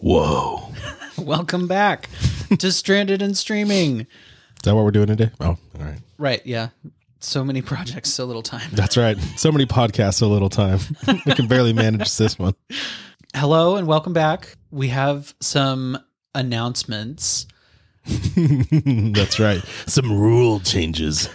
Whoa. Welcome back to Stranded and Streaming. Is that what we're doing today? Oh, all right. Right, yeah. So many projects, so little time. That's right. So many podcasts, so little time. we can barely manage this one. Hello and welcome back. We have some announcements. That's right. Some rule changes.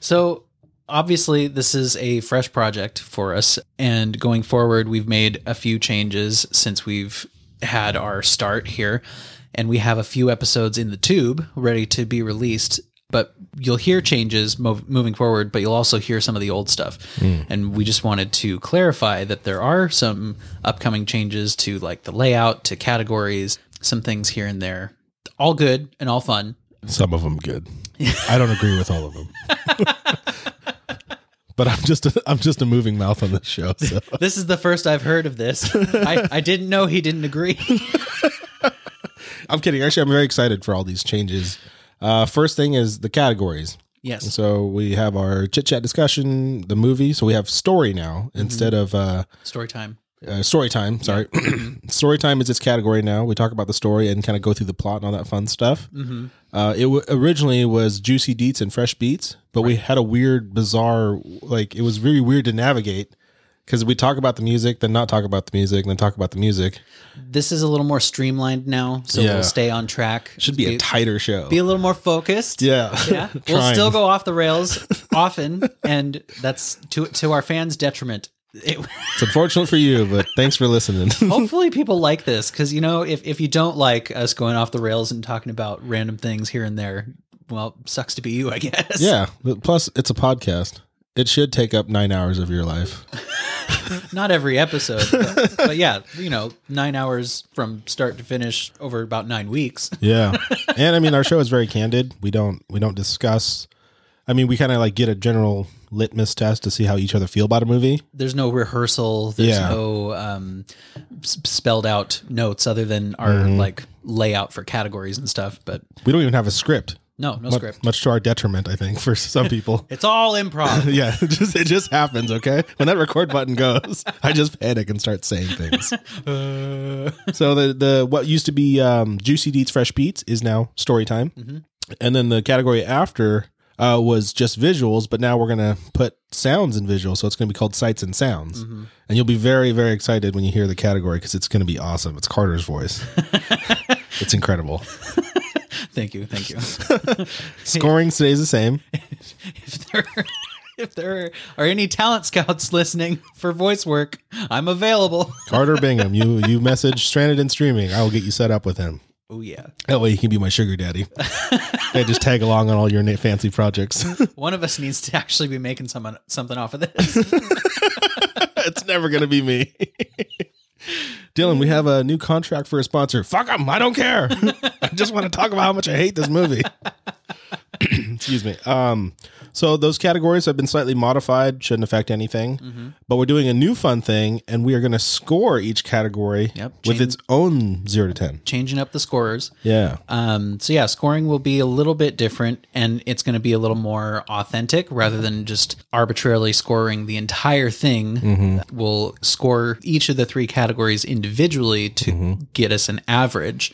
So, obviously, this is a fresh project for us. And going forward, we've made a few changes since we've had our start here. And we have a few episodes in the tube ready to be released. But you'll hear changes mov- moving forward, but you'll also hear some of the old stuff. And we just wanted to clarify that there are some upcoming changes to like the layout, to categories, some things here and there. All good and all fun. Some of them good. I don't agree with all of them. but I'm just a, I'm just a moving mouth on this show. So. This is the first I've heard of this. I, I didn't know he didn't agree. I'm kidding. Actually, I'm very excited for all these changes. Uh, first thing is the categories. Yes. So we have our chit chat discussion, the movie. So we have story now instead of uh, Story time. uh, story time. Sorry, story time is its category now. We talk about the story and kind of go through the plot and all that fun stuff. Mm-hmm. Uh, it w- originally was juicy deets and fresh beats, but we had a weird, bizarre, like it was really weird to navigate because we talk about the music, then not talk about the music, then talk about the music. This is a little more streamlined now, so Yeah. we'll stay on track. Should be a tighter show. be a little more focused. yeah, Yeah. we'll Trying. still go off the rails often, and that's to to our fans' detriment. It, It's unfortunate for you, but thanks for listening. hopefully, people like this because you know if if you don't like us going off the rails and talking about random things here and there, well, sucks to be you, I guess. yeah. but Plus, it's a podcast. It should take up nine hours of your life. not every episode, but, but yeah, you know, nine hours from start to finish over about nine weeks. Yeah. and I mean our show is very candid. We don't we don't discuss I mean we kind of like get a general litmus test to see how each other feel about a movie. There's no rehearsal. There's Yeah. no um, s- spelled out notes other than our like layout for categories and stuff. But We don't even have a script. no, no Mu- script. Much to our detriment, I think, for some people. It's all improv. yeah, it just it just happens, okay? When that record button goes, I just panic and start saying things. so the the what used to be um, juicy deets fresh beats is now story time and then the category after uh, was just visuals but now we're gonna put sounds and visuals so it's gonna be called sights and sounds and you'll be very very excited when you hear the category because it's gonna be awesome it's carter's voice it's incredible thank you, thank you. scoring stays the same if there. If there are any talent scouts listening for voice work, I'm available. carter bingham you you message stranded and streaming i will get you set up with him Oh yeah, that way he can be my sugar daddy and just tag along on all your na- fancy projects one of us needs to actually be making someone something off of this. it's never gonna be me. Dylan, we have a new contract for a sponsor. Fuck them. I don't care. I just want to talk about how much I hate this movie. Excuse me. Um, so those categories have been slightly modified, shouldn't affect anything. Mm-hmm. But we're doing a new fun thing, and we are going to score each category Yep. with Chain- its own zero to ten. Changing up the scorers. Yeah, Um, so yeah, scoring will be a little bit different, and it's going to be a little more authentic rather than just arbitrarily scoring the entire thing. We'll score each of the three categories individually to get us an average,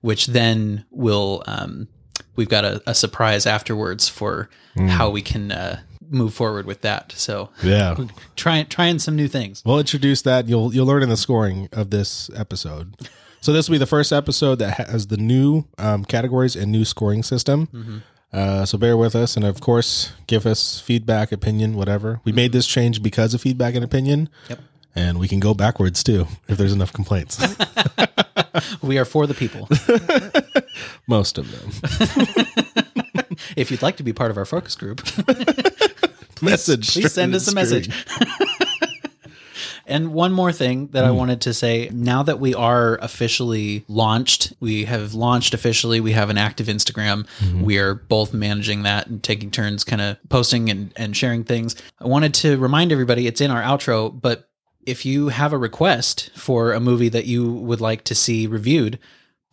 which then will um, we've got a, a surprise afterwards for how we can uh, move forward with that. So yeah. trying trying some new things. We'll introduce that. You'll you'll learn in the scoring of this episode. So this will be the first episode that has the new um, categories and new scoring system. Mm-hmm. Uh, so bear with us, and of course, give us feedback, opinion, whatever. We made this change because of feedback and opinion. Mm-hmm. Yep. And we can go backwards too if there's enough complaints. We are for the people. Most of them. if you'd like to be part of our focus group. message. please send us a message. And one more thing that I wanted to say now that we are officially launched, we have launched officially, we have an active Instagram. We are both managing that and taking turns kind of posting and, and sharing things. I wanted to remind everybody it's in our outro, but if you have a request for a movie that you would like to see reviewed,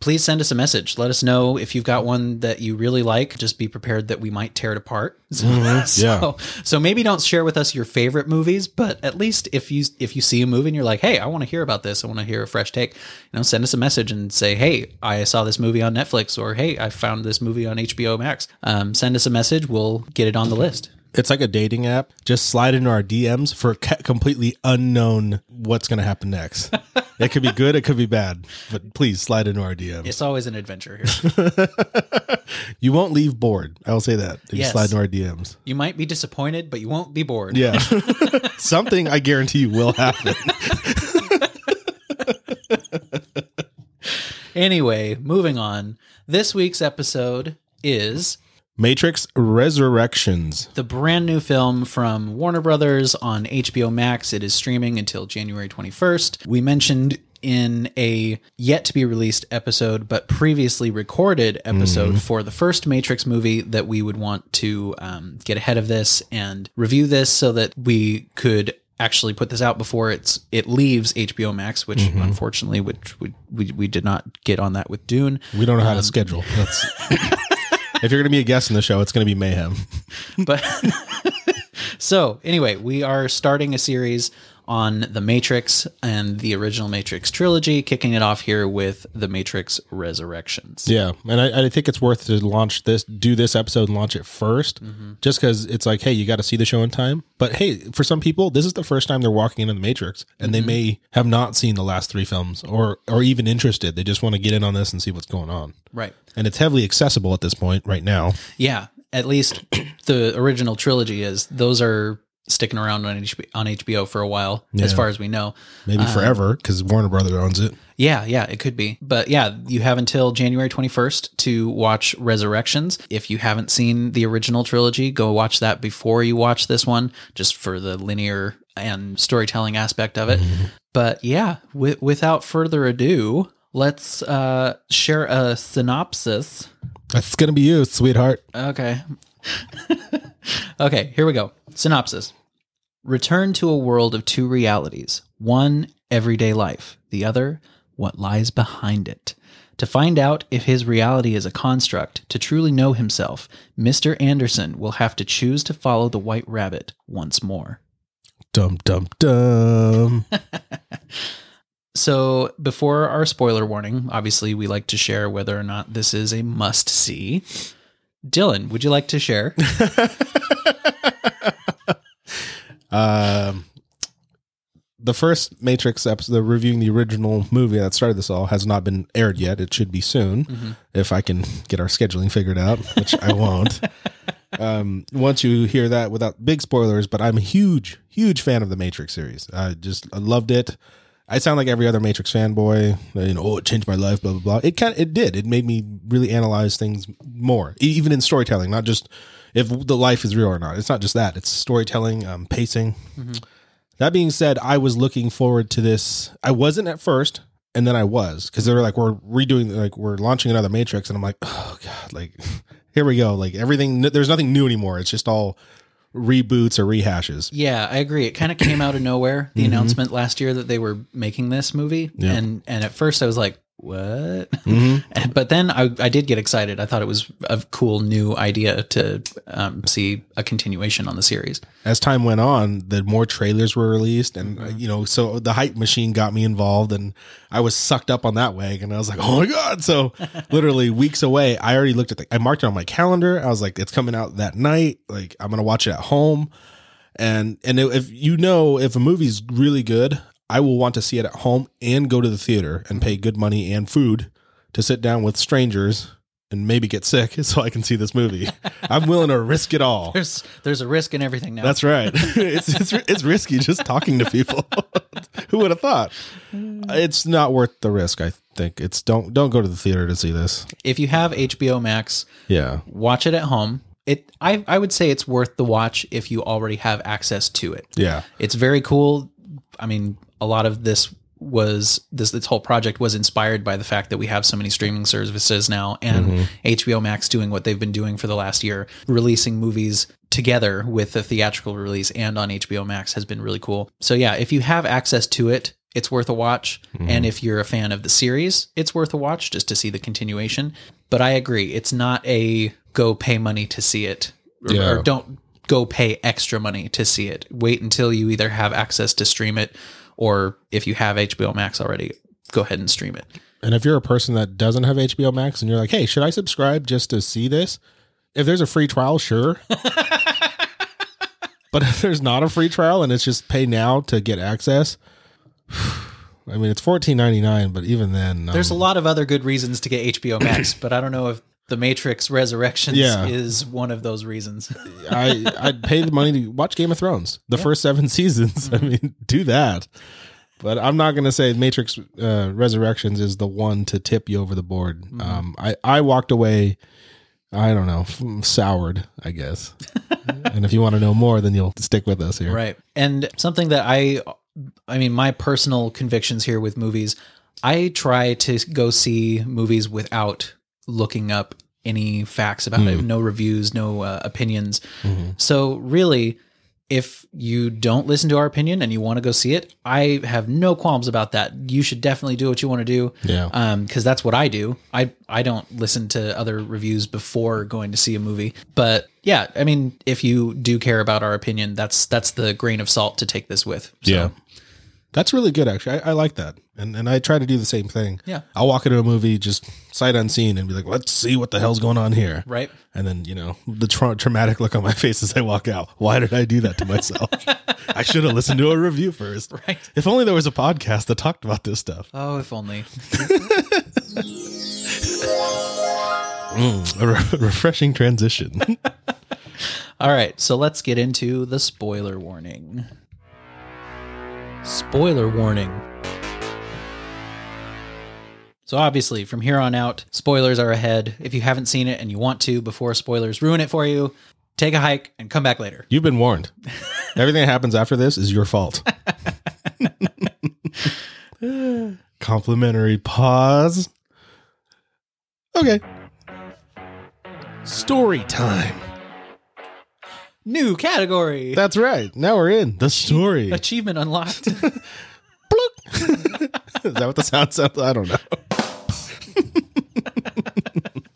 please send us a message. Let us know if you've got one that you really like. Just be prepared that we might tear it apart. So, so, so maybe don't share with us your favorite movies, but at least if you if you see a movie and you're like, hey, I want to hear about this, I want to hear a fresh take, you know, send us a message and say, hey, I saw this movie on Netflix, or hey, I found this movie on HBO Max. Um, send us a message. We'll get it on the list. It's like a dating app. Just slide into our DMs for ca- completely unknown what's going to happen next. it could be good, it could be bad, but please slide into our DMs. It's always an adventure here. You won't leave bored. I will say that. If Yes. You slide into our DMs. you might be disappointed, but you won't be bored. Yeah. Something I guarantee you will happen. Anyway, moving on. This week's episode is Matrix Resurrections. the brand new film from Warner Brothers on HBO Max. It is streaming until January 21st. We mentioned in a yet to be released episode, but previously recorded episode for the first Matrix movie, that we would want to um, get ahead of this and review this so that we could actually put this out before it's it leaves HBO Max, which unfortunately, which we, we we did not get on that with Dune. We don't know how to schedule. That's If you're going to be a guest in the show, it's going to be mayhem. but so anyway, we are starting a series on the Matrix and the original Matrix trilogy, kicking it off here with the Matrix Resurrections. Yeah, and I, I think it's worth to launch this, do this episode, and launch it 1st just because it's like, hey, you got to see the show in time. But hey, for some people, this is the first time they're walking into the Matrix, and they may have not seen the last three films, or or even interested. They just want to get in on this and see what's going on. Right. And it's heavily accessible at this point, right now. Yeah. At least the original trilogy is. Those are sticking around on HBO, on HBO for a while, as Yeah. far as we know. Maybe forever, because Warner Brother owns it. Yeah, yeah, it could be. But yeah, you have until January 21st to watch Resurrections. If you haven't seen the original trilogy, go watch that before you watch this one, just for the linear and storytelling aspect of it. But yeah, wi- without further ado, let's uh, share a synopsis. That's gonna be you, sweetheart. Okay. okay, here we go. Synopsis Return to a world of two realities one, everyday life, the other, what lies behind it. To find out if his reality is a construct, to truly know himself, Mr. Anderson will have to choose to follow the white rabbit once more. Dum dum dum. So, before our spoiler warning, obviously we like to share whether or not this is a must see. Dylan, would you like to share? um, the first Matrix episode, the reviewing the original movie that started this all, has not been aired yet. It should be soon if I can get our scheduling figured out, which I won't. Um, once you hear that without big spoilers, but I'm a huge, huge fan of the Matrix series. I just I loved it. I sound like every other Matrix fanboy. You know, oh, it changed my life, blah blah blah. It kind of, it did. It made me really analyze things more, e- even in storytelling. Not just if the life is real or not. It's not just that. It's storytelling, um, pacing. That being said, I was looking forward to this. I wasn't at first, and then I was because they were like, "We're redoing, like we're launching another Matrix," and I'm like, "Oh God!" Like, here we go. Like everything, there's nothing new anymore. It's just all reboots or rehashes. Yeah, I agree. It kind of came out of nowhere. The announcement last year that they were making this movie, Mm-hmm. Yeah. Mm-hmm. and and at first I was like, "What?" but then I I did get excited. I thought it was a cool new idea to um, see a continuation on the series. as time went on, the more trailers were released, and uh, you know, so the hype machine got me involved, and I was sucked up on that wagon. I was like, oh my god! So literally weeks away, I already looked at the, I marked it on my calendar. I was like, it's coming out that night. Like I'm gonna watch it at home, and and if- if you know if a movie's really good, I will want to see it at home and go to the theater and pay good money and food to sit down with strangers. And maybe get sick so I can see this movie. I'm willing to risk it all. There's there's a risk in everything now. That's right. it's, it's it's risky just talking to people. Who would have thought? It's not worth the risk. I think it's don't don't go to the theater to see this. if you have HBO Max, Yeah, watch it at home. It I I would say it's worth the watch if you already have access to it. yeah, It's very cool. I mean, a lot of this was this this whole project was inspired by the fact that we have so many streaming services now and HBO Max doing what they've been doing for the last year, releasing movies together with the theatrical release and on HBO Max has been really cool. So yeah, if you have access to it, it's worth a watch. And if you're a fan of the series, it's worth a watch just to see the continuation. But I agree, it's not a go pay money to see it or, Yeah. or don't go pay extra money to see it. Wait until you either have access to stream it or if you have HBO Max already, go ahead and stream it. And if you're a person that doesn't have HBO Max and you're like, hey, should I subscribe just to see this? If there's a free trial, sure. but if there's not a free trial and it's just pay now to get access, I mean, it's fourteen ninety nine, but even then, There's a um, lot of other good reasons to get HBO Max, but I don't know if The Matrix Resurrections Yeah. is one of those reasons. I I'd pay the money to watch Game of Thrones, the first seven seasons. Mm-hmm. I mean, do that. But I'm not going to say Matrix uh, Resurrections is the one to tip you over the board. Mm-hmm. Um, I I walked away, I don't know, f- soured, I guess. and if you want to know more, then you'll stick with us here. Right. And something that I I mean my personal convictions here with movies, I try to go see movies without looking up any facts about it, no reviews, no uh, opinions. So really if you don't listen to our opinion and you want to go see it, I have no qualms about that. You should definitely do what you want to do. Yeah. um because that's what i do i i don't listen to other reviews before going to see a movie but yeah i mean if you do care about our opinion that's that's the grain of salt to take this with so, Yeah. That's really good, actually. I, I like that, and and I try to do the same thing. Yeah. I'll walk into a movie just sight unseen and be like, "Let's see what the hell's going on here." right And then, you know, the tra- traumatic look on my face as I walk out. Why did I do that to myself? I should have listened to a review first. Right. If only there was a podcast that talked about this stuff. oh if only A re- refreshing transition. all right so let's get into the spoiler warning spoiler warning so obviously from here on out spoilers are ahead if you haven't seen it and you want to before spoilers ruin it for you take a hike and come back later You've been warned. Everything that happens after this is your fault. Complimentary pause. Okay. Story time. new category That's right. Now we're in the story. Achievement unlocked. Is that what the sound sounds? I don't know.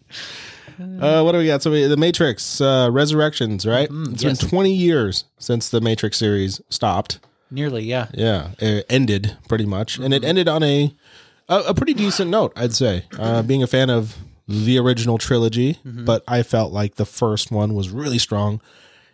uh, what do we got? So we, the Matrix uh, Resurrections, right? It's yes. been 20 years since the Matrix series stopped. Nearly, yeah. Yeah, it ended pretty much, and it ended on a a, a pretty decent note, I'd say. Uh, being a fan of the original trilogy, but I felt like the first one was really strong,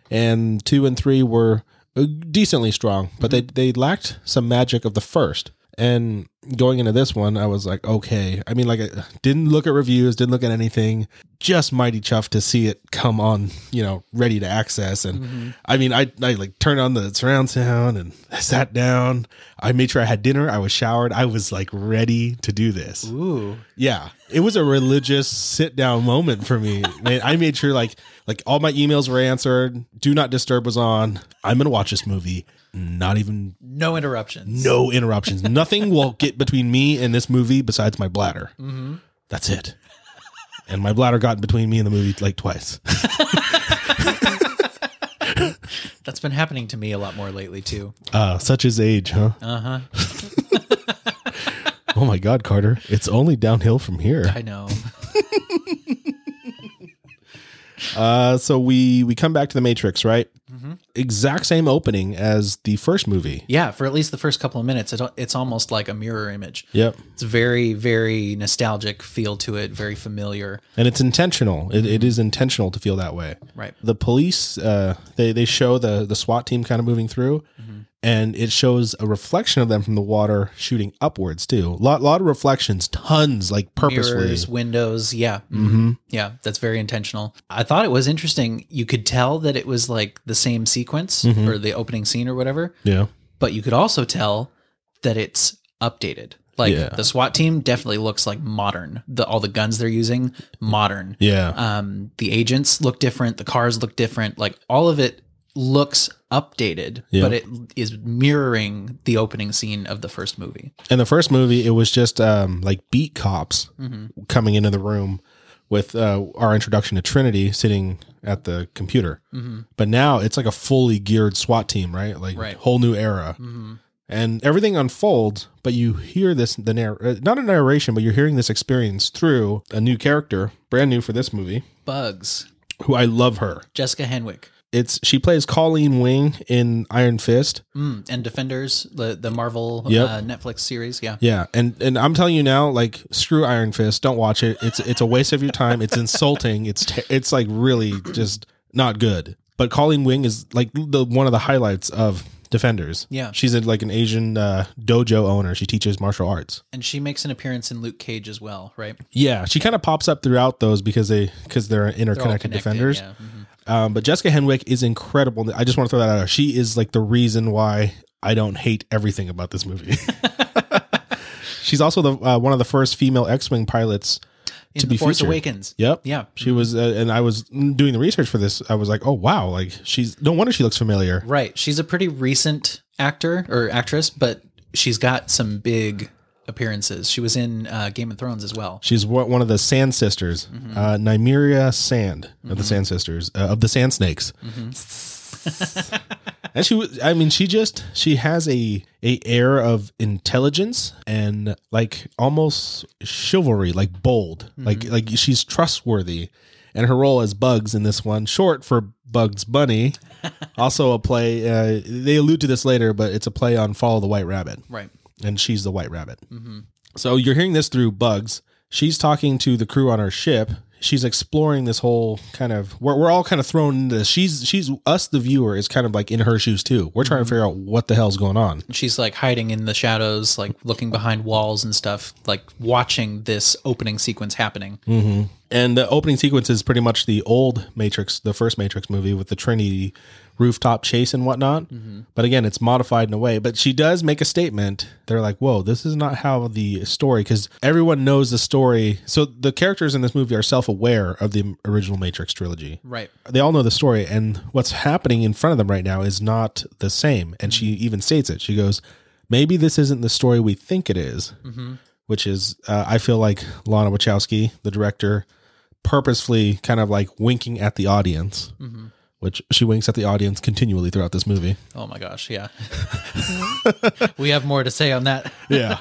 and two and three were uh, decently strong, but they they lacked some magic of the first. And going into this one, I was like, okay. I mean, like, I didn't look at reviews, didn't look at anything. Just mighty chuffed to see it come on, you know, ready to access. And I mean, I, I like turned on the surround sound and I sat down. I made sure I had dinner. I was showered. I was like ready to do this. Ooh. Yeah, it was a religious sit down moment for me. Man, I made sure like like all my emails were answered. Do not disturb was on. I'm gonna watch this movie. Not even No interruptions. no interruptions. Nothing will get between me and this movie besides my bladder. That's it. And my bladder got between me and the movie like twice. That's been happening to me a lot more lately too. Uh, such is age, huh? Uh-huh. Oh my God, Carter! It's only downhill from here. I know. Uh, so we we come back to the Matrix, right? Exact same opening as the first movie. Yeah, for at least the first couple of minutes it, it's almost like a mirror image. Yep. It's very very nostalgic feel to it, very familiar. and it's intentional. It, it is intentional to feel that way. Right. The police, uh, they they show the the SWAT team kind of moving through, and it shows a reflection of them from the water shooting upwards too. Lot lot of reflections, tons like purposefully. Mm-hmm. Mirrors, windows, yeah. Mm-hmm. Yeah, that's very intentional. I thought it was interesting. You could tell that it was like the same sequence Mm-hmm. or the opening scene or whatever. Yeah, but you could also tell that it's updated. Like Yeah. the SWAT team definitely looks like modern. The all the guns they're using, modern. yeah, Um, the agents look different. The cars look different. Like all of it looks updated, Yeah. but it is mirroring the opening scene of the first movie. in the first movie, it was just um, like beat cops coming into the room with uh, our introduction to Trinity sitting at the computer. But now it's like a fully geared SWAT team, right? Like Right. whole new era. and everything unfolds but you hear this the narr- uh, not a narration but you're hearing this experience through a new character brand new for this movie Bugs. who i love her Jessica Henwick. it's she plays colleen wing in iron fist Mm, and Defenders, the the Marvel Yep. uh, Netflix series. Yeah. yeah and and i'm telling you now like screw iron fist don't watch it it's it's a waste of your time it's insulting it's te- it's like really just not good but colleen wing is like the one of the highlights of defenders Yeah. she's in like an asian uh, dojo owner she teaches martial arts And she makes an appearance in Luke Cage as well, right? Yeah, she kind of pops up throughout those because they because they're They're all interconnected connected, defenders. yeah. Mhm. Um, but Jessica Henwick is incredible. I just want to throw that out. She is like the reason why I don't hate everything about this movie. She's also the uh, one of the first female X-wing pilots. In To The be Force featured. Awakens. Yep. Yeah. mm-hmm. She was, uh, and I was doing the research for this. I was like, oh wow, like she's no wonder she looks familiar. Right. She's a pretty recent actor or actress, but she's got some big appearances. She was in uh, Game of Thrones as well. She's wa- one of the Sand Sisters, uh, Nymeria Sand of the Sand Sisters uh, of the Sand Snakes. and she, was- I mean, she just she has a a air of intelligence and like almost chivalry, like bold, like like she's trustworthy. And her role as Bugs in this one, short for Bugs Bunny, also a play. Uh, they allude to this later, but it's a play on Follow the White Rabbit Right. and she's the white rabbit. So you're hearing this through Bugs. She's talking to the crew on her ship. She's exploring this whole kind of we're, we're all kind of thrown into this. She's she's us the viewer is kind of like in her shoes too. We're trying to figure out what the hell's going on. And she's like hiding in the shadows, like looking behind walls and stuff, like watching this opening sequence happening. And the opening sequence is pretty much the old Matrix, the first Matrix movie with the Trinity rooftop chase and whatnot. But again, it's modified in a way. But she does make a statement. They're like, whoa, this is not how the story, because everyone knows the story. So the characters in this movie are self aware of the original Matrix trilogy. Right. They all know the story. And what's happening in front of them right now is not the same. And she Mm-hmm. even states it. She goes, maybe this isn't the story we think it is Mm-hmm. which is uh, I feel like Lana Wachowski, the director, purposefully kind of like winking at the audience, Mm-hmm. which she winks at the audience continually throughout this movie. Oh my gosh. Yeah. we have more to say on that. Yeah.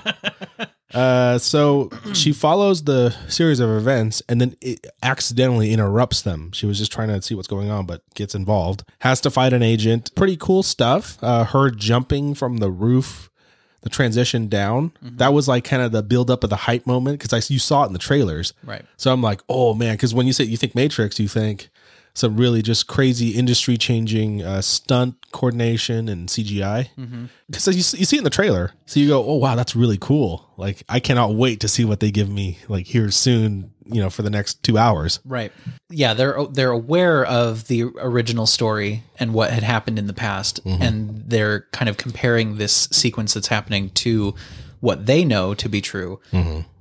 uh, so she follows the series of events and then it accidentally interrupts them. She was just trying to see what's going on, but gets involved, has to fight an agent. Pretty cool stuff. Uh, her jumping from the roof. The transition down, that was like kind of the build up of the hype moment because I you saw it in the trailers. Right. So I'm like, oh man, because when you say you think Matrix, you think some really just crazy industry changing uh, stunt coordination and CGI. Because you, s- you see it in the trailer, so you go, oh wow, that's really cool. Like I cannot wait to see what they give me like here soon. You know, for the next two hours. Right. Yeah, they're they're aware of the original story and what had happened in the past and they're kind of comparing this sequence that's happening to what they know to be true.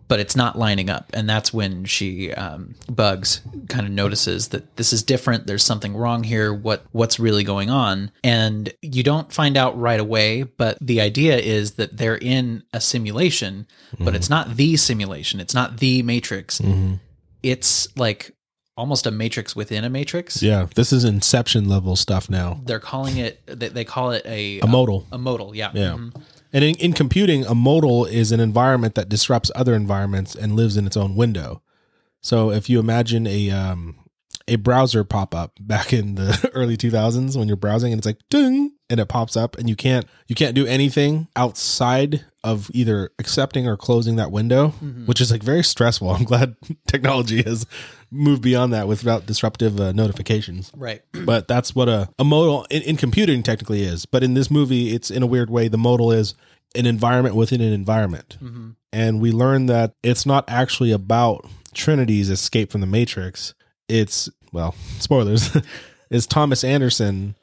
But it's not lining up, and that's when she um, bugs kind of notices that this is different. There's something wrong here. What what's really going on? And you don't find out right away, but the idea is that they're in a simulation, but it's not the simulation. It's not the Matrix it's like almost a matrix within a matrix. Yeah, this is Inception level stuff now. They're calling it they, they call it a A modal. a modal, yeah. Mm-hmm. Yeah. And in, in computing, a modal is an environment that disrupts other environments and lives in its own window. So if you imagine a um, a browser pop up back in the early 2000s when you're browsing and it's like ding and it pops up and you can't you can't do anything outside of either accepting or closing that window, which is like very stressful. I'm glad technology has moved beyond that without disruptive uh, notifications Right. but that's what a, a modal in, in computing technically is but in this movie it's in a weird way the modal is an environment within an environment and we learn that it's not actually about trinity's escape from the matrix it's well spoilers is thomas anderson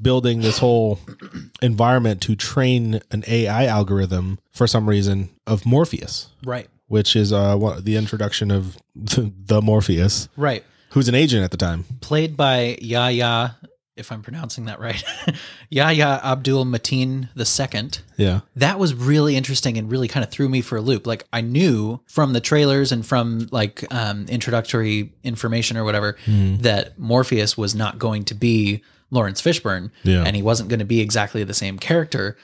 building this whole environment to train an ai algorithm for some reason of morpheus Right. which is uh, one- the introduction of the, the morpheus Right. who's an agent at the time Played by Yahya, if I'm pronouncing that right. Yahya Abdul Mateen the second. yeah That was really interesting and really kind of threw me for a loop. Like I knew from the trailers and from like um, introductory information or whatever that Morpheus was not going to be Lawrence Fishburne Yeah. and he wasn't going to be exactly the same character.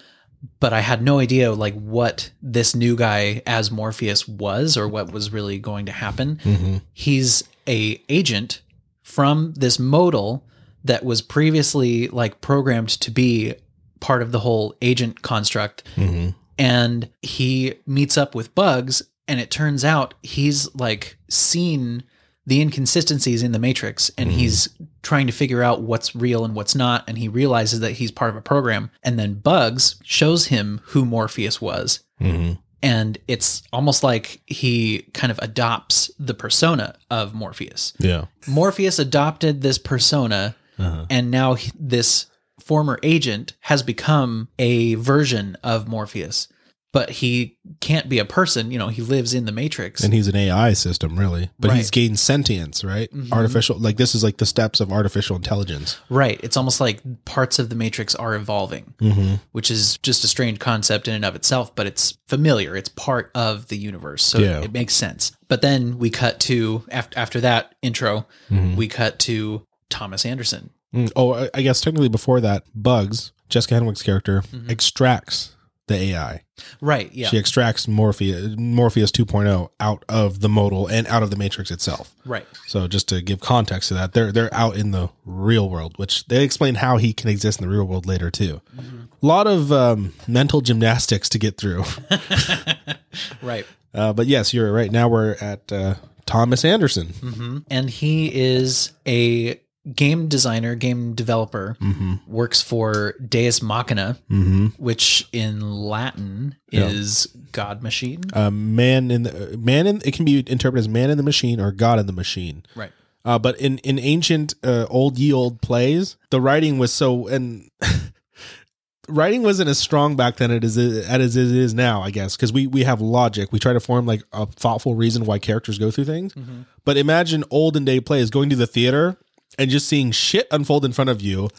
but I had no idea like what this new guy as Morpheus was or what was really going to happen. Mm-hmm. He's a agent from this modal that was previously like programmed to be part of the whole agent construct Mm-hmm. and he meets up with Bugs, and it turns out he's like seen the inconsistencies in the Matrix, and Mhm. he's trying to figure out what's real and what's not, and he realizes that he's part of a program. And then Bugs shows him who Morpheus was, Mm-hmm. and it's almost like he kind of adopts the persona of Morpheus. Yeah. Morpheus adopted this persona Uh-huh. and now he- this former agent has become a version of Morpheus, but he can't be a person. You know, he lives in the Matrix. And he's an AI system, really, but Right. he's gained sentience, right? Mhm. Artificial, like this is like the steps of artificial intelligence. right. It's almost like parts of the Matrix are evolving, Mm-hmm. which is just a strange concept in and of itself, but it's familiar. It's part of the universe. So Yeah. it makes sense. But then we cut to, after, after that intro, Mhm. we cut to Thomas Anderson. Mm, Oh, I- I guess technically before that, Bugs, Jessica Henwick's character, Mhm. extracts the AI. Right. Yeah. She extracts Morpheus, Morpheus 2.0 out of the modal and out of the matrix itself. right. So just to give context to that, they're they're out in the real world, which they explain how he can exist in the real world later too. A Mm-hmm. lot of um, mental gymnastics to get through. Right. Uh, but yes, you're right. Now we're at uh, Thomas Anderson. hmm And he is a game designer, game developer, Mm-hmm. works for Deus Machina, Mm-hmm. which in Latin Yeah. is God Machine. Uh, man in the man in it can be interpreted as man in the machine or God in the machine. Right. Uh, but in in ancient uh, old ye old plays, the writing was so and writing wasn't as strong back then it is as it is now, I guess, because we we have logic. We try to form like a thoughtful reason why characters go through things. Mhm. But imagine olden day plays going to the theater and just seeing shit unfold in front of you,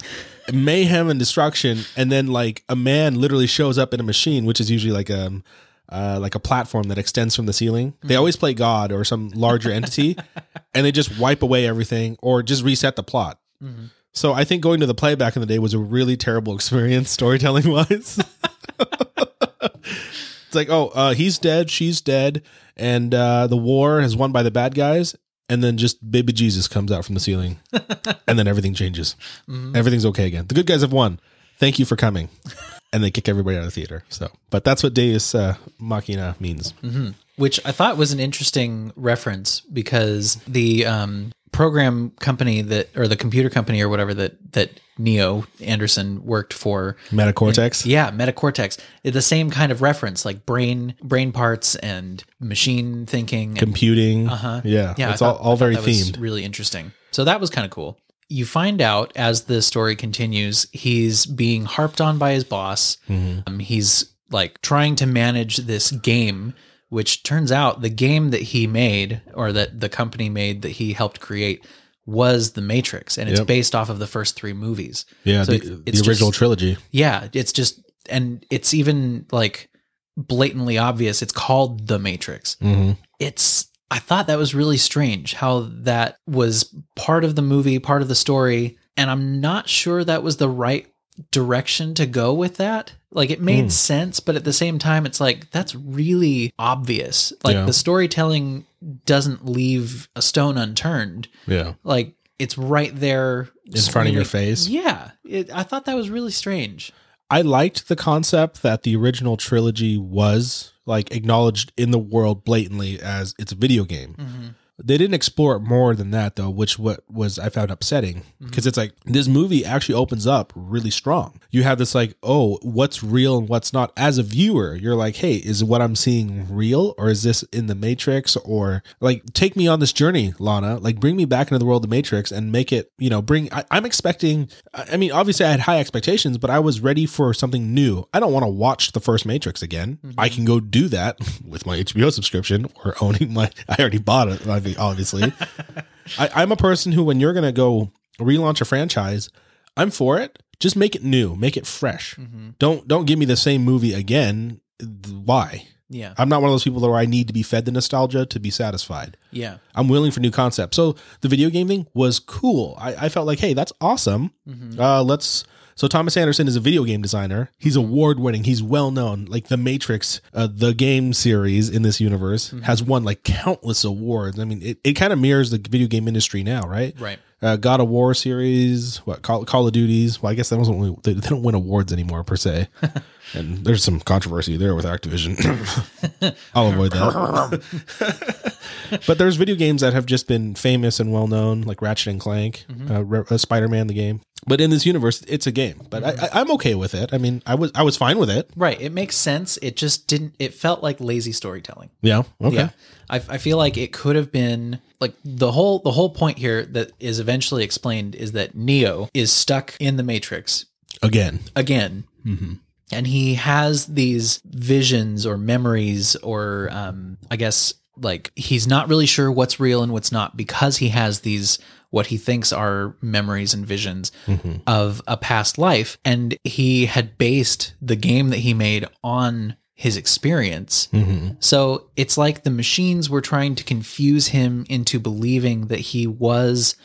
mayhem and destruction, and then like a man literally shows up in a machine, which is usually like a uh, like a platform that extends from the ceiling. They always play God or some larger entity, and they just wipe away everything or just reset the plot. Mhm. So I think going to the play back in the day was a really terrible experience storytelling wise. it's like, oh, uh, he's dead, she's dead, and uh, the war is won by the bad guys, and then just baby Jesus comes out from the ceiling, and then everything changes. Mhm. Everything's okay again. The good guys have won. Thank you for coming, and they kick everybody out of the theater. So, but that's what Deus uh, Machina means. Mhm. Which I thought was an interesting reference because the um, program company that, or the computer company or whatever that, that Neo Anderson worked for Metacortex. Yeah, metacortex. The same kind of reference, like brain, brain parts, and machine thinking. And, Computing, Uh-huh. yeah, yeah, I it's all, thought- all I thought very that was themed. really interesting. So that was kind of cool. You find out as the story continues, he's being harped on by his boss. Mm-hmm. Um, he's like trying to manage this game, which turns out the game that he made or that the company made that he helped create was The Matrix, and it's Yep. based off of the first three movies. Yeah, So the, it's- the it's just- original trilogy. Yeah, it's just and it's even like blatantly obvious. It's called The Matrix. Mm-hmm. It's I thought that was really strange how that was part of the movie, part of the story, and I'm not sure that was the right direction to go with that. Like it made Hmm. sense, but at the same time it's like that's really obvious. Like Yeah. the storytelling doesn't leave a stone unturned. Yeah, Like it's right there in front of your face. Yeah, it, I thought that was really strange. I liked the concept that the original trilogy was like acknowledged in the world blatantly as it's a video game. Mm-hmm. They didn't explore it more than that though, which what was I found upsetting because it's like this movie actually opens up really strong. You have this like, oh, what's real and what's not as a viewer. You're like, hey, is what I'm seeing real or is this in the matrix or like take me on this journey, Lana? Like bring me back into the world of the matrix and make it, you know, bring I, I'm expecting I I mean, obviously I had high expectations, but I was ready for something new. I don't want to watch the first Matrix again. I can go do that with my HBO subscription or owning my I already bought it, obvi- obviously. I, I'm a person who when you're gonna go relaunch a franchise, I'm for it. Just make it new, make it fresh. Mm-hmm. Don't don't give me the same movie again. Why? Yeah, I'm not one of those people where I need to be fed the nostalgia to be satisfied. yeah, I'm willing for new concepts. So the video game thing was cool. I, I felt like, hey, that's awesome. Mhm. Uh, let's So Thomas Anderson is a video game designer. He's award winning. He's well known. Like the Matrix, uh, the game series in this universe has won like countless awards. I mean, it, it kind of mirrors the video game industry now, right? Right. Uh, God of War series, what Call, Call of Duties. Well, I guess that wasn't really, they, they don't win awards anymore per se. and there's some controversy there with Activision. I'll avoid that. but there's video games that have just been famous and well known, like Ratchet and Clank, uh, Re- uh, Spider Man, the game. But in this universe, it's a game. But I, I, I'm okay with it. I mean, I was I was fine with it. Right. It makes sense. It just didn't, it felt like lazy storytelling. Yeah. Okay. Yeah. I, I feel like it could have been like the whole the whole point here that is eventually explained is that Neo is stuck in the Matrix Again. again. And he has these visions or memories, or um, I guess like he's not really sure what's real and what's not because he has these what he thinks are memories and visions of a past life. And he had based the game that he made on his experience. So it's like the machines were trying to confuse him into believing that he was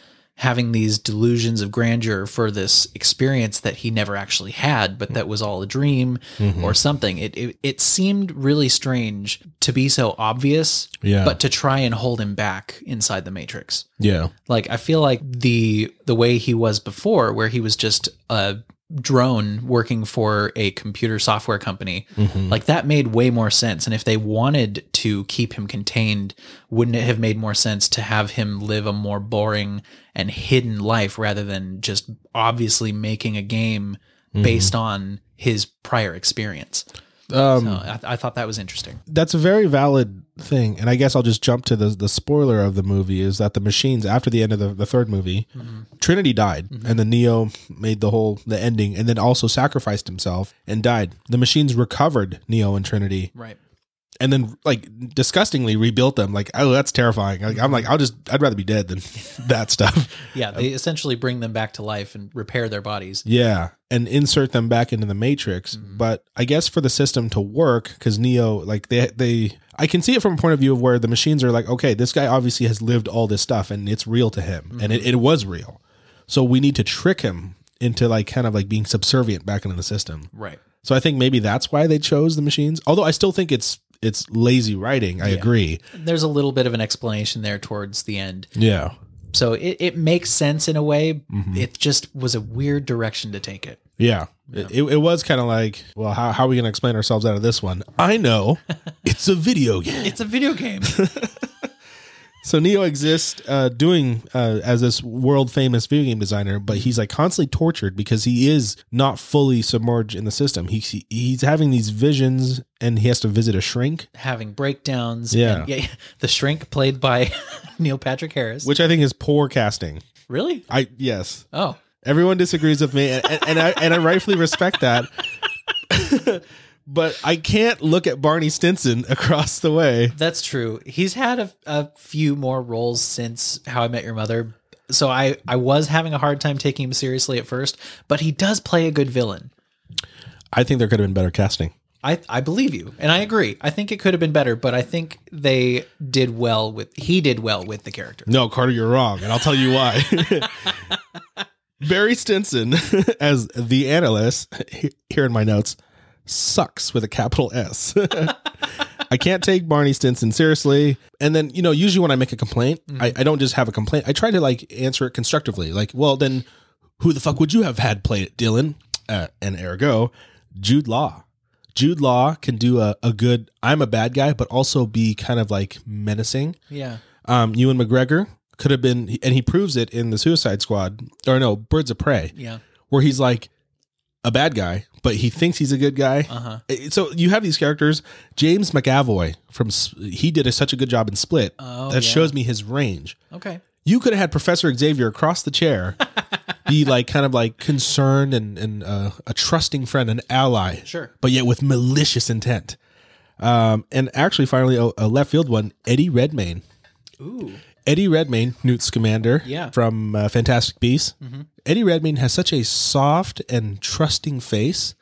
having these delusions of grandeur for this experience that he never actually had, but that was all a dream or something. It, it it seemed really strange to be so obvious, Yeah. but to try and hold him back inside the matrix. Yeah. Like I feel like the the way he was before, where he was just a drone working for a computer software company, like that made way more sense. And if they wanted to keep him contained, wouldn't it have made more sense to have him live a more boring and hidden life rather than just obviously making a game based on his prior experience? Um, No, I, I thought that was interesting. that's a very valid thing and i guess i'll just jump to the the spoiler of the movie is that the machines after the end of the, the third movie trinity died and the neo made the whole the ending and then also sacrificed himself and died the machines recovered neo and trinity Right. and then like disgustingly rebuilt them like oh that's terrifying like, i'm like i'll just i'd rather be dead than that stuff Yeah, they essentially bring them back to life and repair their bodies. Yeah, and insert them back into the matrix. But I guess for the system to work, because Neo, like they, they, I can see it from a point of view of where the machines are like, okay, this guy obviously has lived all this stuff, and it's real to him, and it, it was real. So we need to trick him into like kind of like being subservient back into the system. Right. So I think maybe that's why they chose the machines. Although I still think it's it's lazy writing. I agree. there's a little bit of an explanation there towards the end. Yeah. So it, it makes sense in a way. It just was a weird direction to take it. Yeah. It, it, it was kind of like, well, how, how are we going to explain ourselves out of this one? I know it's a video game. It's a video game. So Neo exists uh, doing uh, as this world famous video game designer, but he's like constantly tortured because he is not fully submerged in the system. He, he he's having these visions and he has to visit a shrink, Having breakdowns. Yeah. and- The shrink played by Neil Patrick Harris. which I think is poor casting. really? I yes, Oh, everyone disagrees with me, and, and, and I and I rightfully respect that. but I can't look at Barney Stinson across the way. that's true. He's had a, a few more roles since How I Met Your Mother. So I, I was having a hard time taking him seriously at first, but he does play a good villain. I think there could have been better casting. I, I believe you and I agree. I think it could have been better, but I think they did well with he did well with the character. No, Carter, you're wrong, and I'll tell you why. Barry Stinson, as the analyst, he- here in my notes, sucks with a capital S. I can't take Barney Stinson seriously. And then, you know, usually when I make a complaint, I, I don't just have a complaint. I try to like answer it constructively. Like, well, then who the fuck would you have had play it, Dylan? Uh, and ergo, Jude Law. Jude Law can do a, a good, I'm a bad guy, but also be kind of like menacing Yeah. um, Ewan McGregor could have been, and he proves it in the Suicide Squad, or no, Birds of Prey, Yeah. where he's like a bad guy, but he thinks he's a good guy. Uh-huh. Uh, So you have these characters. James McAvoy from S- he did a, such a good job in Split Oh, that yeah. shows me his range. Okay. You could have had Professor Xavier across the chair. Be like kind of like concerned and, and uh, a trusting friend, an ally, Sure. but yet with malicious intent. Um, and actually, finally, a, a left field one, Eddie Redmayne. Ooh. Eddie Redmayne, Newt's commander Yeah. from uh, Fantastic Beasts. Eddie Redmayne has such a soft and trusting face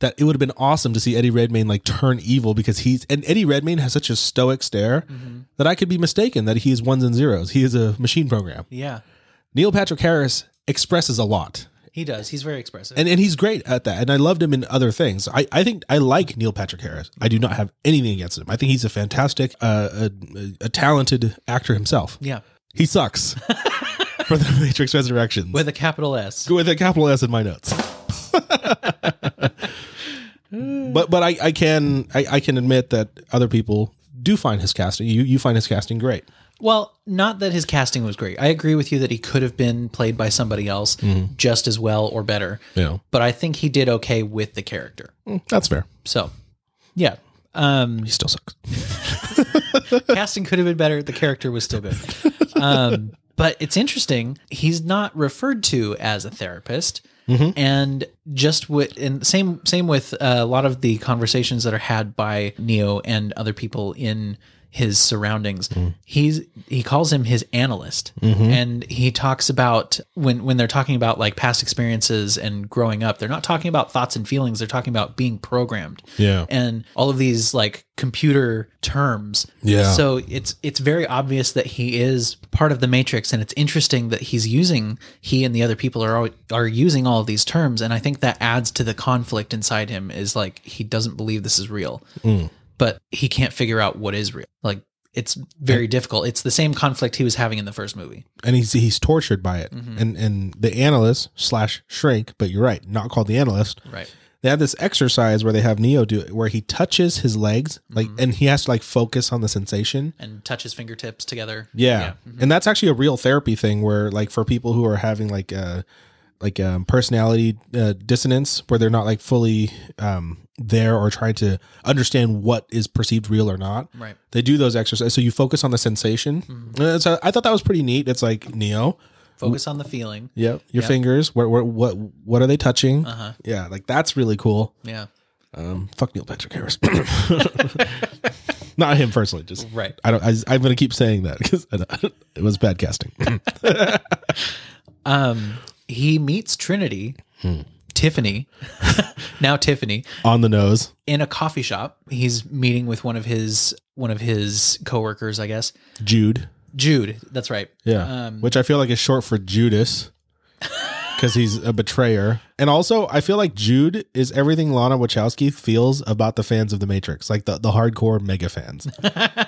that it would have been awesome to see Eddie Redmayne like turn evil because he's and Eddie Redmayne has such a stoic stare that I could be mistaken that he is ones and zeros. He is a machine program. Yeah. Neil Patrick Harris expresses a lot He does. He's very expressive. And and he's great at that. And I loved him in other things. I, I think I like Neil Patrick Harris. I do not have anything against him. I think he's a fantastic, uh, a, a talented actor himself. yeah. He sucks for the Matrix Resurrections. With a capital S. with a capital S in my notes. but but I, I can I, I can admit that other people do find his casting. You you find his casting great. Well, not that his casting was great. I agree with you that he could have been played by somebody else just as well or better. You know But I think he did okay with the character. Mm, that's fair. So, yeah. Um, He still sucks. casting could have been better. The character was still good. Um, but it's interesting. He's not referred to as a therapist, and just with and same same with uh, a lot of the conversations that are had by Neo and other people in his surroundings. He's he calls him his analyst, and he talks about when when they're talking about like past experiences and growing up. They're not talking about thoughts and feelings. They're talking about being programmed Yeah. and all of these like computer terms. Yeah. So it's it's very obvious that he is part of the matrix and it's interesting that he's using he and the other people are al- are using all of these terms and I think that adds to the conflict inside him is like he doesn't believe this is real. Hmm. But he can't figure out what is real. Like it's very difficult. It's the same conflict he was having in the first movie. and he's he's tortured by it. And and the analyst slash shrink, but you're right, not called the analyst. Right. They have this exercise where they have Neo do it, where he touches his legs, like, and he has to like focus on the sensation. And touch his fingertips together. Yeah. And that's actually a real therapy thing where like for people who are having like uh like um personality uh, dissonance where they're not like fully um there or trying to understand what is perceived real or not. Right. They do those exercises so you focus on the sensation. And so I thought that was pretty neat. It's like Neo, Focus on the feeling. yep, your fingers, what what what what are they touching? Uh-huh. Yeah, like that's really cool. Yeah. Um fuck Neil Patrick Harris. not him personally, just Right. I don't. I, I'm going to keep saying that because it was bad casting. um, he meets Trinity, Tiffany, now Tiffany, on the nose. in a coffee shop. He's meeting with one of his one of his coworkers, I guess. Jude. Jude, that's right. Yeah. Um, Which I feel like is short for Judas because he's a betrayer. And also, I feel like Jude is everything Lana Wachowski feels about the fans of The Matrix, like the, the hardcore mega fans.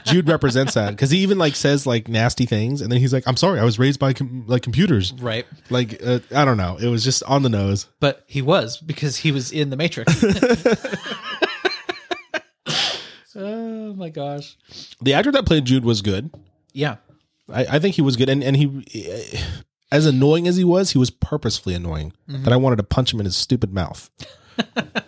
Jude represents that because he even like says like nasty things. And then he's like, I'm sorry, I was raised by com- like computers. Right. Like, uh, I don't know. It was just on the nose. But he was because he was in the Matrix. oh my gosh. The actor that played Jude was good. Yeah. I, I think he was good, and and he, eh, as annoying as he was, he was purposefully annoying. Mm-hmm. That I wanted to punch him in his stupid mouth.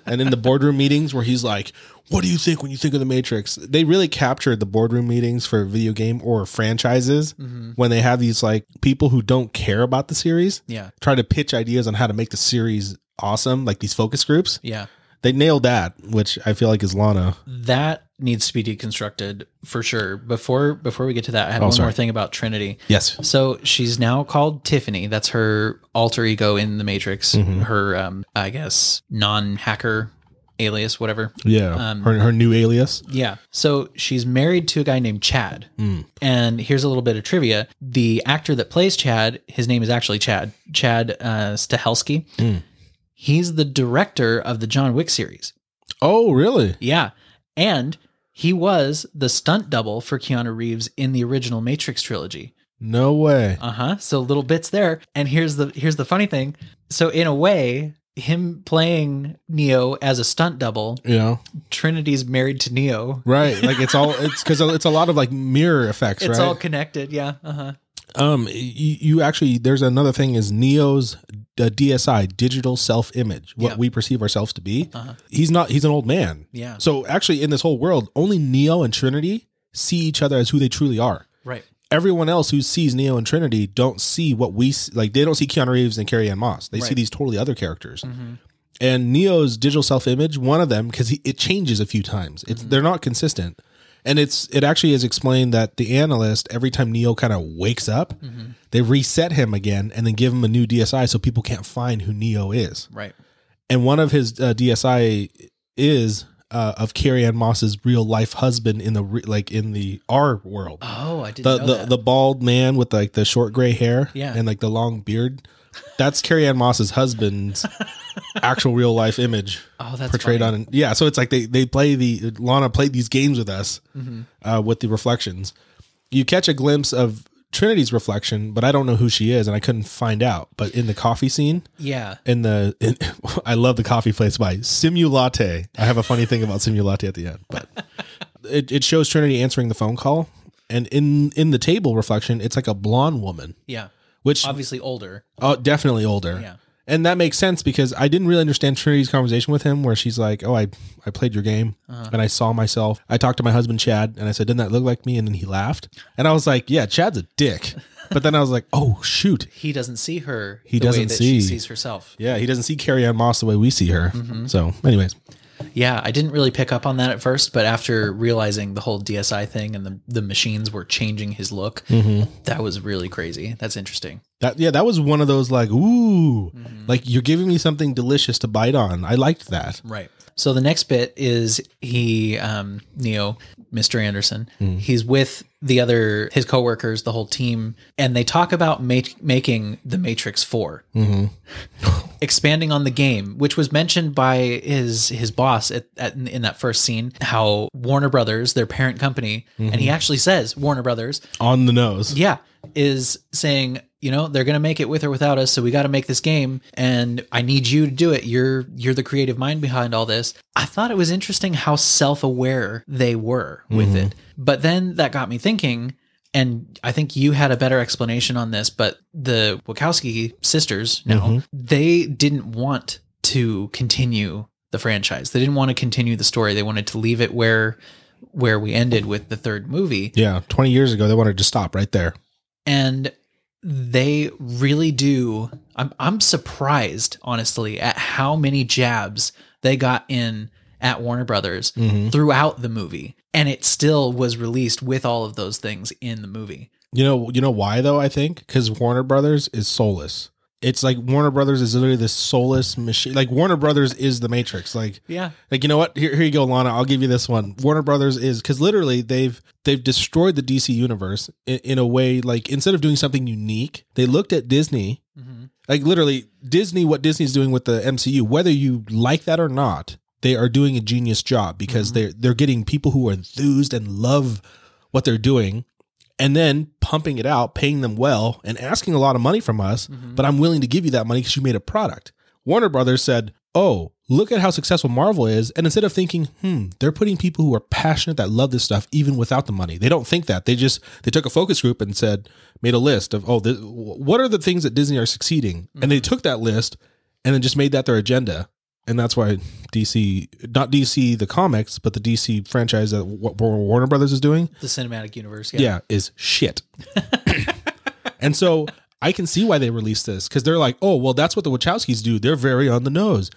and in the boardroom meetings where he's like, "What do you think when you think of the Matrix?" They really captured the boardroom meetings for video game or franchises Mm-hmm. when they have these like people who don't care about the series Yeah. try to pitch ideas on how to make the series awesome, like these focus groups. Yeah. They nailed that, which I feel like is Lana. Mm-hmm. That needs to be deconstructed for sure. Before before we get to that, I have one Oh, sorry. more thing about Trinity. Yes, So she's now called Tiffany. That's her alter ego in the Matrix. Her, um, I guess, non-hacker alias, whatever. yeah, Um, her her new alias. Yeah. So she's married to a guy named Chad. And here's a little bit of trivia: the actor that plays Chad, his name is actually Chad. Chad uh, Stahelski. He's the director of the John Wick series. Oh, really? Yeah, and he was the stunt double for Keanu Reeves in the original Matrix trilogy. No way. Uh-huh. So little bits there. And here's the here's the funny thing. So in a way, him playing Neo as a stunt double, Yeah. Trinity's married to Neo. Right. Like it's all it's because it's a lot of like mirror effects, It's all right? connected, yeah. Uh-huh. um, you, you actually there's another thing is Neo's uh, DSI digital self image, what Yeah. Uh-huh. we perceive ourselves to be. He's not. He's an old man. Yeah. So actually, in this whole world, only Neo and Trinity see each other as who they truly are. Right. Everyone else who sees Neo and Trinity don't see what we s- like. They don't see Keanu Reeves and Carrie Ann Moss. They see Right. these totally other characters. and Neo's digital self image, one of them, because it changes a few times. It's they're not consistent, and it's it actually is explained that the analyst every time Neo kind of wakes up, they reset him again and then give him a new DSI so people can't find who Neo is. Right. And one of his uh, DSI is uh, of Carrie Ann Moss's real life husband in the re- like in the R world. Oh, I didn't The, know the that. the bald man with like the short gray hair Yeah. and like the long beard That's Carrie Ann Moss's husband's actual real life image Oh, that's portrayed funny. on. Yeah, so it's like they they play the Lana played these games with us Mm-hmm. uh, with the reflections. You catch a glimpse of Trinity's reflection, but I don't know who she is, and I couldn't find out. But in the coffee scene, Yeah. in the in, I love the coffee place by Simulate. I have a funny thing about Simulate at the end, but it, it shows Trinity answering the phone call, and in in the table reflection, it's like a blonde woman, Yeah. which Obviously older. oh, definitely older. Yeah. And that makes sense because I didn't really understand Trinity's conversation with him, where she's like, "Oh, I I played your game, and I saw myself. I talked to my husband Chad, and I said, didn't that look like me?" And then he laughed, and I was like, "Yeah, Chad's a dick." But then I was like, "Oh shoot, He doesn't see her. He the way doesn't that see. She sees herself. yeah, he doesn't see Carrie Ann Moss the way we see her." So, anyways. Yeah, I didn't really pick up on that at first, but after realizing the whole DSI thing and the, the machines were changing his look, Mm-hmm. that was really crazy. That's interesting. That yeah, that was one of those like ooh, like you're giving me something delicious to bite on. I liked that. Right. So the next bit is he, um, Neo, Mr. Anderson, he's with the other, his coworkers, the whole team, and they talk about ma- making the Matrix 4, expanding on the game, which was mentioned by his his boss at, at, in that first scene, how Warner Brothers, their parent company, and he actually says Warner Brothers, On the nose. yeah, is saying, you know, they're going to make it with or without us, so we got to make this game and I need you to do it. You're you're the creative mind behind all this. I thought it was interesting how self-aware they were with it. But then that got me thinking and I think you had a better explanation on this, but the Wachowski sisters now, they didn't want to continue the franchise. They didn't want to continue the story. They wanted to leave it where where we ended with the third movie Yeah, 20 years ago they wanted to stop right there. and they really do I'm I'm surprised honestly at how many jabs they got in at Warner Brothers throughout the movie and it still was released with all of those things in the movie. You know, you know why though, I think? Cuz Warner Brothers is soulless. It's like Warner Brothers is literally this soulless machine. Like Warner Brothers is the Matrix. Like Yeah. like you know what? Here here you go Lana, I'll give you this one. Warner Brothers is cuz literally they've they've destroyed the DC universe in, in a way like instead of doing something unique, they looked at Disney Mm-hmm. like literally disney what disney's doing with the mcu whether you like that or not they are doing a genius job because they're they're getting people who are enthused and love what they're doing and then pumping it out paying them well and asking a lot of money from us Mm-hmm. but i'm willing to give you that money because you made a product warner brothers said oh look at how successful marvel is and instead of thinking hmm they're putting people who are passionate that love this stuff even without the money they don't think that they just they took a focus group and said made a list of oh th- what are the things that disney are succeeding and they took that list and then just made that their agenda and that's why dc not dc the comics but the dc franchise that what warner brothers is doing The cinematic universe. yeah, is shit. and so I can see why they released this because they're like, oh, well, that's what the Wachowskis do. They're very on the nose.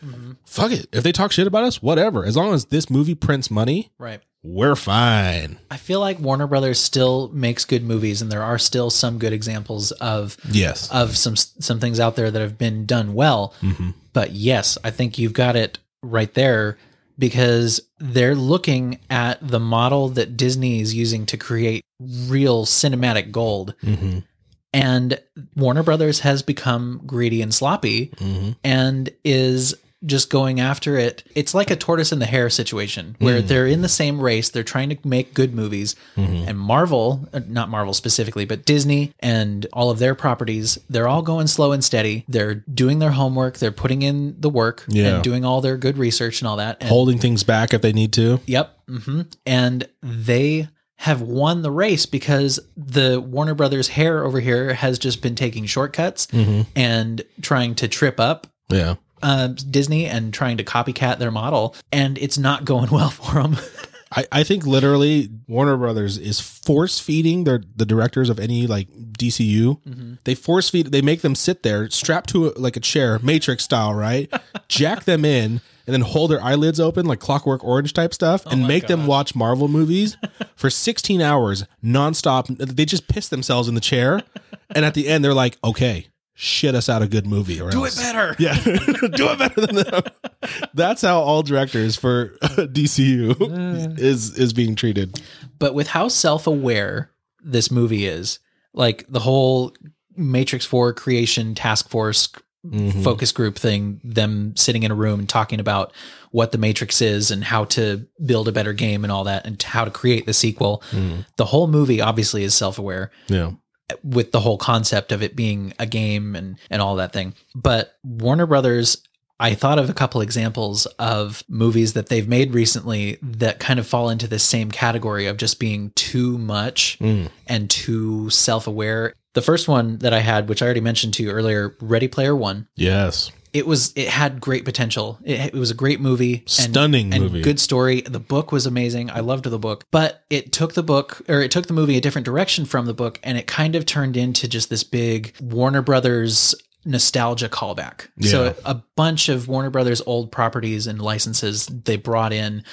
Fuck it. If they talk shit about us, whatever. As long as this movie prints money, Right. we're fine. I feel like Warner Brothers still makes good movies and there are still some good examples of Yes. of some some things out there that have been done well. Mm-hmm. But yes, I think you've got it right there because they're looking at the model that Disney is using to create real cinematic gold. Mhm. And Warner Brothers has become greedy and sloppy Mhm. and is just going after it. It's like a tortoise and the hare situation where they're in the same race, they're trying to make good movies, and Marvel, uh, not Marvel specifically, but Disney and all of their properties, they're all going slow and steady. They're doing their homework, they're putting in the work Yeah. and doing all their good research and all that. And, Holding things back if they need to. Yep. hmm And they have won the race because the Warner Brothers hair over here has just been taking shortcuts and trying to trip up Yeah. uh, Disney and trying to copycat their model, and it's not going well for them. I, I think literally Warner Brothers is force feeding their the directors of any like DCU. They force feed they make them sit there strapped to a, like a chair, Matrix style, right? Jack them in and then hold their eyelids open like clockwork orange type stuff and make them watch Marvel movies for 16 hours nonstop. They just piss themselves in the chair and at the end they're like, "Okay, shit us out a good movie or else." better. Yeah, do it better than them. That's how all directors for DCU is is being treated. But with how self aware this movie is, like the whole Matrix 4 creation task force Mhm. focus group thing, them sitting in a room and talking about what the Matrix is and how to build a better game and all that and how to create the sequel. Mhm. The whole movie obviously is self aware Yeah. with the whole concept of it being a game and, and all that thing. But Warner Brothers, I thought of a couple examples of movies that they've made recently that kind of fall into this same category of just being too much Mm. and too self aware. The first one that I had, which I already mentioned to you earlier, Ready Player One Yes. it was it had great potential. It, it was a great movie, and- Stunning and movie. good story. The book was amazing. I loved the book, but it took the book or it took the movie a different direction from the book, and it kind of turned into just this big Warner Brothers nostalgia callback. Yeah. So a bunch of Warner Brothers old properties and licenses they brought in,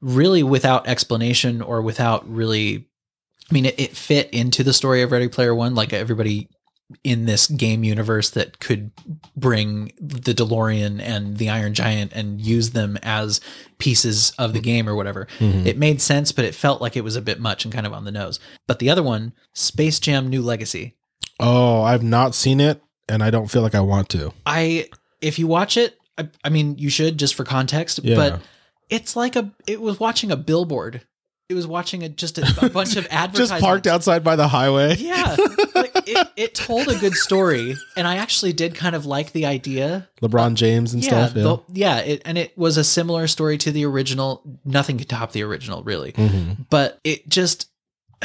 really without explanation or without really. I mean, it, it fit into the story of Ready Player One. Like everybody in this game universe that could bring the DeLorean and the Iron Giant and use them as pieces of the game or whatever. Mm-hmm. It made sense, but it felt like it was a bit much and kind of on the nose. But the other one, Space Jam New Legacy. Oh, I've not seen it, and I don't feel like I want to. I if you watch it, I, I mean you should just for context, Yeah. but it's like a it was watching a billboard. It was watching a just a, a bunch of advertisements. Just parked outside by the highway. Yeah. Like, it, it told a good story and I actually did kind of like the idea LeBron James and stuff. Yeah. the- yeah, it, and it was a similar story to the original. Nothing could top the original, really. Mhm. But it just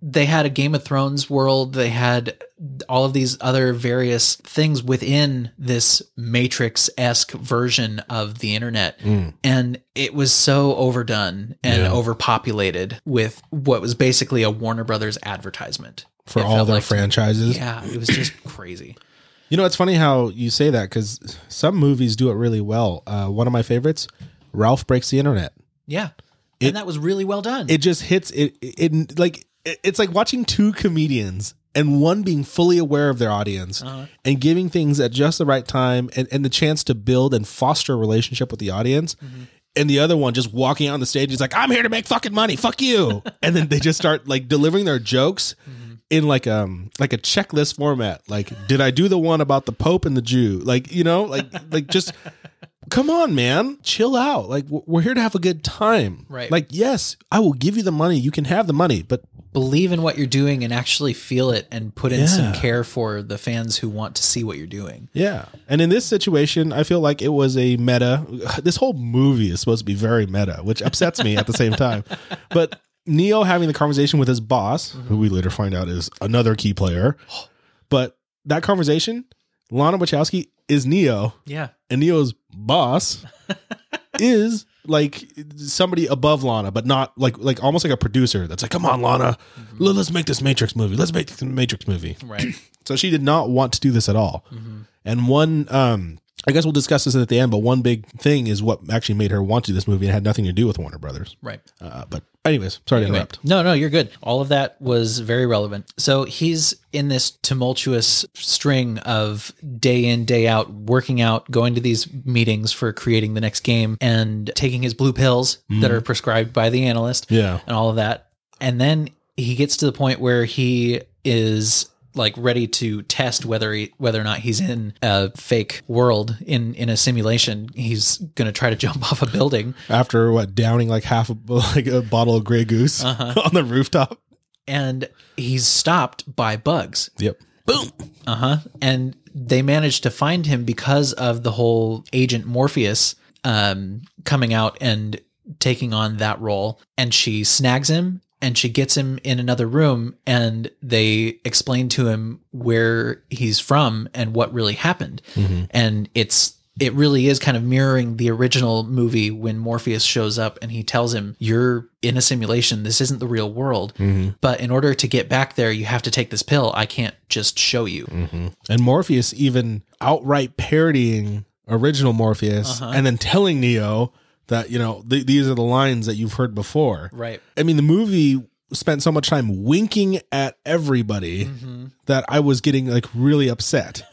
they had a Game of Thrones world. They had all of these other various things within this Matrix esque version of the internet, Mm. and it was so overdone and Yeah. overpopulated with what was basically a Warner Brothers advertisement For It all felt their like to me. franchises. Yeah, it was just crazy. You know, it's funny how you say that because some movies do it really well. Uh, one of my favorites, Ralph Breaks the Internet. Yeah. It- and that was really well done. It just hits it. It, it- like it- it's like watching two comedians and one being fully aware of their audience Uh-huh. and giving things at just the right time and, and the chance to build and foster a relationship with the audience. And the other one just walking on the stage, he's like, "I'm here to make fucking money, fuck you!" and then they just start like delivering their jokes in like um like a checklist format. Like, did I do the one about the Pope and the Jew? Like, you know, like like just come on, man, chill out. Like, w- we're here to have a good time. Right. Like, yes, I will give you the money. You can have the money, but believe in what you're doing and actually feel it and put in some Yeah. care for the fans who want to see what you're doing. Yeah. And in this situation, I feel like it was a meta. This whole movie is supposed to be very meta, which upsets me at the same time. But Neo having the conversation with his boss, who we later find out is another key player. But that conversation, Lana Wachowski is Neo, Yeah. and Neo's boss is like somebody above Lana, but not like like almost like a producer that's like, come on, Lana, let- let's make this Matrix movie. Let's make this Matrix movie. Mm-hmm. Right. Mm-hmm. So she did not want to do this at all. And one, um, I guess we'll discuss this at the end, but one big thing is what actually made her want to do this movie and had nothing to do with Warner Brothers. right. Uh, but, anyways, sorry to Anyway, interrupt. no, no, you're good. All of that was very relevant. So he's in this tumultuous string of day in, day out, working out, going to these meetings for creating the next game and taking his blue pills that are prescribed by the analyst. Yeah. and all of that. And then he gets to the point where he is like ready to test whether he, whether or not he's in a fake world in in a simulation. He's going to try to jump off a building. After what, downing like half a, like a bottle of Grey Goose Uh-huh. on the rooftop. and he's stopped by bugs. Yep. Boom. Uh huh. And they managed to find him because of the whole Agent Morpheus um, coming out and taking on that role. And she snags him and she gets him in another room and they explain to him where he's from and what really happened. And it's. It really is kind of mirroring the original movie when Morpheus shows up and he tells him, You're in a simulation. This isn't the real world. But in order to get back there, you have to take this pill. I can't just show you. And Morpheus even outright parodying original Morpheus and then telling Neo that, you know, th- these are the lines that you've heard before. Right. I mean, the movie spent so much time winking at everybody that I was getting like really upset.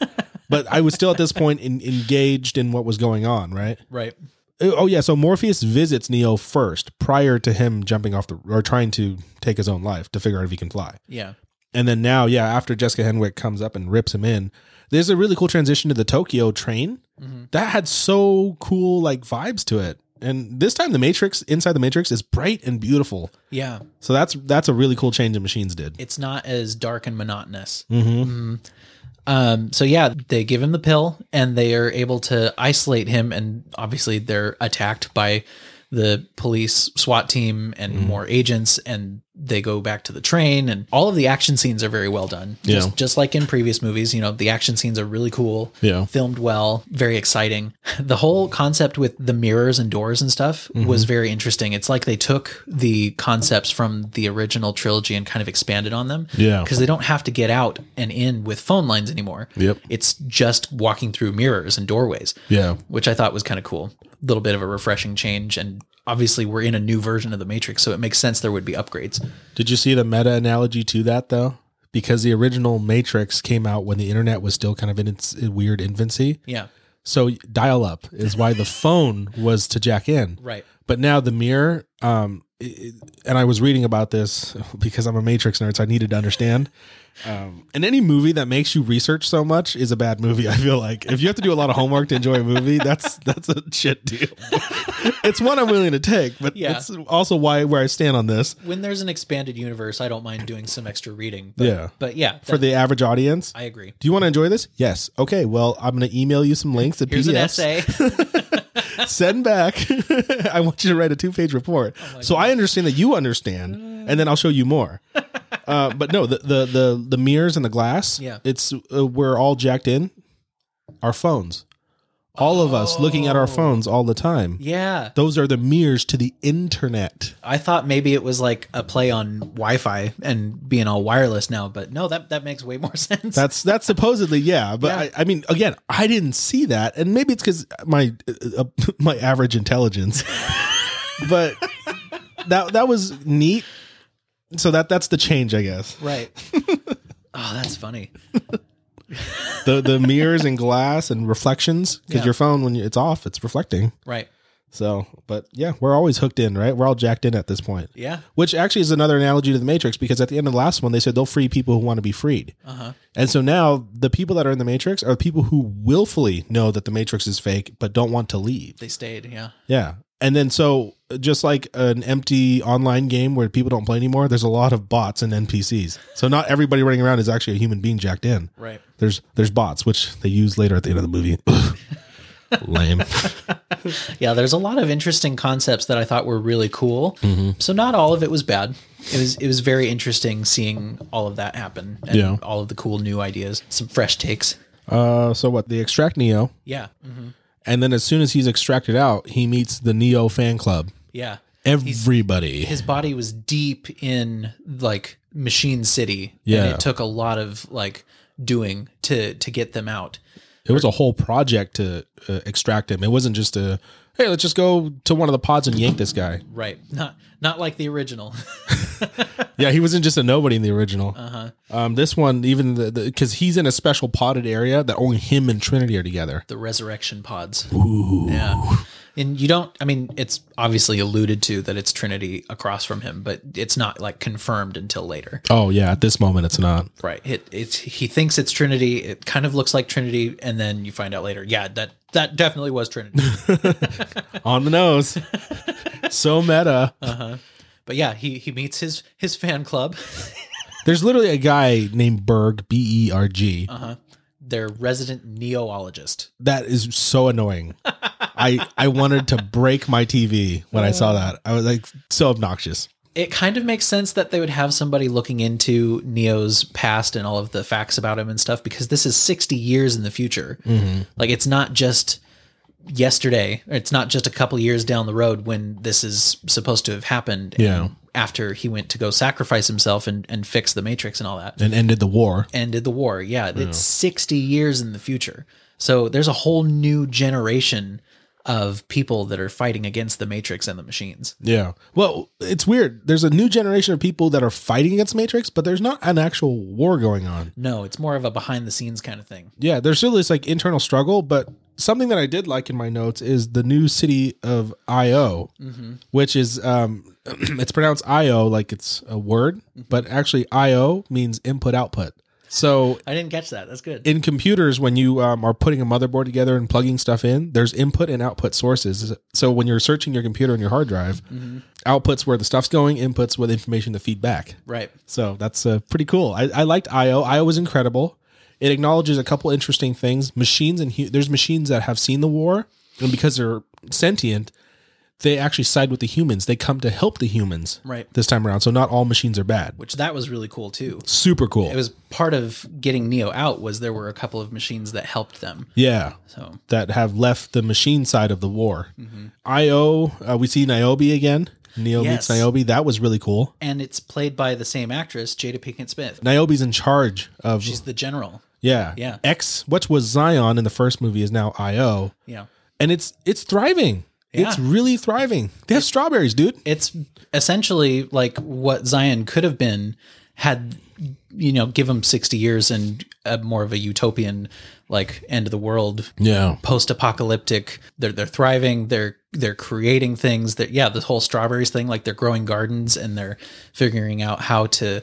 but I was still at this point in, engaged in what was going on, right? Right. Oh yeah, so Morpheus visits Neo first prior to him jumping off the or trying to take his own life to figure out if he can fly. Yeah. And then now, yeah, after Jessica Henwick comes up and rips him in, there's a really cool transition to the Tokyo train Mhm. that had so cool like vibes to it. And this time, the Matrix inside the Matrix is bright and beautiful. Yeah. So that's that's a really cool change the machines did. It's not as dark and monotonous. Mm-hmm. Um, so yeah, they give him the pill and they are able to isolate him. And obviously, they're attacked by the police SWAT team and Mm-hmm. more agents. And they go back to the train. And all of the action scenes are very well done. Yeah. Just, just like in previous movies, you know, the action scenes are really cool. Yeah. Filmed well, very exciting. The whole concept with the mirrors and doors and stuff Mm-hmm. was very interesting. It's like they took the concepts from the original trilogy and kind of expanded on them Yeah. because they don't have to get out and in with phone lines anymore. Yep. It's just walking through mirrors and doorways, Yeah. which I thought was kind of cool. A little bit of a refreshing change. And obviously, we're in a new version of the Matrix, so it makes sense there would be upgrades. Did you see the meta analogy to that though? Because the original Matrix came out when the internet was still kind of in its weird infancy. Yeah. So dial up is why the phone was to jack in. Right. But now the mirror, um, it, and I was reading about this because I'm a Matrix nerd, so I needed to understand. Um, and any movie that makes you research so much is a bad movie. I feel like if you have to do a lot of homework to enjoy a movie, that's that's a shit deal. it's one I'm willing to take, but Yeah. it's also why where I stand on this When there's an expanded universe, I don't mind doing some extra reading. But, Yeah. But yeah, for that- the average audience. I agree. do you want to enjoy this? Yes. Okay. Well, I'm going to email you some links and Here's PDFs. an essay. send back. I want you to write a two page report. Oh so I understand that you understand, and then I'll show you more. uh, but no, the, the the the mirrors and the glass. Yeah. it's uh, we're all jacked in our phones. All of us looking at our phones all the time. Oh. yeah. Those are the mirrors to the internet. I thought maybe it was like a play on Wi Fi and being all wireless now, but no, that, that makes way more sense. That's that's supposedly yeah, but Yeah. I, I mean again, I didn't see that, and maybe it's because my uh, uh, my average intelligence, but that that was neat. So that that's the change, I guess. right. oh, that's funny. The the mirrors and glass and reflections because Yeah. your phone when you, it's off, it's reflecting. Right. So, but yeah, we're always hooked in, right? We're all jacked in at this point. Yeah. Which actually is another analogy to the Matrix because at the end of the last one, they said they'll free people who want to be freed. Uh huh. And so now the people that are in the Matrix are people who willfully know that the Matrix is fake but don't want to leave. They stayed. Yeah. Yeah. And then so just like an empty online game where people don't play anymore, there's a lot of bots and NPCs. So not everybody running around is actually a human being jacked in. Right. There's there's bots which they use later at the end of the movie. Lame. Yeah. There's a lot of interesting concepts that I thought were really cool. So not all of it was bad. It was it was very interesting seeing all of that happen and Yeah. all of the cool new ideas, some fresh takes. Uh, so what? They extract Neo, Yeah. Mhm. and then as soon as he's extracted out, he meets the Neo fan club. Yeah. Everybody. His body was deep in like Machine City. And Yeah. it took a lot of like doing to to get them out. It was a whole project to uh, extract him. It wasn't just a hey, let's just go to one of the pods and yank this guy. Right. Not not like the original. Yeah, he wasn't just a nobody in the original. Um, this one, even the because he's in a special potted area that only him and Trinity are together. the resurrection pods. Yeah. And you don't, I mean, it's obviously alluded to that it's Trinity across from him, but it's not like confirmed until later. Oh yeah, at this moment it's not. Right. It, it's, he thinks it's Trinity. It kind of looks like Trinity. And then you find out later, yeah, that, that definitely was Trinity. On the nose. so meta. but yeah, he, he meets his, his fan club, There's literally a guy named Berg, B E R G, their resident neologist. that is so annoying. I I wanted to break my TV when I saw that. I was like so obnoxious. It kind of makes sense that they would have somebody looking into Neo's past and all of the facts about him and stuff because this is 60 years in the future. Like it's not just yesterday, or it's not just a couple years down the road when this is supposed to have happened. and Yeah. After he went to go sacrifice himself and, and fix the Matrix and all that, And ended the war. ended the war. Yeah, it's 60 years in the future. So there's a whole new generation of people that are fighting against the Matrix and the machines. Yeah. Well, it's weird. There's a new generation of people that are fighting against Matrix, but there's not an actual war going on. No, it's more of a behind the scenes kind of thing. Yeah, there's still this like internal struggle, but something that I did like in my notes is the new city of IO, which is um it's pronounced IO like it's a word, but actually IO means input output. So I didn't catch that. That's good. in computers, when you um, are putting a motherboard together and plugging stuff in, there's input and output sources. So when you're searching your computer and your hard drive, Mm-hmm. outputs where the stuff's going, inputs with information to feed back. right. So that's uh, pretty cool. I, I liked IO. IO was incredible. It acknowledges a couple interesting things. Machines and hu- there's machines that have seen the war, and because they're sentient, they actually side with the humans. They come to help the humans Right. this time around. So not all machines are bad. Which that was really cool too. Super cool. It was part of getting Neo out was there were a couple of machines that helped them. yeah. So Mm-hmm. That have left the machine side of the war. IO, uh, we see Niobe again. Neo meets Yes. Niobe. That was really cool. and it's played by the same actress, Jada Pinkett Smith. Niobe's in charge of She's the general. yeah Yeah. X, what was Zion in the first movie is now IO. Yeah. and it's it's thriving. Yeah. It's really thriving. They have strawberries, dude. It's essentially like what Zion could have been had you know, give him sixty years and a more of a utopian like end of the world Yeah. post-apocalyptic they're they're thriving they're they're creating things that yeah the whole strawberries thing like they're growing gardens and they're figuring out how to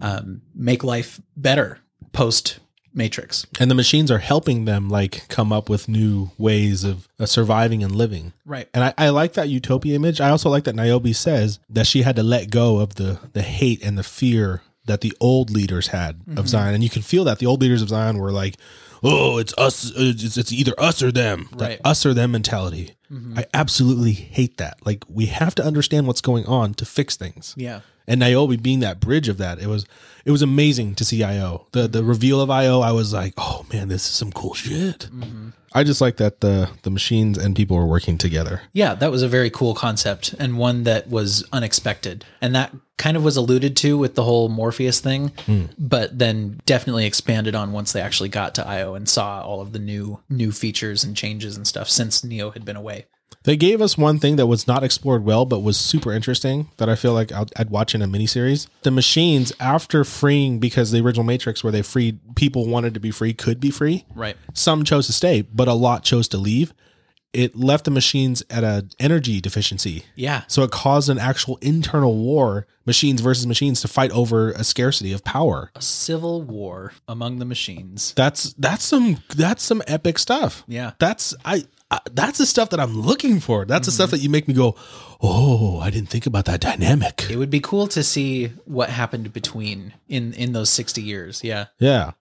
um, make life better post matrix And the machines are helping them like come up with new ways of uh, surviving and living. right And I, I like that utopia image. I also like that Niobe says that she had to let go of the the hate and the fear that the old leaders had of Zion, and you can feel that the old leaders of Zion were like, "Oh, it's us. It's, it's either us or them. Right. That us or them mentality." I absolutely hate that. Like we have to understand what's going on to fix things. yeah and Niobe being that bridge of that, it was it was amazing to see IO. The the reveal of IO, I was like, oh man, this is some cool shit. Mm-hmm. I just like that the the machines and people are working together. yeah that was a very cool concept and one that was unexpected and that kind of was alluded to with the whole morpheus thing but then definitely expanded on once they actually got to io and saw all of the new new features and changes and stuff since neo had been away They gave us one thing that was not explored well, but was super interesting that I feel like I'd, I'd watch in a miniseries. The machines, after freeing, because the original Matrix, where they freed people wanted to be free, could be free. right Some chose to stay, but a lot chose to leave. It left the machines at a energy deficiency. yeah So it caused an actual internal war, machines versus machines, to fight over a scarcity of power. civil war among the machines. That's that's some that's some epic stuff. Yeah. that's I. I that's the stuff that I'm looking for. That's the stuff that you make me go, oh, I didn't think about that dynamic. It would be cool to see what happened between in in those 60 years. Yeah. Yeah,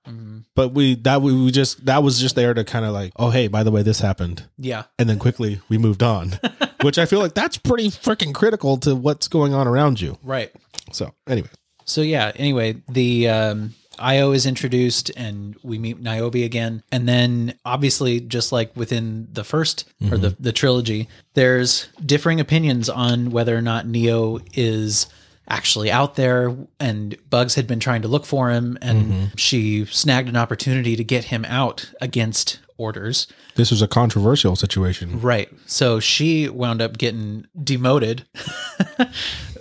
but we that we, we just that was just there to kind of like, oh, hey, by the way, this happened, Yeah. and then quickly we moved on, which I feel like that's pretty freaking critical to what's going on around you. Right. So anyway, So yeah, anyway, the um Io is introduced and we meet Niobe again. And then obviously just like within the 1st or the, the trilogy, there's differing opinions on whether or not Neo is actually out there and Bugs had been trying to look for him and she snagged an opportunity to get him out against orders. this was a controversial situation. Right. So she wound up getting demoted,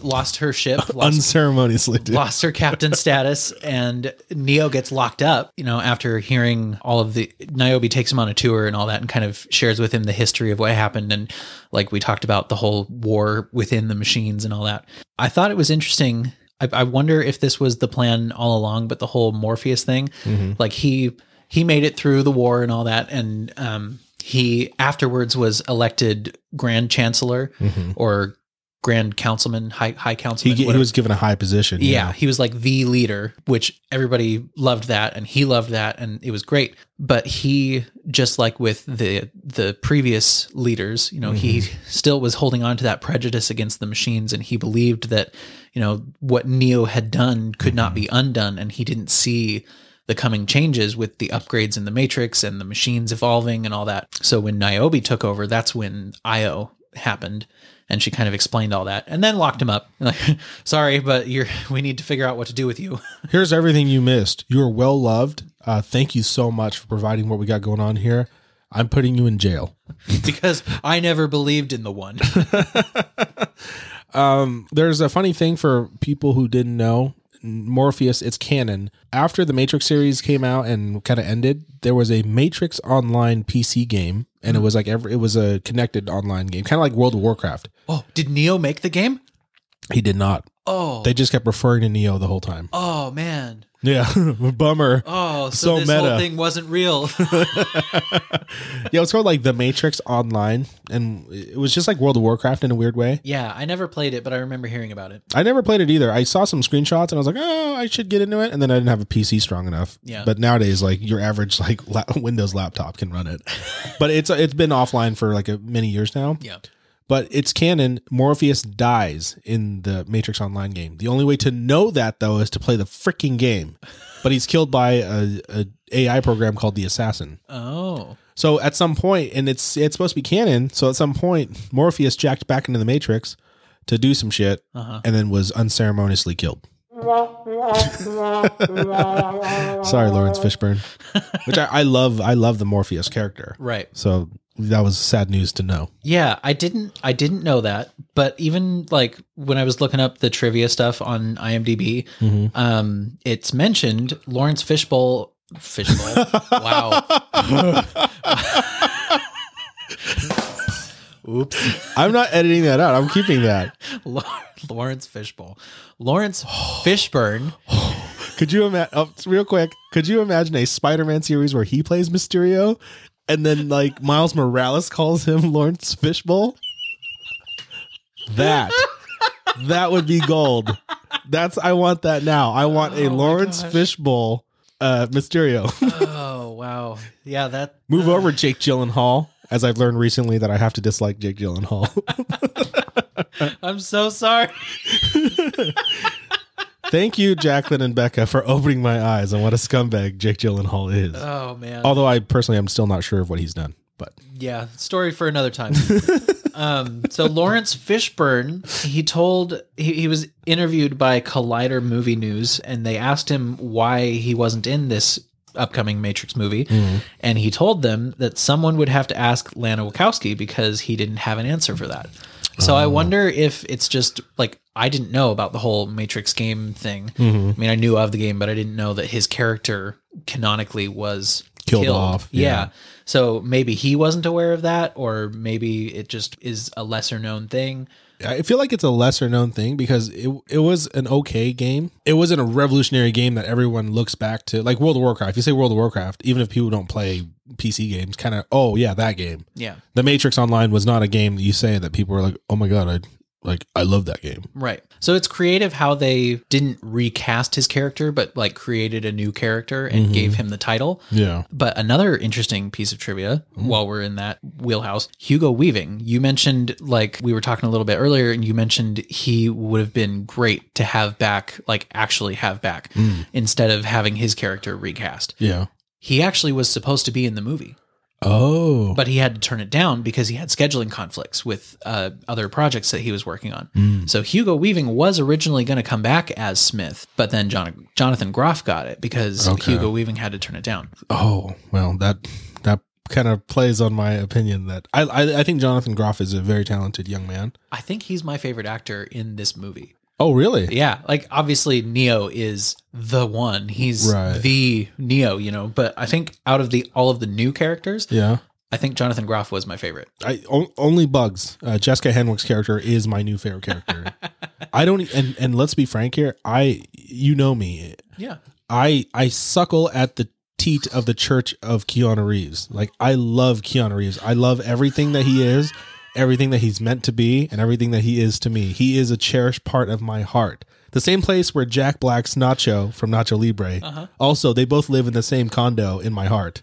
lost her ship, lost, Unceremoniously, dude. lost her captain status, and Neo gets locked up. You know, after hearing all of the Niobe takes him on a tour and all that, and kind of shares with him the history of what happened, and like we talked about the whole war within the machines and all that. I thought it was interesting. I, I wonder if this was the plan all along, but the whole Morpheus thing, like he he made it through the war and all that and um he afterwards was elected grand chancellor or grand councilman high high He, councilman ge- he Mm-hmm. whatever. was given a high position. yeah, he was like the leader which everybody loved that and he loved that and it was great but he just like with the the previous leaders you know he still was holding on to that prejudice against the machines and he believed that you know what neo had done could not be undone and he didn't see the coming changes with the upgrades in the matrix and the machines evolving and all that so when niobe took over that's when io happened and she kind of explained all that and then locked him up like sorry but you're we need to figure out what to do with you Here's everything you missed. You are well loved. Uh, thank you so much for providing what we got going on here. I'm putting you in jail. because I never believed in the one. Um, there's a funny thing for people who didn't know Morpheus, it's canon. After the Matrix series came out and kind of ended, there was a Matrix Online PC game, and it Mm-hmm. was like every, it was a connected online game, kind of like World of Warcraft. Oh, did Neo make the game? He did not. Oh, They just kept referring to Neo the whole time. oh man. Yeah, bummer. Oh, So so, this meta. whole thing wasn't real. Yeah, it's called like the Matrix Online, and it was just like World of Warcraft in a weird way. yeah, I never played it, but I remember hearing about it. I never played it either. I saw some screenshots and I was like, oh, I should get into it. And then I didn't have a PC strong enough. Yeah. But nowadays, like your average like la- Windows laptop can run it. but it's it's been offline for like a, many years now. Yeah. But it's canon. Morpheus dies in the Matrix Online game. The only way to know that though is to play the freaking game. But he's killed by a, a AI program called the Assassin. Oh. So at some point, and it's it's supposed to be canon. So at some point, Morpheus jacked back into the Matrix to do some shit, Uh-huh. and then was unceremoniously killed. Sorry, Lawrence Fishburne, which I, I love. I love the Morpheus character. Right. So that was sad news to know. Yeah, I didn't I didn't know that, but even like when I was looking up the trivia stuff on IMDb, um it's mentioned Lawrence Fishbowl Fishbowl. wow. Oops. I'm not editing that out. I'm keeping that. Law- Lawrence Fishbowl. Lawrence Fishburne. Could you imagine? Oh, it's real quick, could you imagine a Spider-Man series where he plays Mysterio, and then like Miles Morales calls him Lawrence Fishbowl? That that would be gold. That's I want that now. I want a Oh my Lawrence gosh. Fishbowl uh, Mysterio. Oh, wow. Yeah, that Move over, Jake Gyllenhaal. As I've learned recently that I have to dislike Jake Gyllenhaal. I'm so sorry. Thank you, Jacqueline and Becca, for opening my eyes on what a scumbag Jake Gyllenhaal is. Oh man. Although I personally am still not sure of what he's done, but Yeah, story for another time. um, so Lawrence Fishburne, he told he, he was interviewed by Collider Movie News, and they asked him why he wasn't in this upcoming Matrix movie, Mm-hmm. and he told them that someone would have to ask Lana Wachowski because he didn't have an answer for that. So Oh. I wonder if it's just like I didn't know about the whole Matrix game thing. Mm-hmm. I mean, I knew of the game, but I didn't know that his character canonically was Killed off, Yeah. yeah. So maybe he wasn't aware of that, or maybe it just is a lesser known thing. I feel like it's a lesser known thing because it it was an okay game. It wasn't a revolutionary game that everyone looks back to, like World of Warcraft. If you say World of Warcraft, even if people don't play PC games, kind of oh yeah, that game. Yeah. The Matrix Online was not a game that you say that people were like, oh my god, I like I love that game. Right. So it's creative how they didn't recast his character, but like created a new character and gave him the title. Yeah, But another interesting piece of trivia while we're in that wheelhouse, Hugo Weaving, you mentioned like we were talking a little bit earlier and you mentioned he would have been great to have back, like actually have back instead of having his character recast. yeah. He actually was supposed to be in the movie, Oh, but he had to turn it down because he had scheduling conflicts with uh, other projects that he was working on. Hmm. So Hugo Weaving was originally going to come back as Smith, but then Jon- Jonathan Groff got it because Okay. Hugo Weaving had to turn it down. oh well, that that kind of plays on my opinion that I, I I think Jonathan Groff is a very talented young man. I think he's my favorite actor in this movie. Oh really? Yeah, like obviously Neo is the one. He's Right. the Neo, you know. But I think out of the all of the new characters, Yeah. I think Jonathan Groff was my favorite. I on- only bugs. Uh, Jessica Henwick's character is my new favorite character. I don't e, and and let's be frank here. I you know me. Yeah, I I suckle at the teat of the church of Keanu Reeves. Like I love Keanu Reeves. I love everything that he is, everything that he's meant to be, and everything that he is to me. He is a cherished part of my heart. The same place where Jack Black's Nacho from Nacho Libre. Also, they both live in the same condo in my heart.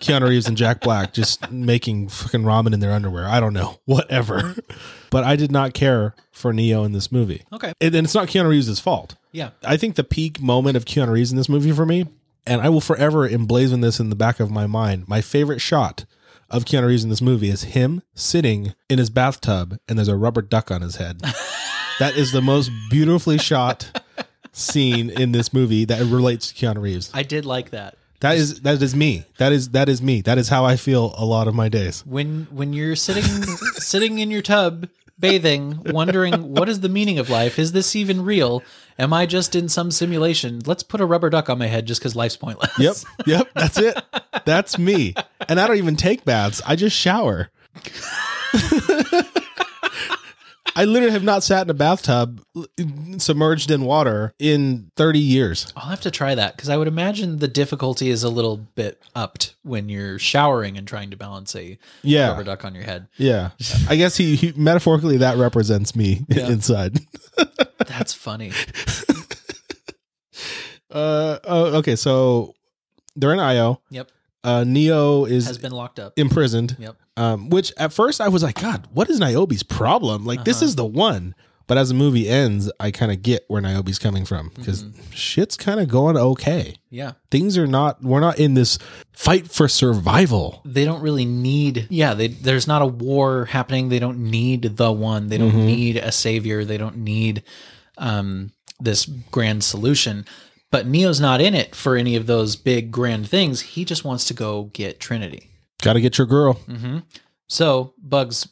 Keanu Reeves and Jack Black just making fucking ramen in their underwear. I don't know, whatever. But I did not care for Neo in this movie. Okay. And and it's not Keanu Reeves' fault. yeah, I think the peak moment of Keanu Reeves in this movie for me, and I will forever emblazon this in the back of my mind. My favorite shot of Keanu Reeves in this movie is him sitting in his bathtub and there's a rubber duck on his head. that is the most beautifully shot scene in this movie that relates to Keanu Reeves. I did like that. That is that is me. That is that is me. That is how I feel a lot of my days. when when you're sitting sitting in your tub bathing wondering what is the meaning of life is this even real am i just in some simulation let's put a rubber duck on my head just because life's pointless Yep. Yep. That's it. That's me. And I don't even take baths. I just shower. I literally have not sat in a bathtub l- submerged in water in 30 years. i'll have to try that because i would imagine the difficulty is a little bit upped when you're showering and trying to balance a rubber Yeah. duck on your head Yeah. I guess he, he metaphorically that represents me Yeah. inside. that's funny Uh oh, okay, so they're in IO. yep Uh Neo is has been locked up imprisoned. yep Um, which at first I was like, God, what is Niobe's problem? Like, this Uh-huh. is the one. But as the movie ends, I kind of get where Niobe's coming from because Mm-hmm. shit's kind of going okay. yeah Things are not, we're not in this fight for survival. they don't really need yeah they, there's not a war happening they don't need the one they don't Mm-hmm. need a savior they don't need um, this grand solution but neo's not in it for any of those big grand things he just wants to go get trinity Got to get your girl. so bugs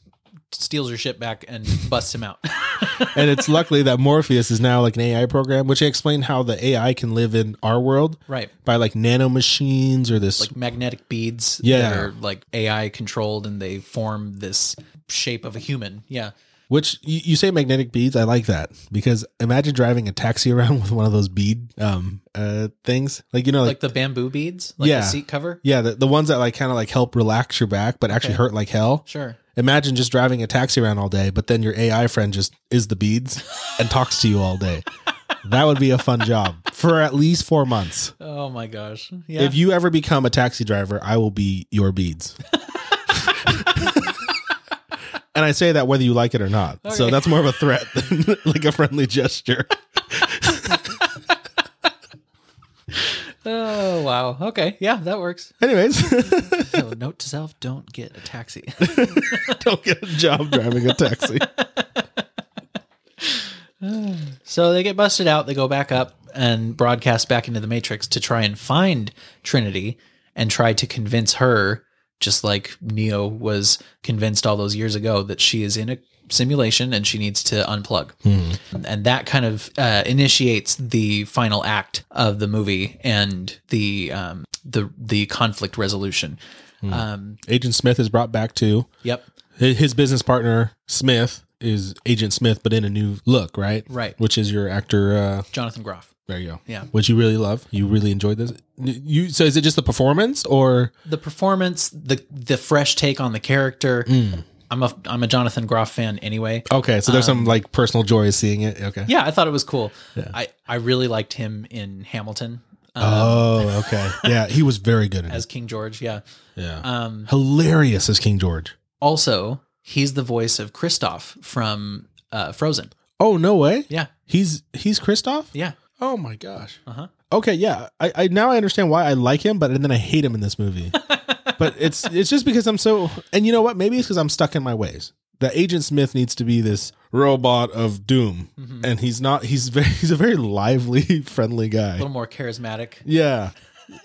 steals her shit back and busts him out and it's luckily that Morpheus is now like an AI program, which I explained how the AI can live in our world right by like nano machines or this. like magnetic beads Yeah. that are like ai controlled and they form this shape of a human yeah Which you, you say magnetic beads. I like that because imagine driving a taxi around with one of those bead um uh things, like you know, like, like the bamboo beads like Yeah. the seat cover yeah, the, the ones that like kind of like help relax your back, but actually Okay. hurt like hell. sure Imagine just driving a taxi around all day, but then your AI friend just is the beads and talks to you all day. That would be a fun job for at least four months. oh my gosh yeah If you ever become a taxi driver, I will be your beads. and I say that whether you like it or not. So Okay. that's more of a threat than like a friendly gesture. Oh wow. Okay. Yeah, that works. Anyways, So note to self, don't get a taxi. don't get a job driving a taxi. so they get busted out, they go back up and broadcast back into the Matrix to try and find Trinity and try to convince her, just like Neo was convinced all those years ago, that she is in a simulation and she needs to unplug. And that kind of uh, initiates the final act of the movie and the um, the the conflict resolution. Um, Agent Smith is brought back to yep. his business partner, Smith, is Agent Smith, but in a new look, right? Right. Which is your actor. Uh, Jonathan Groff. there you go. Yeah. Which you really love. You really enjoyed this. You so is it just the performance or the performance, the the fresh take on the character. I'm a I'm a Jonathan Groff fan anyway. okay? So there's some like personal joy seeing it. Okay. Yeah, I thought it was cool. I I really liked him in Hamilton uh, Oh, okay. Yeah, he was very good in as it. King George. Yeah. Yeah. Um. Hilarious as King George. Also, he's the voice of Kristoff from uh, Frozen. Oh, no way. Yeah. He's he's Kristoff? Yeah. Oh my gosh. Uh huh. Okay, yeah. I, I now I understand why I like him, but then I hate him in this movie. but it's it's just because I'm so and you know what? Maybe it's because I'm stuck in my ways. That Agent Smith needs to be this robot of doom. Mm-hmm. And he's not he's very he's a very lively, friendly A guy. little more charismatic. Yeah.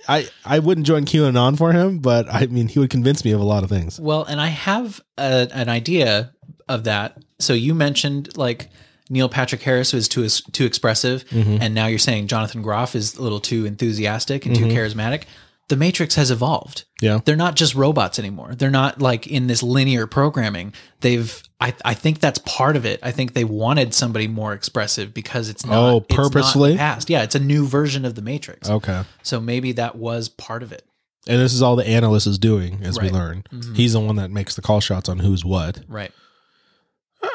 I I wouldn't join QAnon for him, but I mean he would convince me of a lot of things. Well, and I have a, an idea of that. So you mentioned like Neil Patrick Harris was too too expressive, Mm-hmm. and now you're saying Jonathan Groff is a little too enthusiastic and Mm-hmm. too charismatic. The Matrix has evolved. Yeah. They're not just robots anymore. They're not like in this linear programming. They've I, I think that's part of it. I think they wanted somebody more expressive because it's not Oh, it's not the purposely? past. Yeah, it's a new version of the Matrix. Okay. So maybe that was part of it. And this is all the analyst is doing, as Right. we learn. He's the one that makes the call shots on who's what. Right. Uh,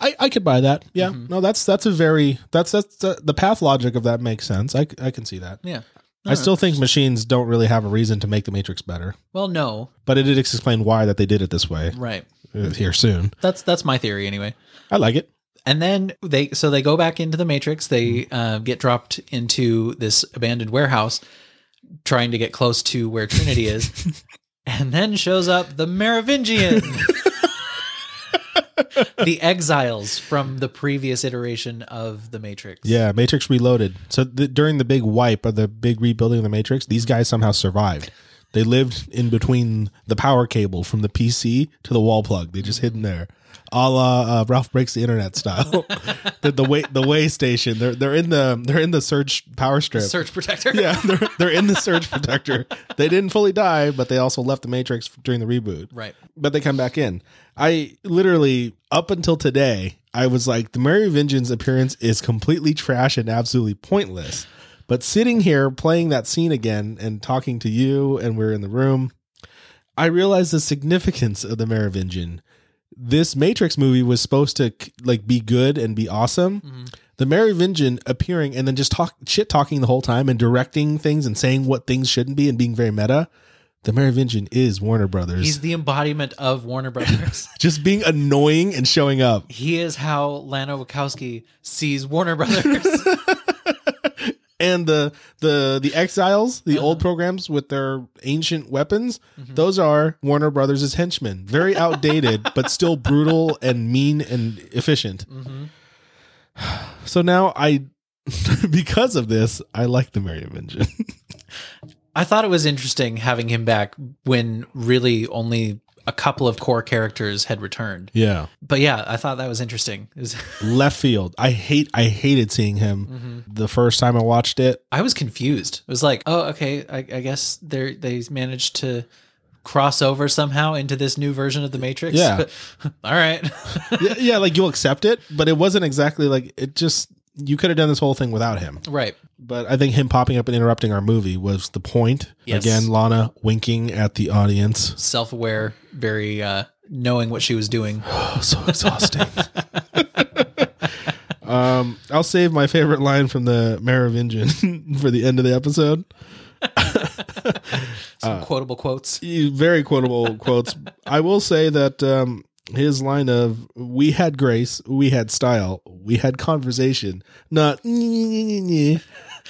I, I could buy that. Yeah. No, that's that's a very that's that's uh, the, the path logic of that makes sense. I, I can see that. Yeah. I still think machines don't really have a reason to make the Matrix better, Well, no. but it did explain why that they did it this way Right. uh, here soon. That's that's my theory anyway. I like it. And then they so they go back into the matrix. Hmm. They uh, get dropped into this abandoned warehouse, trying to get close to where Trinity is, and then shows up the Merovingian. the exiles from the previous iteration of the Matrix. Yeah, Matrix Reloaded. So the, during the big wipe or the big rebuilding of the Matrix, these guys somehow survived. They lived in between the power cable from the PC to the wall plug. They just hidden there, a la uh, Ralph breaks the internet style. the, the way the way station. They're they're in the they're in the surge power strip. Surge protector. yeah, they're they're in the surge protector. They didn't fully die, but they also left the Matrix during the reboot Right. but they come back in. I literally up until today, I was like, the Mary Vengeance appearance is completely trash and absolutely pointless. But sitting here playing that scene again and talking to you, and we're in the room, I realized the significance of the Merovingian. This Matrix movie was supposed to like be good and be awesome. The Merovingian appearing and then just talk shit talking the whole time and directing things and saying what things shouldn't be and being very meta. The Merovingian is Warner Brothers He's the embodiment of Warner Brothers. just being annoying and showing up. he is how Lana Wachowski sees Warner Brothers. And the the the exiles, the old programs with their ancient weapons, those are Warner Brothers' henchmen. Very outdated, but still brutal and mean and efficient. Mhm. So now I because of this, I like the Merry Engine. I thought it was interesting having him back when really only a couple of core characters had returned. Yeah. But yeah, I thought that was interesting. It was- Left field. I hate I hated seeing him the first time I watched it. I was confused. It was like, oh, okay, I, I guess they they managed to cross over somehow into this new version of the Matrix. Yeah. All right. yeah, yeah, like you'll accept it, but it wasn't exactly like it just you could have done this whole thing without him. right. But I think him popping up and interrupting our movie was the point. Yes. Again, Lana winking at the audience. Self aware, very uh, knowing what she was doing. Oh, so exhausting. um, I'll save my favorite line from the Merovingian for the end of the episode. Some quotable quotes. Very quotable quotes. I will say that um, his line of "We had grace, we had style, we had conversation," not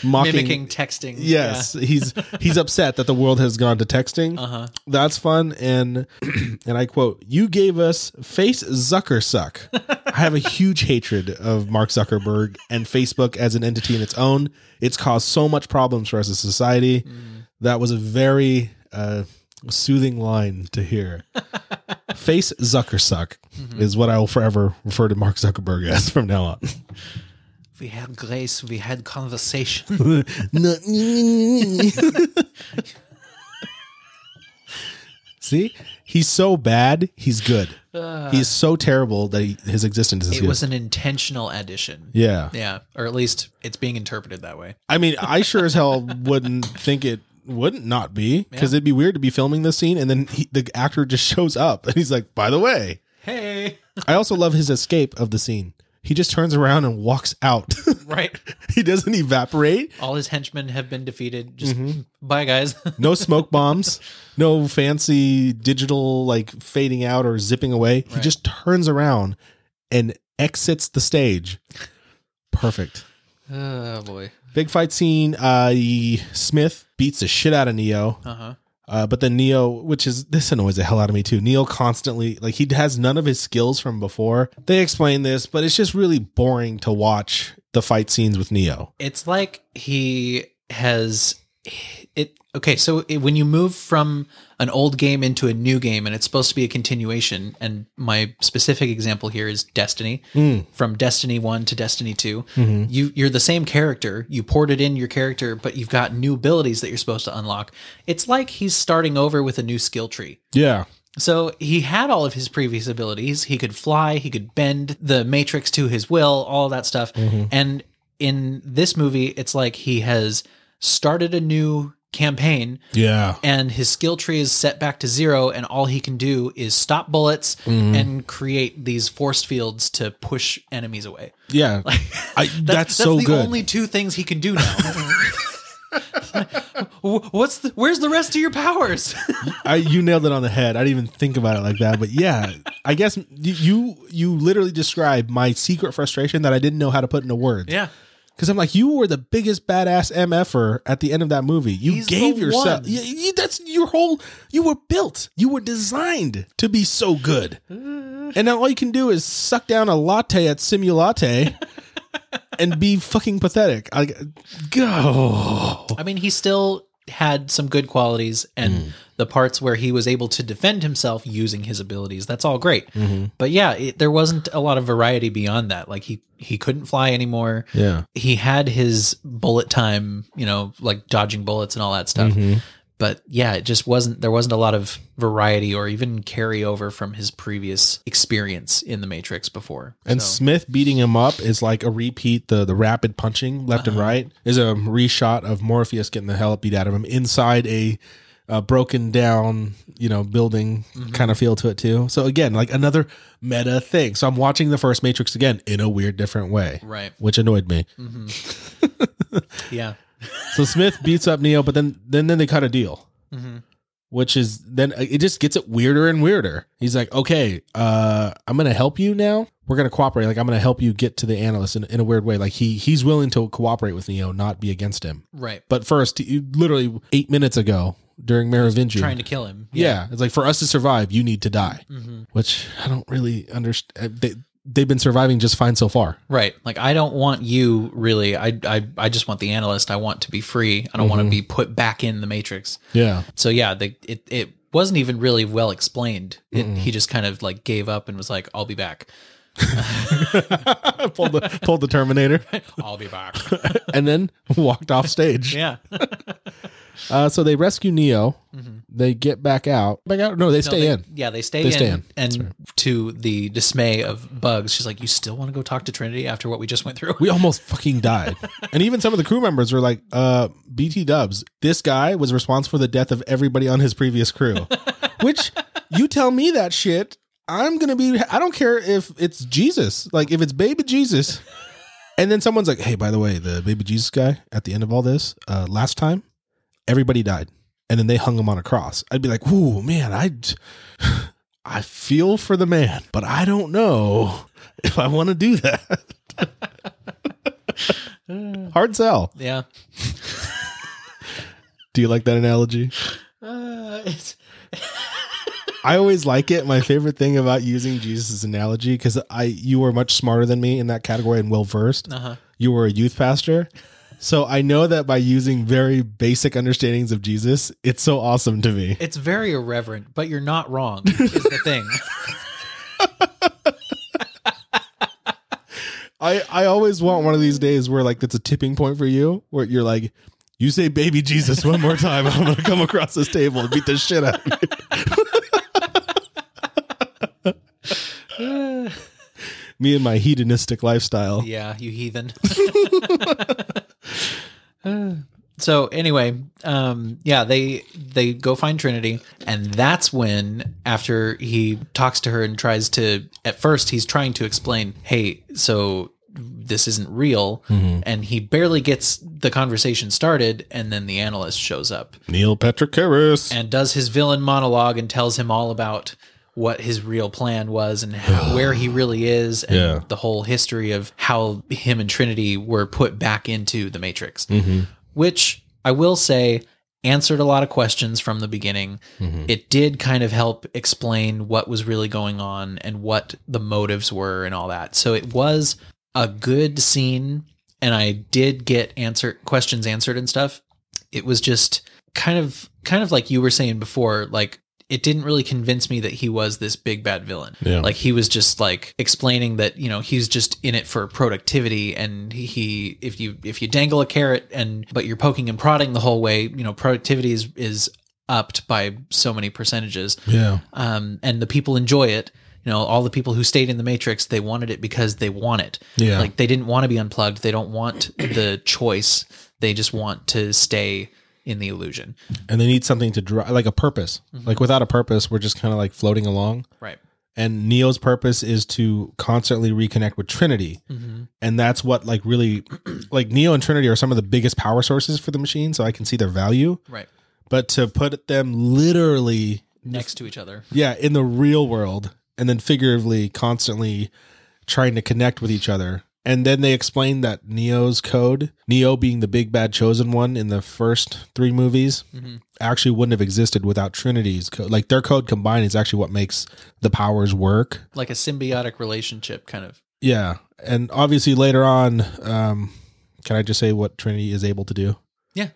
mocking. mimicking texting. Yes, he's he's upset that the world has gone to texting. Uh-huh. That's fun, and and I quote: "You gave us face Zucker suck." I have a huge hatred of Mark Zuckerberg and Facebook as an entity in its own. It's caused so much problems for us as a society. Mm. That was a very uh, soothing line to hear. face Zucker suck Mm-hmm. is what I will forever refer to Mark Zuckerberg as from now on. We had grace. We had conversation. See, he's so bad, he's good. he's so terrible that he, his existence is Uh. it good. was an intentional addition. yeah. Yeah, or at least it's being interpreted that way. I mean, I sure as hell wouldn't think it wouldn't not be because it'd be weird to be filming this scene and then he, the actor just shows up and he's like, by the way. Hey, I also love his escape of the scene. He just turns around and walks out. right. he doesn't evaporate. All his henchmen have been defeated. Just bye, guys. No smoke bombs, no fancy digital like fading out or zipping away. He Right. just turns around and exits the stage. Perfect. oh boy. Big fight scene. Uh, Smith beats the shit out of Neo, Uh huh. uh, but then Neo, which is this annoys the hell out of me too. Neo constantly like he has none of his skills from before. They explain this, but it's just really boring to watch the fight scenes with Neo. It's like he has it. Okay, so it, when you move from an old game into a new game, and it's supposed to be a continuation, and my specific example here is Destiny. Mm. From Destiny One to Destiny 2 Mhm. you you're the same character you ported in your character but you've got new abilities that you're supposed to unlock it's like he's starting over with a new skill tree Yeah, so he had all of his previous abilities he could fly he could bend the matrix to his will all that stuff Mm-hmm. and in this movie it's like he has started a new campaign yeah. and his skill tree is set back to zero and all he can do is stop bullets Mm-hmm. and create these force fields to push enemies away Yeah, I, that's, so the good. only two things he can do now. Wh- What's the, where's the rest of your powers? I, you nailed it on the head. I didn't even think about it like that, but yeah, I guess you you, you literally described my secret frustration that I didn't know how to put into words. yeah, Because I'm like, you were the biggest badass mf'er at the end of that movie. You He's gave the yourself. one. Y- y- that's your whole. You were built. You were designed to be so good. And now all you can do is suck down a latte at Simulate and be fucking pathetic. I go. I mean, he still had some good qualities and Mm. the parts where he was able to defend himself using his abilities. That's all great. Mm-hmm. But yeah, it, there wasn't a lot of variety beyond that. Like he he couldn't fly anymore. Yeah. He had his bullet time, you know, like dodging bullets and all that stuff. Mm-hmm. But yeah, it just wasn't there wasn't a lot of variety or even carryover from his previous experience in the Matrix before. And So- Smith beating him up is like a repeat. The the rapid punching left Uh-huh. and right is a reshot of Morpheus getting the hell beat out of him inside a, uh broken down you know building Mm-hmm. kind of feel to it too. So again, like another meta thing. So I'm watching the first Matrix again in a weird different way, right. which annoyed me. Yeah. So Smith beats up Neo, but then then then they cut a deal. Mhm. Which is then it just gets it weirder and weirder. He's like, okay, uh, I'm gonna help you now. We're gonna cooperate. Like I'm gonna help you get to the analyst in, in a weird way. Like he he's willing to cooperate with Neo, not be against him. Right. But first, you- literally eight minutes ago during Merovingian, Trying to kill him. yeah. it's like for us to survive, you need to die. Mhm. Which I don't really understand. They they've been surviving just fine so far. Right. Like I don't want you really. I I I just want the analyst. I want to be free. I don't want to be put back in the matrix. Yeah, So yeah, the, it it wasn't even really well explained. It, he just kind of like gave up and was like, "I'll be back. pulled the pulled the Terminator, I'll be back." and then walked off stage. yeah. No, Uh, so they rescue Neo. They get back out. Back out? No, they stay they- in. Yeah, they stay They in. stay in. And to the dismay of Bugs, she's like, "You still want to go talk to Trinity after what we just went through?" We almost fucking died. and even some of the crew members were like, uh, BT dubs, this guy was responsible for the death of everybody on his previous crew. Which you tell me that shit. I'm gonna be I don't care if it's Jesus. Like if it's baby Jesus. And then someone's like, hey, by the way, the baby Jesus guy at the end of all this, uh, last time, everybody died. And then they hung him on a cross. I'd be like, ooh, man, I I feel for the man, but I don't know if I want to do that. uh, Hard sell. yeah. Do you like that analogy? Uh, it's, I always like it. My favorite thing about using Jesus' analogy, because I you were much smarter than me in that category and well versed. uh-huh. You were a youth pastor. So I know that by using very basic understandings of Jesus, it's so awesome to me. It's very irreverent, but you're not wrong. Is the thing. I, I always want one of these days where like that's a tipping point for you where you're like, you say baby Jesus one more time, I'm gonna come across this table and beat the shit out of you. Me and my hedonistic lifestyle. Yeah, you heathen. so anyway, um, yeah, they they go find Trinity, and that's when after he talks to her and tries to at first he's trying to explain, hey, so this isn't real, and he barely gets the conversation started, and then the analyst shows up Neil Patrick Harris. and does his villain monologue and tells him all about what his real plan was and how, where he really is and Yeah. the whole history of how him and Trinity were put back into the Matrix, Mm-hmm. which I will say answered a lot of questions from the beginning. Mm-hmm. It did kind of help explain what was really going on and what the motives were and all that. So it was a good scene and I did get answer questions answered and stuff. It was just kind of kind of like you were saying before like it didn't really convince me that he was this big bad villain Yeah. like he was just like explaining that you know he's just in it for productivity and he if you if you dangle a carrot and but you're poking and prodding the whole way you know productivity is is upped by so many percentages Yeah. um, and the people enjoy it. You know, all the people who stayed in the Matrix, they wanted it because they want it. Yeah. Like they didn't want to be unplugged. They don't want the choice. They just want to stay in the illusion. And they need something to drive like a purpose. Mm-hmm. Like without a purpose, we're just kind of like floating along. Right. and Neo's purpose is to constantly reconnect with Trinity. Mm-hmm. And that's what like really like Neo and Trinity are some of the biggest power sources for the machine, so I can see their value. Right. But to put them literally Next to each other. yeah, in the real world and then figuratively constantly trying to connect with each other And then they explained that Neo's code, Neo being the big bad chosen one in the first three movies, Mhm. actually wouldn't have existed without Trinity's code. Like their code combined is actually what makes the powers work. Like a symbiotic relationship, kind of. Yeah. And obviously later on, um, can I just say what Trinity is able to do? Yeah.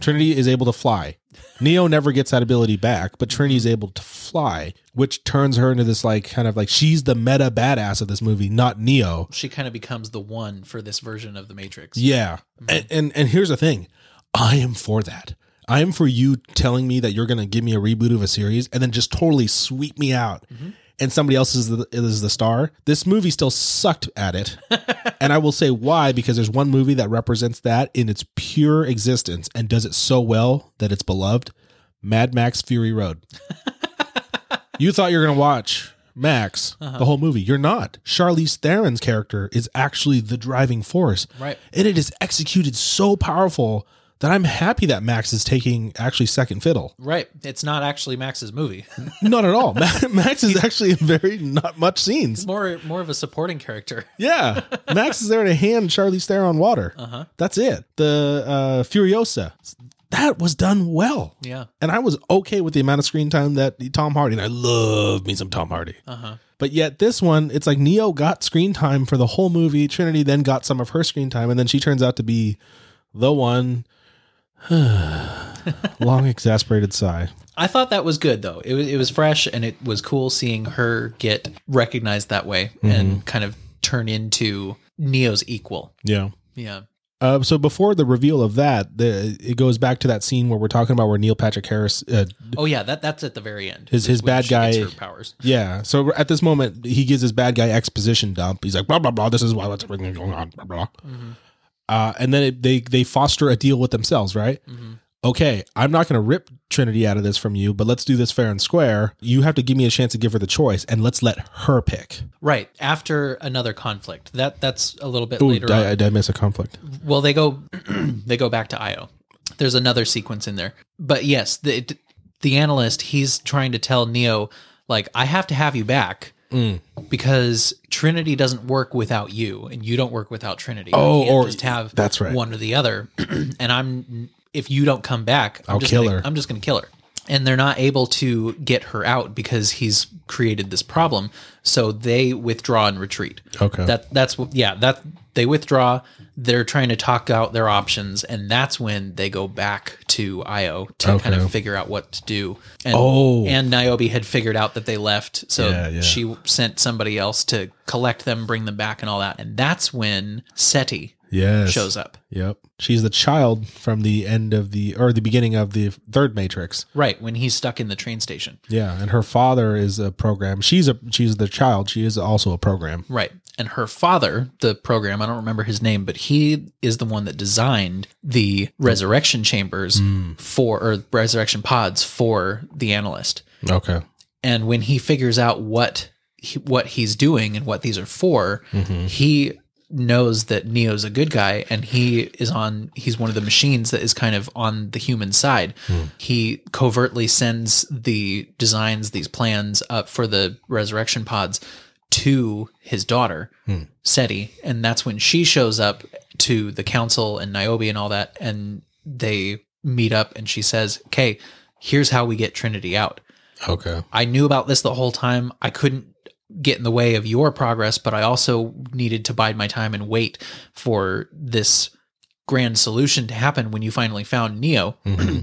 Trinity is able to fly. Neo never gets that ability back, but Trinity is able to fly, which turns her into this like kind of like she's the meta badass of this movie, not Neo. She kind of becomes the one for this version of the Matrix. Yeah. And, and and here's the thing. I am for that. I am for you telling me that you're going to give me a reboot of a series and then just totally sweep me out. And somebody else is the, is the star. This movie still sucked at it. and I will say why because there's one movie that represents that in its pure existence and does it so well that it's beloved. Mad Max Fury Road. you thought you were going to watch Max the whole movie. You're not. Charlize Theron's character is actually the driving force Right. and it is executed so powerful that I'm happy that Max is taking actually second fiddle. Right. It's not actually Max's movie. Not at all. Ma- Max is actually in very not much It's scenes. more more of a supporting character. Yeah, Max is there to hand Charlie Stair on water. Uh-huh. That's it. The uh, Furiosa that was done well, Yeah. and I was okay with the amount of screen time that Tom Hardy. And I love me some Tom Hardy. Uh-huh. But yet this one, it's like Neo got screen time for the whole movie. Trinity then got some of her screen time, and then she turns out to be the one. Long exasperated sigh. I thought that was good though. It was it was fresh and it was cool seeing her get recognized that way and kind of turn into Neo's equal. Yeah. Yeah. Uh, so before the reveal of that, the, it goes back to that scene where we're talking about where Neil Patrick Harris. Uh, Oh yeah, that that's at the very end. His- his When bad she gets guy- her powers. yeah. So at this moment, he gives his bad guy exposition dump. He's like, blah blah blah. This is why what's going on. Blah blah. Mm-hmm. Uh, and then it, they they foster a deal with themselves, right? Mm-hmm. okay, I'm not going to rip Trinity out of this from you, but let's do this fair and square. You have to give me a chance to give her the choice and let's let her pick. Right after another conflict. That that's a little bit Ooh, later. I, I on. did miss a conflict. Well, they go they go back to Io. There's another sequence in there, but yes, the it, the analyst he's trying to tell Neo like I have to have you back Mm. because Trinity doesn't work without you, and you don't work without Trinity. You Oh, can't or- just have that's right. one or the other. and I'm if you don't come back, I'm I'll just kill gonna- her. I'm just going to kill her. And they're not able to get her out because he's created this problem. So they withdraw and retreat. Okay. That that's what- yeah, that they withdraw. They're trying to talk out their options and that's when they go back to Io to kind Okay. of figure out what to do. And Oh. and Niobe had figured out that they left, so Yeah, yeah. she sent somebody else to collect them, bring them back and all that. And that's when Seti Yes. shows up. Yep. She's the child from the end of the, or the beginning of the third Matrix. Right, when he's stuck in the train station. Yeah. And her father is a program. She's a, she's the child. She is also a program. Right. And her father, the program, I don't remember his name, but he is the one that designed the resurrection chambers for, or resurrection pods for the analyst. Okay. And when he figures out what he, what he's doing and what these are for, he knows that Neo's a good guy and he is on he's one of the machines that is kind of on the human side. He covertly sends the designs, these plans up for the resurrection pods to his daughter, Seti, and that's when she shows up to the council and Niobe and all that and they meet up and she says, "Okay, here's how we get Trinity out." Okay. I knew about this the whole time. I couldn't get in the way of your progress, but I also needed to bide my time and wait for this grand solution to happen when you finally found Neo. Mm-hmm.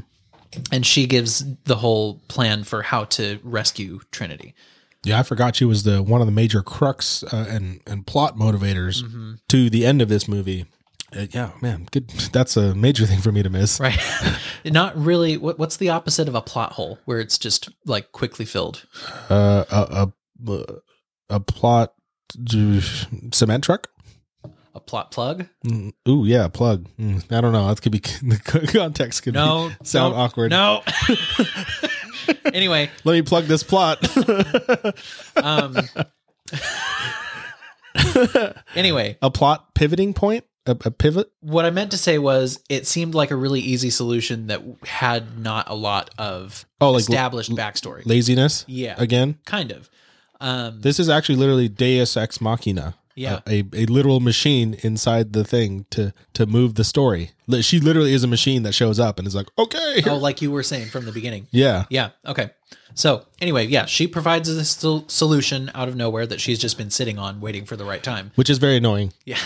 and she gives the whole plan for how to rescue Trinity. Yeah, I forgot she was the one of the major crux uh, and and plot Mm. motivators to the end of this movie. Uh, yeah, man, good. That's a major thing for me to miss. Right. Not really what what's the opposite of a plot hole where it's just like quickly filled. Uh, a, a a plot cement truck. A plot plug? Mm, Ooh, yeah, plug. Mm, I don't know. That could be the context could No. be, sound don't- awkward. No. anyway, Let me plug this plot. um Anyway, a plot pivoting point. A, a pivot. what I meant to say was it seemed like a really easy solution that had not a lot of Oh, like established backstory. laziness yeah, again. kind of. Um, This is actually literally Deus Ex Machina. Yeah. a, a literal machine inside the thing to to move the story. Li- She literally is a machine that shows up and is like, okay, oh, like you were saying from the beginning. yeah, Yeah. Okay. So anyway, yeah, she provides this sol- solution out of nowhere that she's just been sitting on, waiting for the right time. which is very annoying. Yeah.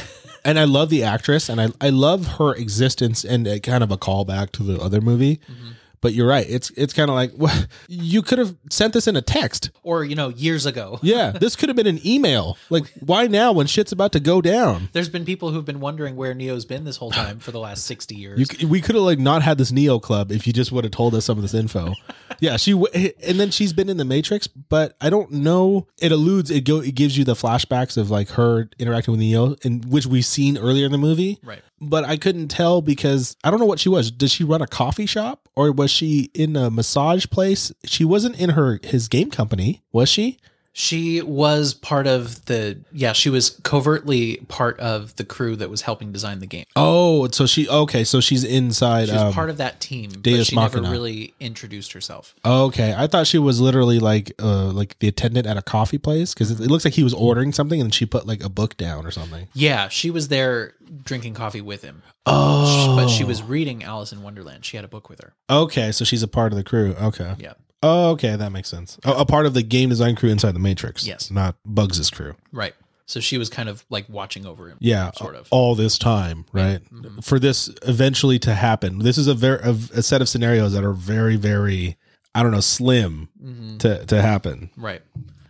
And I love the actress, and I I love her existence, and it kind of a callback to the other movie. Mm-hmm. But you're right. It's it's kind of like what you could have sent this in a text. Or you know, years ago. Yeah, this could have been an email. Like, why now when shit's about to go down? There's been people who've been wondering where Neo's been this whole time for the last 60 years. You, c- we could have like not had this Neo Club if you just would have told us some of this info. yeah, she w- and then she's been in the Matrix, but I don't know. It alludes. It go. It gives you the flashbacks of like her interacting with Neo, in which we've seen earlier in the movie. right. But I couldn't tell because I don't know what she was. Did she run a coffee shop or was she in a massage place? She wasn't in her his game company, was she? She was part of the yeah, she was covertly part of the crew that was helping design the game. Oh, so she okay. So she's inside. She was um, part of that team, but Deus she Machina. never really introduced herself. Okay, I thought she was literally like uh like the attendant at a coffee place because it, it looks like he was ordering something and she put like a book down or something. Yeah, she was there drinking coffee with him, Oh, but she was reading Alice in Wonderland. She had a book with her. okay. So she's a part of the crew. Okay. Yeah. Oh, okay, that makes sense. A, a part of the game design crew inside the Matrix. Yes. not Bugs' crew. Right. So she was kind of like watching over him. Yeah, Sort of. Mm-hmm. All this time, right? For this eventually to happen, this is a very a, a set of scenarios that are very very I don't know slim Mm-hmm. to to happen. Right.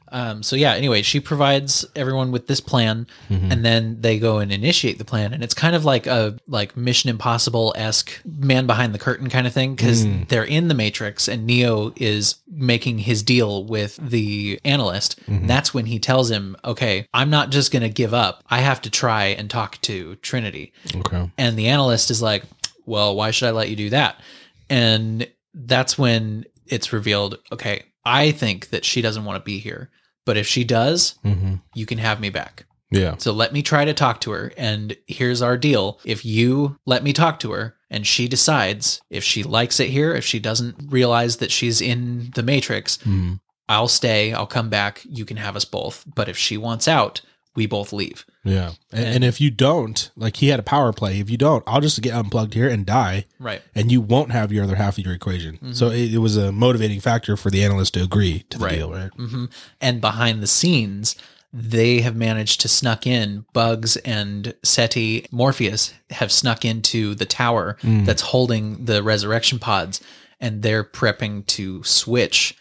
Um, so yeah, anyway, she provides everyone with this plan and then they go and initiate the plan and it's kind of like a like Mission Impossible esque man behind the curtain kind of thing because they're in the Matrix and Neo is making his deal with the analyst. That's when he tells him, Okay, I'm not just gonna give up. I have to try and talk to Trinity. Okay. And the analyst is like, well, why should I let you do that? And that's when it's revealed okay, I think that she doesn't want to be here. But if she does, Mm-hmm. you can have me back. Yeah. So let me try to talk to her. And here's our deal. If you let me talk to her and she decides if she likes it here, if she doesn't realize that she's in the Matrix, Hmm. I'll stay, I'll come back, you can have us both. But if she wants out, we both leave. Yeah. And, and if you don't, like he had a power play, if you don't, I'll just get unplugged here and die, Right. and you won't have your other half of your equation. So it, it was a motivating factor for the analyst to agree to the Right. deal, right? hmm And behind the scenes, they have managed to snuck in Bugs and Seti Morpheus have snuck into the tower Mm. that's holding the resurrection pods, and they're prepping to switch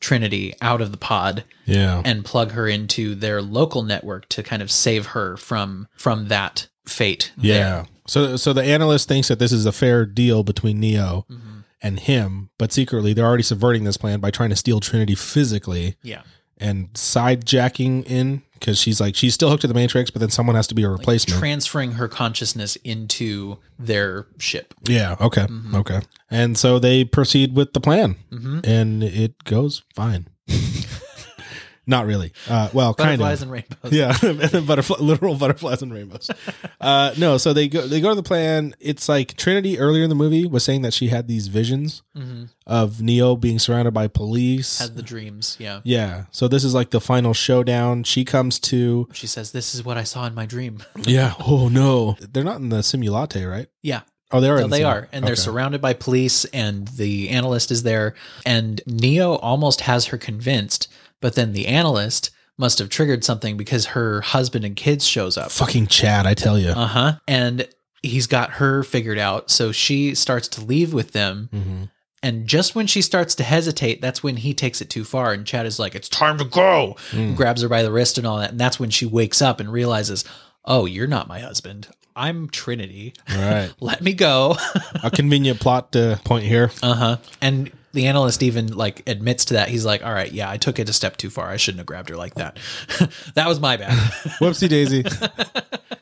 Trinity out of the pod Yeah. and plug her into their local network to kind of save her from from that fate. yeah. there. So so the analyst thinks that this is a fair deal between Neo Mhm. and him, but secretly they're already subverting this plan by trying to steal Trinity physically yeah. and sidejacking in because she's like she's still hooked to the Matrix, but then someone has to be a replacement. Transferring her consciousness into their ship. yeah. Okay. Mm-hmm. Okay. And so they proceed with the plan. hmm and it goes fine. Not really. Uh, well, kind Butterflies of. and rainbows. Yeah, butterfly, literal butterflies and rainbows. Uh, no, so they go. They go to the plan. It's like Trinity earlier in the movie was saying that she had these visions hmm of Neo being surrounded by police. Had the dreams. Yeah. yeah, so this is like the final showdown. She comes to. She says, "This is what I saw in my dream." Yeah. Oh no, they're not in the simulate, right? yeah, Oh, they are. so in the they simu- are, and they're Okay. surrounded by police, and the analyst is there, and Neo almost has her convinced, but then the analyst must have triggered something because her husband and kids shows up. Fucking Chad, I tell you. Uh huh, and he's got her figured out, so she starts to leave with them. Mhm. And just when she starts to hesitate, that's when he takes it too far. And Chad is like, It's time to go. Mm. Grabs her by the wrist and all that. And that's when she wakes up and realizes, Oh, you're not my husband. I'm Trinity. All right. Let me go. A convenient plot to point here. Uh huh. And the analyst even like admits to that. He's like, "All right, yeah, I took it a step too far. I shouldn't have grabbed her like that. that was my bad." Whoopsie daisy.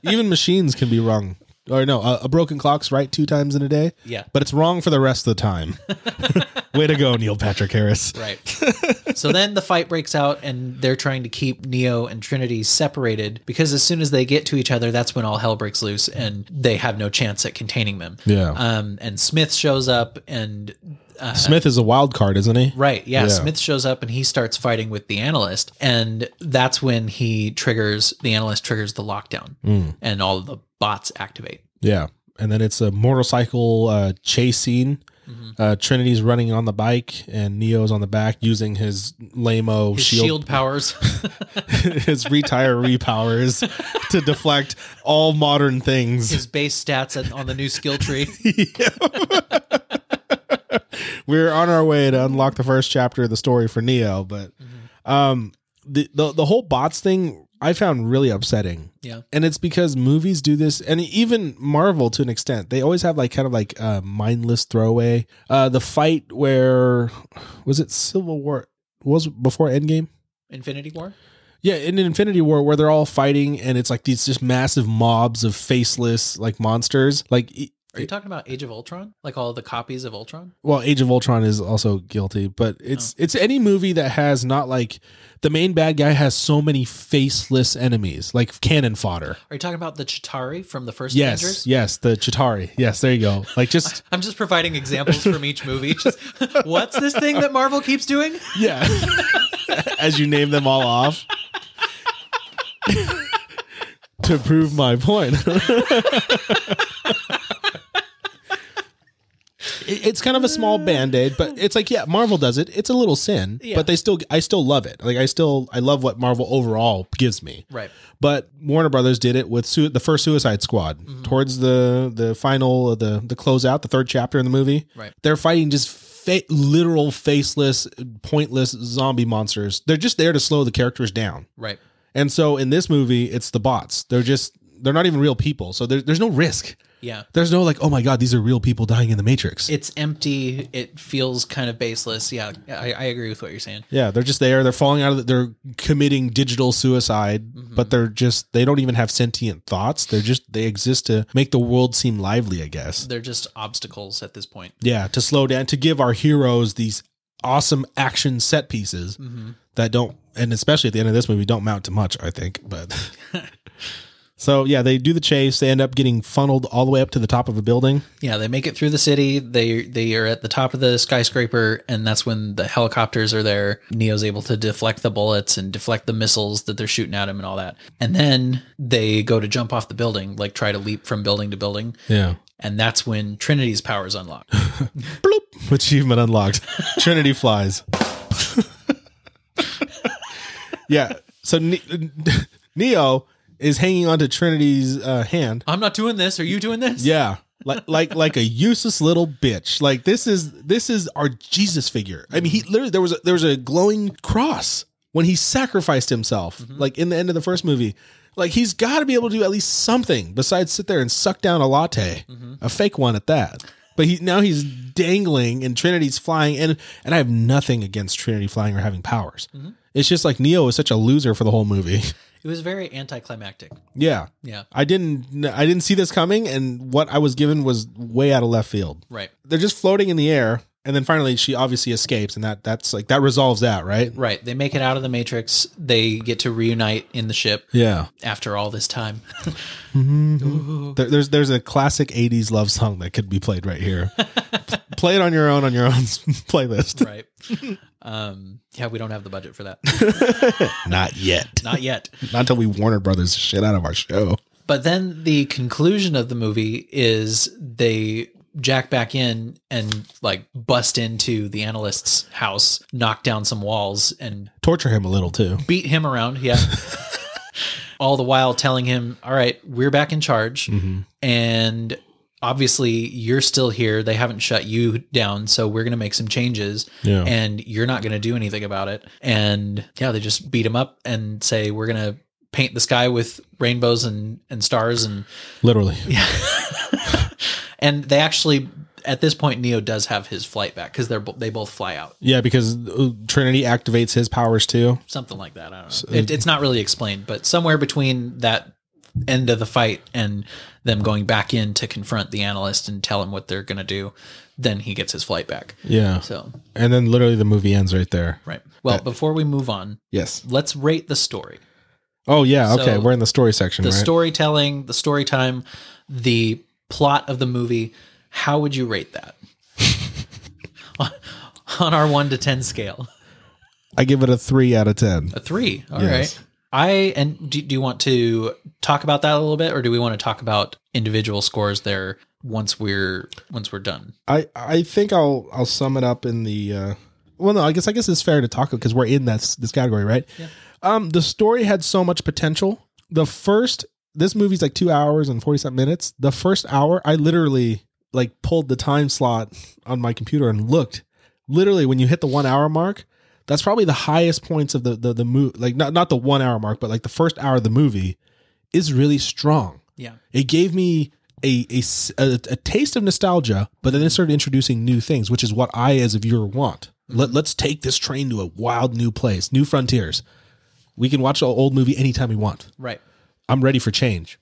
Even machines can be wrong. Or no, a, a broken clock's right two times in a day. Yeah. But it's wrong for the rest of the time. Way to go, Neil Patrick Harris. right. so then the fight breaks out, and they're trying to keep Neo and Trinity separated because as soon as they get to each other, that's when all hell breaks loose, and they have no chance at containing them. Yeah. Um, and Smith shows up and. uh, Smith is a wild card, isn't he? Right. Yeah, Yeah. Smith shows up and he starts fighting with the analyst. And that's when he triggers the analyst triggers the lockdown Mm, and all of the bots activate. yeah. And then it's a motorcycle uh, chase scene. Mhm. Uh, Trinity's running on the bike, and Neo's on the back using his lame-o His shield, shield, powers. his retiree powers to deflect all modern things. his base stats at- on the new skill tree. Mm-hmm. We're on our way to unlock the first chapter of the story for Neo, but um, the, the the whole bots thing I found really upsetting. Yeah. and it's because movies do this, and even Marvel to an extent. They always have like kind of like uh, mindless throwaway. Uh, the fight where was it Civil War was it before Endgame. Infinity War. Yeah, in Infinity War, where they're all fighting, and it's like these just massive mobs of faceless like monsters. Like, e- Are you talking about Age of Ultron? Like all the copies of Ultron? well, Age of Ultron is also guilty, but it's it's any movie that has not like the main bad guy has so many faceless enemies, like cannon fodder. Are you talking about the Chitari from the first Yes, Avengers? yes, the Chitari. Yes, there you go. Like just I'm just providing examples from each movie. Just, what's this thing that Marvel keeps doing? yeah, as you name them all off. to prove my point. It- It's kind of a small band aid, but it's like yeah, Marvel does it. It's a little sin, Yeah. but they still, I still love it. Like I still, I love what Marvel overall gives me. Right. But Warner Brothers did it with su- the first Suicide Squad towards the the final the the closeout, the third chapter in the movie. Right. They're fighting just fa- literal faceless, pointless zombie monsters. They're just there to slow the characters down. Right. And so in this movie, it's the bots. They're just they're not even real people. So there, there's no risk. Yeah. There's no like, oh my god, these are real people dying in the Matrix. It's empty. It feels kind of baseless. Yeah, I, I agree with what you're saying. yeah, they're just there. They're falling out of. The, they're committing digital suicide, but they're just. They don't even have sentient thoughts. They're just. They exist to make the world seem lively. I guess. They're just obstacles at this point. Yeah, to slow down, to give our heroes these awesome action set pieces that don't, and especially at the end of this movie, don't mount to much, I think. But so, yeah, they do the chase. They end up getting funneled all the way up to the top of a building. Yeah, they make it through the city. They they are at the top of the skyscraper, and that's when the helicopters are there. Neo's able to deflect the bullets and deflect the missiles that they're shooting at him and all that. And then they go to jump off the building, like try to leap from building to building. Yeah. And that's when Trinity's powers unlock. Bloop. Achievement unlocked. Trinity flies. yeah. So, ne- Neo is hanging onto Trinity's uh, hand. I'm not doing this. Are you doing this? Yeah. Like like like a useless little bitch. Like this is this is our Jesus figure. I mean, he literally there was a, there was a glowing cross when he sacrificed himself. Like in the end of the first movie, like he's got to be able to do at least something besides sit there and suck down a latte, a fake one at that. But he now he's dangling and Trinity's flying and and I have nothing against Trinity flying or having powers. It's just like Neo is such a loser for the whole movie. It was very anticlimactic. yeah. Yeah. I didn't I didn't see this coming and what I was given was way out of left field. Right. They're just floating in the air and then finally she obviously escapes and that that's like that resolves that, right? Right. They make it out of the Matrix. They get to reunite in the ship Yeah. after all this time. There, there's there's a classic 80s love song that could be played right here. Play it on your own on your own playlist. right. Um, yeah, we don't have the budget for that. Not yet. Not yet. Not until we Warner Brothers the shit out of our show. But then the conclusion of the movie is they jack back in and like bust into the analyst's house, knock down some walls, and Torture him a little too. beat him around. Yeah. All the while telling him, all right, we're back in charge. And obviously, you're still here. They haven't shut you down. So we're going to make some changes. Yeah. And you're not going to do anything about it. And yeah, they just beat him up and say, we're going to paint the sky with rainbows and, and stars. And, Literally. and they actually, at this point, Neo does have his flight back because they're, bo- they both fly out. Yeah, because uh, Trinity activates his powers too. something like that. I don't know. It, it's not really explained, but somewhere between that end of the fight and them going back in to confront the analyst and tell him what they're going to do, then he gets his flight back. Yeah. So, And then literally the movie ends right there. right. Well, before we move on, Yes. let's rate the story. Oh yeah, okay. So- We're in the story section, The right? storytelling, the story time, the plot of the movie. How would you rate that? on our one to ten scale? I give it a three out of ten. A three. All right. Yes. I and do, do you want to talk about that a little bit, or do we want to talk about individual scores there once we're once we're done? I I think I'll I'll sum it up in the. Uh, well, no, I guess I guess it's fair to talk because we're in this this category, right? Yeah. Um, the story had so much potential. The first this movie's like two hours and forty something minutes. The first hour, I literally like pulled the time slot on my computer and looked. Literally, when you hit the one hour mark, that's probably the highest points of the the the movie. Like not not the one hour mark, but like the first hour of the movie is really strong. Yeah. It gave me a, a, s- a- a taste of nostalgia, but then it started introducing new things, which is what I, as a viewer, want. Let, let's take this train to a wild new place, new frontiers. We can watch an old movie anytime we want. Right. I'm ready for change.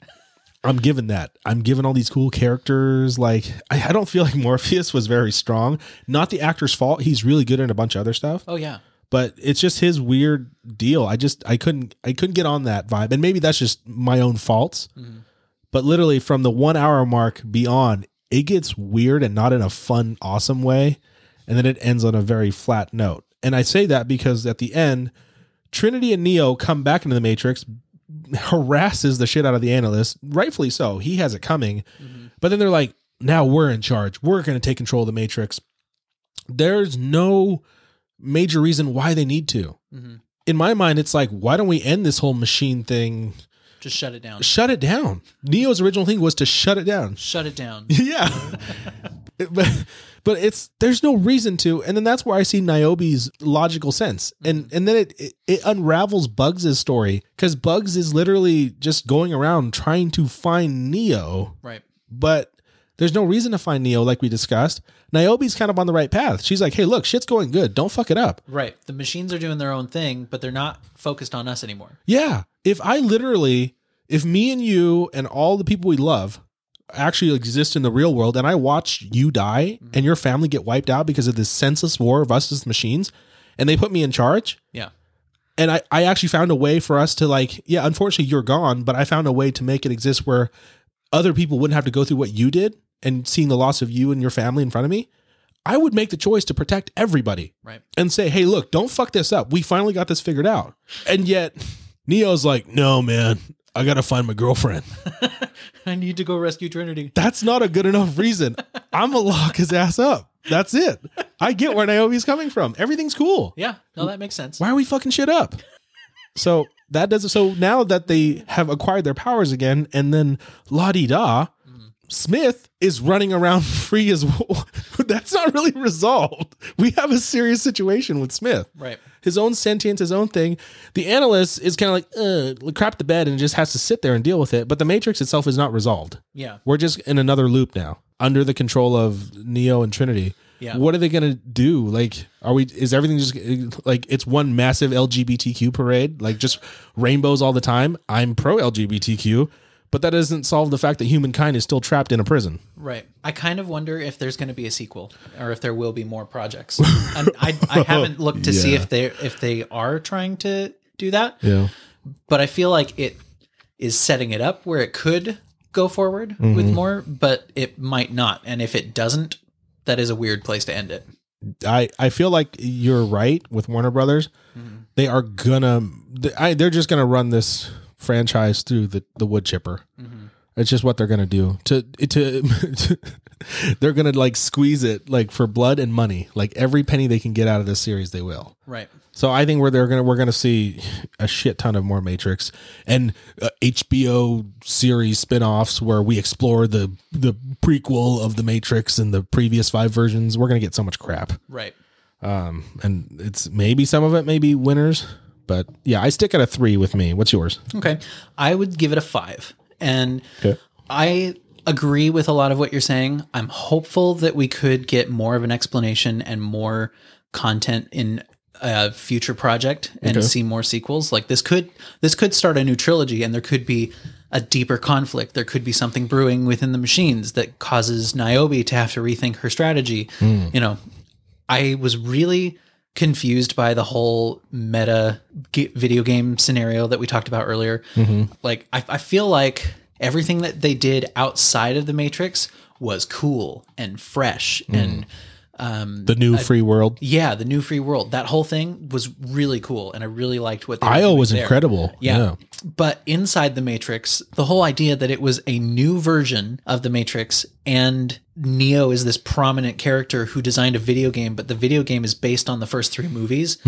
I'm given that. I'm given all these cool characters. Like, I, I don't feel like Morpheus was very strong. Not the actor's fault. He's really good in a bunch of other stuff Oh yeah. but it's just his weird deal. I just I couldn't I couldn't get on that vibe, and maybe that's just my own faults. But literally from the one hour mark beyond, it gets weird and not in a fun, awesome way, and then it ends on a very flat note. And I say that because at the end, Trinity and Neo come back into the Matrix, harasses the shit out of the analyst, rightfully so. He has it coming, but then they're like, "Now we're in charge. We're going to take control of the Matrix." There's no major reason why they need to. hmm In my mind, it's like, why don't we end this whole machine thing? Just shut it down. Shut it down. Neo's original thing was to shut it down. Shut it down. yeah. It- but but it's there's no reason to and then that's where I see Niobe's logical sense. And and then it it, it unravels Bugs' story cuz Bugs is literally just going around trying to find Neo Right. but there's no reason to find Neo like we discussed. Niobe's kind of on the right path. She's like, "Hey, look, shit's going good. Don't fuck it up." Right. The machines are doing their own thing, but they're not focused on us anymore. Yeah. If I literally, if me and you and all the people we love actually exist in the real world and I watch you die and your family get wiped out because of this senseless war of us as machines and they put me in charge Yeah. and I, I actually found a way for us to like, yeah, unfortunately you're gone, but I found a way to make it exist where other people wouldn't have to go through what you did and seeing the loss of you and your family in front of me. I would make the choice to protect everybody Right. and say, "Hey, look, don't fuck this up. We finally got this figured out." And yet, Neo's like, "No, man, I gotta find my girlfriend." I need to go rescue Trinity. That's not a good enough reason. I'm gonna lock his ass up. That's it. I get where Niobe's coming from. Everything's cool. Yeah. No, that makes sense. Why are we fucking shit up? So that doesn't. So now that they have acquired their powers again, and then la di da. Smith is running around free as well. That's not really resolved. We have a serious situation with Smith Right. his own sentience, his own thing. The analyst is kind of like, uh, crap the bed and just has to sit there and deal with it. But the matrix itself is not resolved. Yeah. We're just in another loop now under the control of Neo and Trinity. Yeah. What are they going to do? Like, are we, is everything just like it's one massive LGBTQ parade? Like, just rainbows all the time? I'm pro LGBTQ, but that doesn't solve the fact that humankind is still trapped in a prison. Right. I kind of wonder if there's going to be a sequel or if there will be more projects. And I, I haven't looked to see Yeah. if they if they are trying to do that, Yeah. but I feel like it is setting it up where it could go forward with more, but it might not. And if it doesn't, that is a weird place to end it. I, I feel like you're right with Warner Brothers. They are gonna they, I, they're just gonna run this franchise through the, the wood chipper. It's just what they're gonna do. To to, they're gonna like squeeze it like for blood and money. Like every penny they can get out of this series, they will. Right. So I think we're they're gonna we're gonna see a shit ton of more Matrix and uh, HBO series spin-offs where we explore the the prequel of the Matrix and the previous five versions. We're gonna get so much crap Right. um and it's maybe some of it may be winners but yeah i stick at a three with me what's yours Okay. I would give it a five. And Okay. I agree with a lot of what you're saying. I'm hopeful that we could get more of an explanation and more content in a future project and Okay. see more sequels. Like this could this could start a new trilogy and there could be a deeper conflict. There could be something brewing within the machines that causes Niobe to have to rethink her strategy. Hmm. You know, I was really confused by the whole meta g- video game scenario that we talked about earlier. Mm-hmm. Like, I, I feel like everything Mm. that they did outside of the Matrix was cool and fresh and Um, The new free world. yeah, the new free world. That whole thing was really cool, and I really liked what they were Io doing was there. incredible. Yeah. But inside the Matrix, the whole idea that it was a new version of the Matrix and Neo is this prominent character who designed a video game, but the video game is based on the first three movies.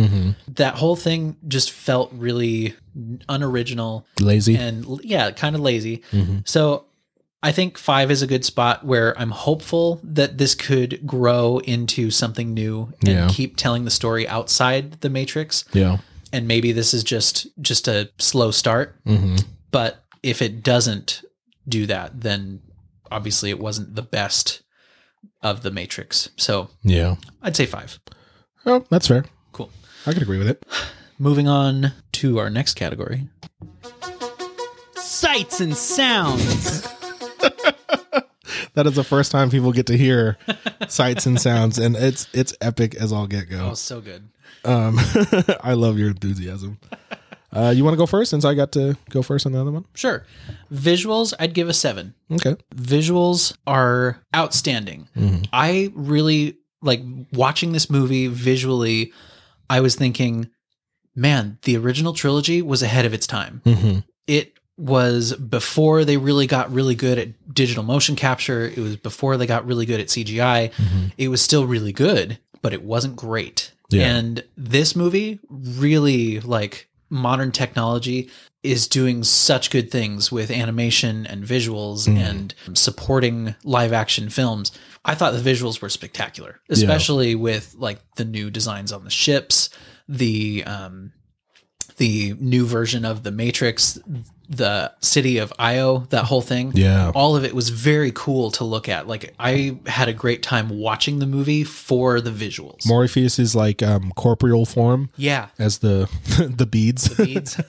That whole thing just felt really unoriginal Lazy. and l- yeah, kind of lazy. So I think five is a good spot where I'm hopeful that this could grow into something new and Yeah. keep telling the story outside the Matrix yeah. and maybe this is just just a slow start hmm but if it doesn't do that then obviously it wasn't the best of the matrix so Yeah. i'd say five Oh, that's fair. cool I could agree with it. moving on to our next category Sights and sounds. That is the first time people get to hear sights and sounds, and it's it's epic as all get oh go. so good Um, I love your enthusiasm. Uh, you want to go first since I got to go first on the other one? sure visuals i'd give a seven Okay. visuals are outstanding. I really like watching this movie visually. I was thinking, man, the original trilogy was ahead of its time. Mhm. It was before they really got really good at digital motion capture. It was before they got really good at CGI. It was still really good, but it wasn't great. Yeah. And this movie really like modern technology is doing such good things with animation and visuals and supporting live action films. I thought the visuals were spectacular, especially with like the new designs on the ships, the um the new version of the Matrix, the city of Io, that whole thing. Yeah. All of it was very cool to look at. Like I had a great time watching the movie for the visuals. Morpheus is like um, corporeal form yeah. as the the beads. Beads.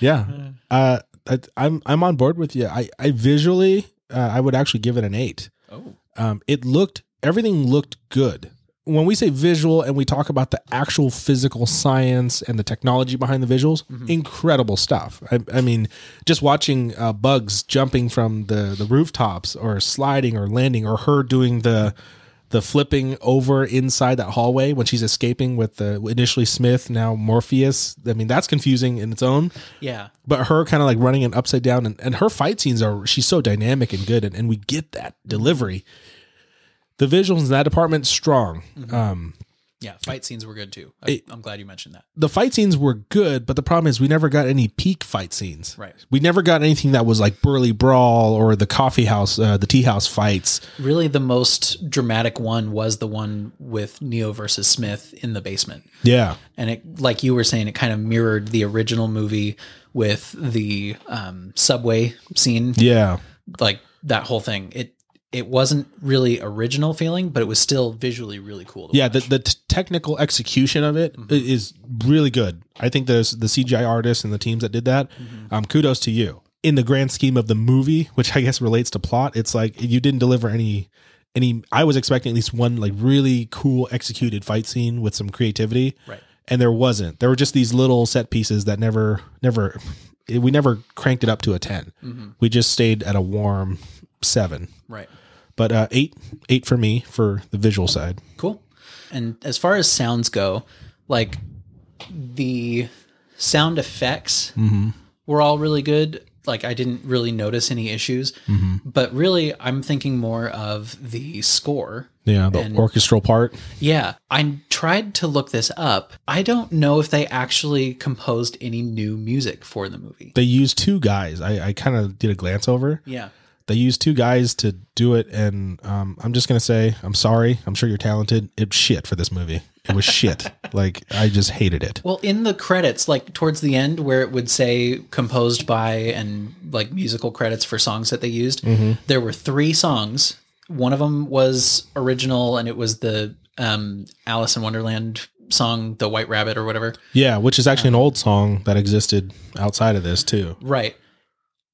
yeah. Uh, I, I'm I'm on board with you. I I visually uh, I would actually give it an eight. oh. um, it looked everything looked good when we say visual and we talk about the actual physical science and the technology behind the visuals incredible stuff I, I mean just watching uh, bugs jumping from the the rooftops or sliding or landing or her doing the the flipping over inside that hallway when she's escaping with the initially smith now morpheus i mean that's confusing in its own Yeah. but her kind of like running it upside down and, and her fight scenes are she's so dynamic and good and, and we get that delivery the visuals in that department strong um Yeah. Fight scenes were good too. I, It- I'm glad you mentioned that. the fight scenes were good but the problem is we never got any peak fight scenes Right. we never got anything that was like burly brawl or the coffee house uh, the tea house fights Really, the most dramatic one was the one with Neo versus Smith in the basement. yeah and it like you were saying it kind of mirrored the original movie with the um, subway scene yeah like that whole thing it it wasn't really original feeling but it was still visually really cool to yeah watch. the, the t- technical execution of it i- is really good i think those the cgi artists and the teams that did that um, kudos to you in the grand scheme of the movie which i guess relates to plot it's like you didn't deliver any any i was expecting at least one like really cool executed fight scene with some creativity Right. and there wasn't there were just these little set pieces that never never it- we never cranked it up to a 10 we just stayed at a warm seven right but uh, eight eight for me for the visual side cool and as far as sounds go like the sound effects were all really good like i didn't really notice any issues but really i'm thinking more of the score yeah the And- orchestral part Yeah, I tried to look this up. I don't know if they actually composed any new music for the movie. they used two guys. I, I kind of did a glance over. Yeah. They used two guys to do it, and um, I'm just gonna say I'm sorry. I'm sure you're talented. It was shit for this movie. It was shit. Like I just hated it. Well, in the credits, like towards the end, where it would say composed by and like musical credits for songs that they used, there were three songs. One of them was original, and it was the um, Alice in Wonderland song, The White Rabbit, or whatever. Yeah, which is actually an old song that existed outside of this too. Right.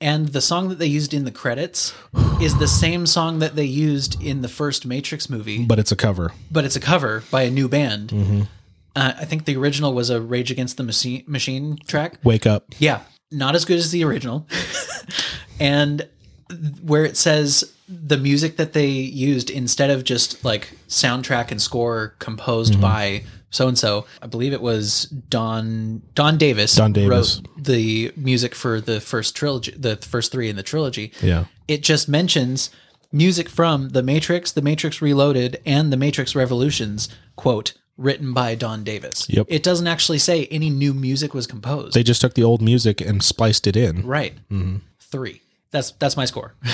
And the song that they used in the credits is the same song that they used in the first Matrix movie. But it's a cover. but it's a cover by a new band. Uh, I think the original was a Rage Against the Machine, machine track. Wake up. Yeah, not as good as the original. and where it says the music that they used instead of just like soundtrack and score composed Mm-hmm. by so and so, I believe it was Don Don Davis. Don Davis. wrote the music for the first trilogy, the first three in the trilogy. Yeah. It just mentions music from The Matrix, The Matrix Reloaded, and The Matrix Revolutions. Quote. Written by Don Davis. Yep. It doesn't actually say any new music was composed. They just took the old music and spliced it in. Right. Three. That's that's my score.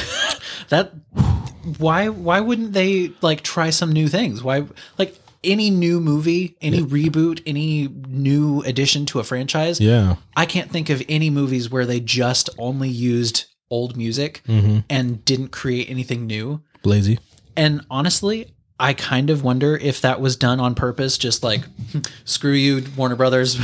that why why wouldn't they like try some new things? Why like any new movie, any reboot, any new addition to a franchise? Yeah. I can't think of any movies where they just only used old music and didn't create anything new. Lazy. And honestly, I kind of wonder if that was done on purpose, just like, screw you, Warner Brothers.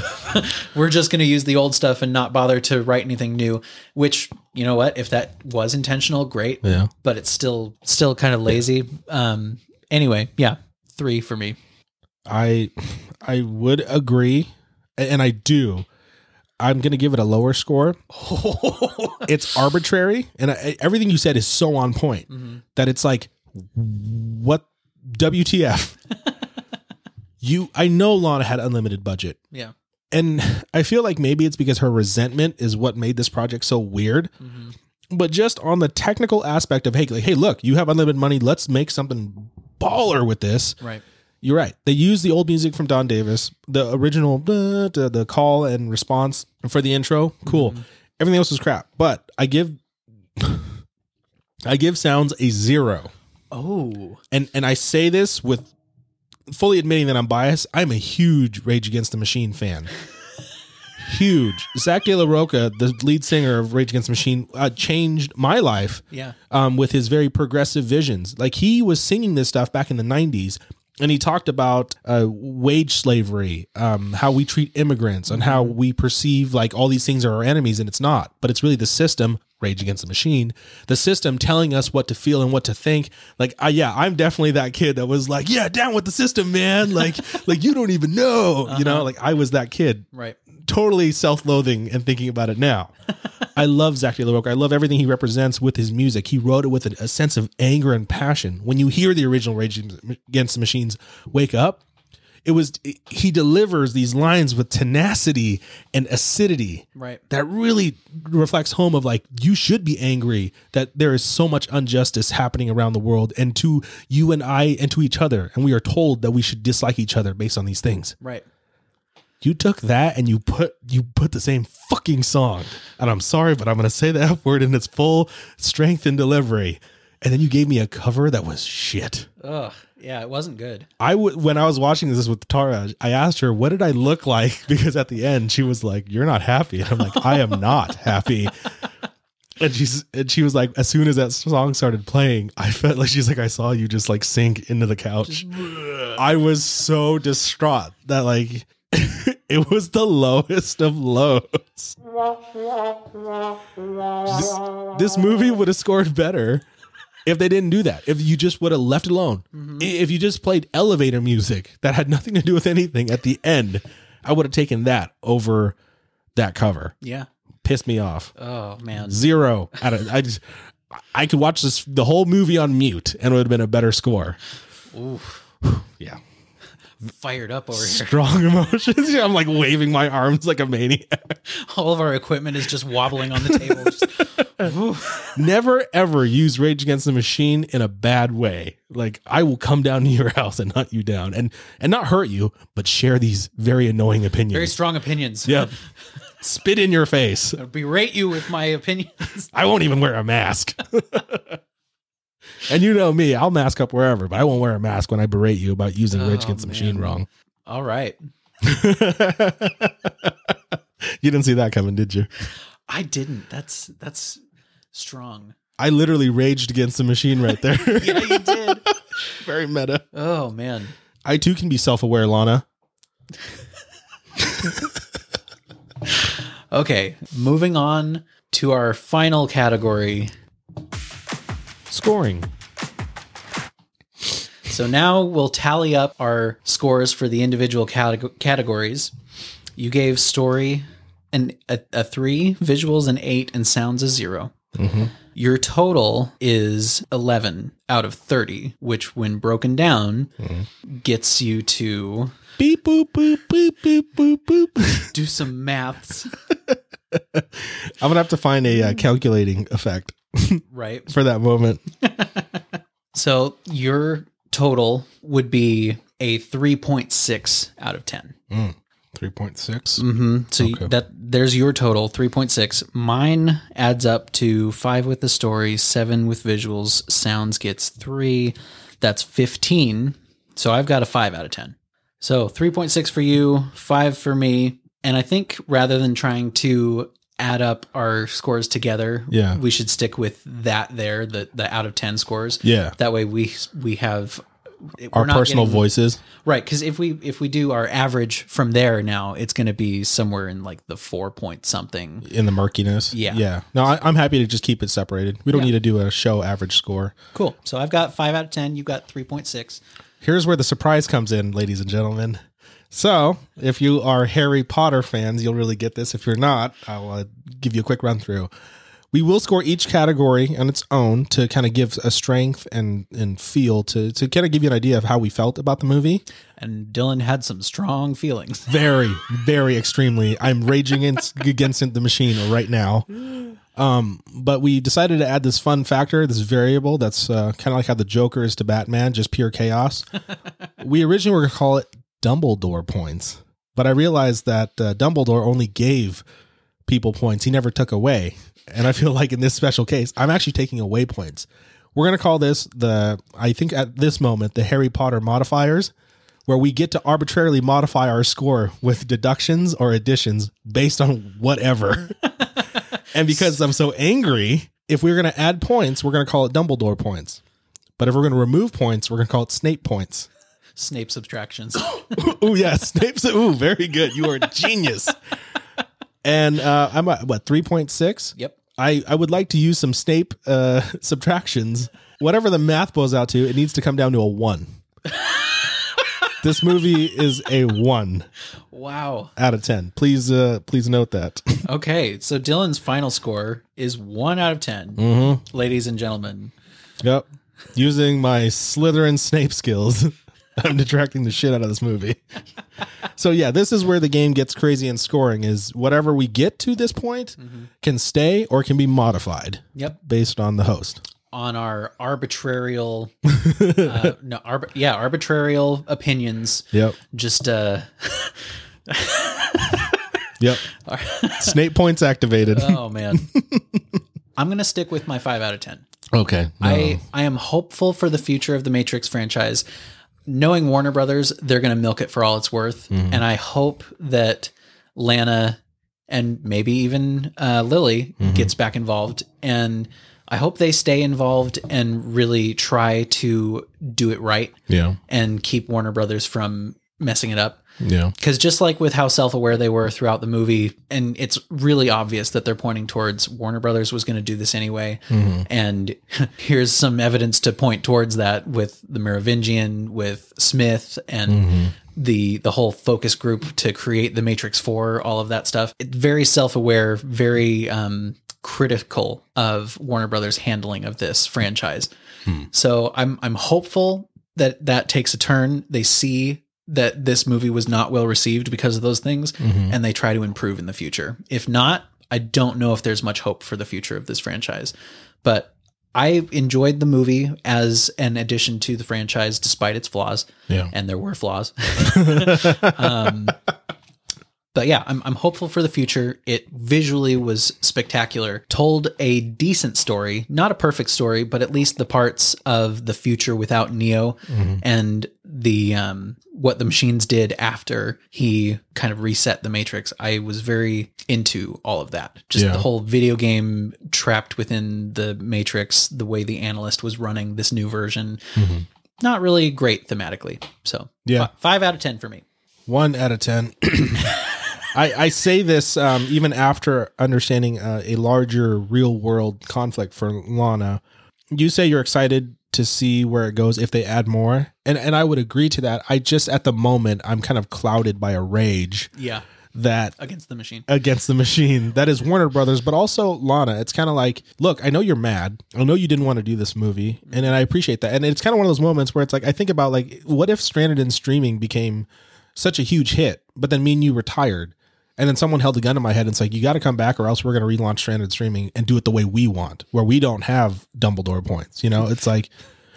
We're just going to use the old stuff and not bother to write anything new. Which, you know what? If that was intentional, great. Yeah. But it's still still kind of lazy. Um. Anyway, yeah, three for me. I I would agree, a- and I do. I'm gonna give it a lower score. it's arbitrary, and I, everything you said is so on point that it's like, what WTF? you, I know Lana had unlimited budget, Yeah. and I feel like maybe it's because her resentment is what made this project so weird. But just on the technical aspect of hey, like, hey, look, you have unlimited money. Let's make something baller with this. Right. You're right. They used the old music from Don Davis, the original, uh, the, the call and response for the intro. Cool. Everything else was crap. But I give, I give sounds a zero, Oh. and and I say this with fully admitting that I'm biased. I'm a huge Rage Against the Machine fan. huge. Zach De La Roca, the lead singer of Rage Against the Machine, uh, changed my life Yeah. um, with his very progressive visions. Like he was singing this stuff back in the 90s. And he talked about uh, wage slavery, um, how we treat immigrants, and how we perceive like all these things are our enemies, and it's not. But it's really the system, rage against the machine, the system telling us what to feel and what to think. Like, uh, yeah, I'm definitely that kid that was like, yeah, down with the system, man. Like, like you don't even know, you know. Like I was that kid Right. totally self-loathing and thinking about it now. I love Zach De La Rocha. I love everything he represents with his music. He wrote it with a, a sense of anger and passion. When you hear the original Rage Against the Machines "Wake Up," it was he delivers these lines with tenacity and acidity Right. that really reflects home of like you should be angry that there is so much injustice happening around the world and to you and I and to each other and we are told that we should dislike each other based on these things Right. you took that and you put you put the same fucking song and i'm sorry but i'm gonna say the f word in its full strength and delivery and then you gave me a cover that was shit Ugh. Yeah. It wasn't good. i w- when i was watching this with tara i asked her what did i look like because at the end she was like you're not happy and i'm like i am not happy and she's and she was like as soon as that song started playing i felt like she's like i saw you just like sink into the couch I was so distraught that like it was the lowest of lows. This, this movie would have scored better if they didn't do that. If you just would have left it alone. I- If you just played elevator music that had nothing to do with anything at the end, I would have taken that over that cover. Yeah. Pissed me off. Oh man. Zero. out of- I just I could watch this the whole movie on mute and it would have been a better score. Oof. Yeah. Fired up over here. strong emotions. Yeah, I'm like waving my arms like a maniac. All of our equipment is just wobbling on the table. Just- Never ever use Rage Against the Machine in a bad way. Like I will come down to your house and hunt you down and and not hurt you, but share these very annoying very opinions. strong opinions. yeah. Spit in your face. Berate you with my opinions. I won't even wear a mask. and you know me, I'll mask up wherever, but I won't wear a mask when I berate you about using Rage Oh, Against the Machine man. wrong. All right. you didn't see that coming, did you? I didn't. That's that's strong. I literally raged against the machine right there. Yeah, you did. Very meta. Oh man. I too can be self aware, Lana. Okay. Moving on to our final category. Scoring. So now we'll tally up our scores for the individual categ- categories. You gave story an a, a three, visuals an eight, and sounds a 0 your total is 11 out of 30, which, when broken down, gets you to Beep boop boop boop boop boop boop. do some maths, I'm gonna have to find a uh, calculating effect right? for that moment. So your total would be a 3.6 out of 10. Three point six. hmm So you- Okay. that there's your total 3.6. Mine adds up to five with the story, seven with visuals. Sounds gets three. That's 15. So I've got a five out of 10. So 3.6 for you, five for me. And I think rather than trying to add up our scores together, Yeah. we should stick with that there, the, the out of 10 scores. Yeah, That way we, we have our we're not personal getting- voices. Right, because if we if we do our average from there now, it's going to be somewhere in like the four point something. in the murkiness. Yeah. Yeah. No, I, I'm happy to just keep it separated. We don't need to do a show average score. Cool. So I've got five out of ten. You've got three point six. Here's where the surprise comes in, ladies and gentlemen. So, if you are Harry Potter fans, you'll really get this. If you're not, I'll uh, give you a quick run through. We will score each category on its own to kind of give a strength and, and feel to, to kind of give you an idea of how we felt about the movie. And Dylan had some strong feelings. very very extremely i'm raging in, against the machine right now um but we decided to add this fun factor this variable that's uh, kind of like how the joker is to batman just pure chaos we originally were going to call it dumbledore points but i realized that uh, dumbledore only gave people points he never took away and i feel like in this special case i'm actually taking away points we're going to call this the i think at this moment the harry potter modifiers where we get to arbitrarily modify our score with deductions or additions based on whatever. and because I'm so angry, if we're going to add points, we're going to call it Dumbledore points. But if we're going to remove points, we're going to call it Snape points. Snape subtractions. Ooh, yeah, Snape's. Ooh, very good. You are a genius. and uh, I'm at what three point six. yep. I, I would like to use some Snape uh, subtractions. Whatever the math boils out to, it needs to come down to a one. this movie is a one Wow. out of ten. Please, uh, please note that. Okay. So Dylan's final score is one out of 10 ladies and gentlemen. yep. Using my Slytherin Snape skills, I'm detracting the shit out of this movie. so yeah, this is where the game gets crazy in scoring. Is whatever we get to this point can stay or can be modified Yep. based on the host. On our arbitrarial, uh, no, arb- yeah, arbitrarial opinions. Yep. Just uh, Yep. Snape points activated. oh man. I'm gonna stick with my five out of ten. okay. No. I, I am hopeful for the future of the Matrix franchise. Knowing Warner Brothers, they're going to milk it for all it's worth. And I hope that Lana and maybe even uh, Lily gets back involved. And I hope they stay involved and really try to do it right yeah. and keep Warner Brothers from messing it up. Yeah. Because just like with how self aware they were throughout the movie, and it's really obvious that they're pointing towards Warner Brothers was going to do this anyway. And here's some evidence to point towards that with the Merovingian, with Smith, and the the whole focus group to create the Matrix Four, all of that stuff. It, very self aware, very um, critical of Warner Brothers' handling of this franchise. So I'm I'm hopeful that that takes a turn. They see that this movie was not well received because of those things, mm-hmm, and they try to improve in the future. If not, I don't know if there's much hope for the future of this franchise. But I enjoyed the movie as an addition to the franchise, despite its flaws, Yeah. and there were flaws. um, but yeah, I'm, I'm hopeful for the future. It visually was spectacular, told a decent story, not a perfect story, but at least the parts of the future without Neo Mm-hmm. and the um, what the machines did after he kind of reset the Matrix. I was very into all of that. Just Yeah. the whole video game trapped within the Matrix, the way the analyst was running this new version. Not really great thematically. So Mm-hmm. Yeah. fi- five out of ten for me. One out of ten. I, I say this um, even after understanding uh, a larger real world conflict for Lana. You say you're excited to see where it goes if they add more, and and I would agree to that. I just at the moment I'm kind of clouded by a rage Yeah. that against the machine. against the machine that is Warner Brothers, but also Lana. It's kind of like, look, I know you're mad. I know you didn't want to do this movie, and, and I appreciate that. And it's kind of one of those moments where it's like, I think about like, what if Stranded in streaming became such a huge hit, but then me and you retired, and then someone held a gun to my head and it's like, you got to come back, or else we're going to relaunch Stranded streaming and do it the way we want, where we don't have Dumbledore points. You know, it's like.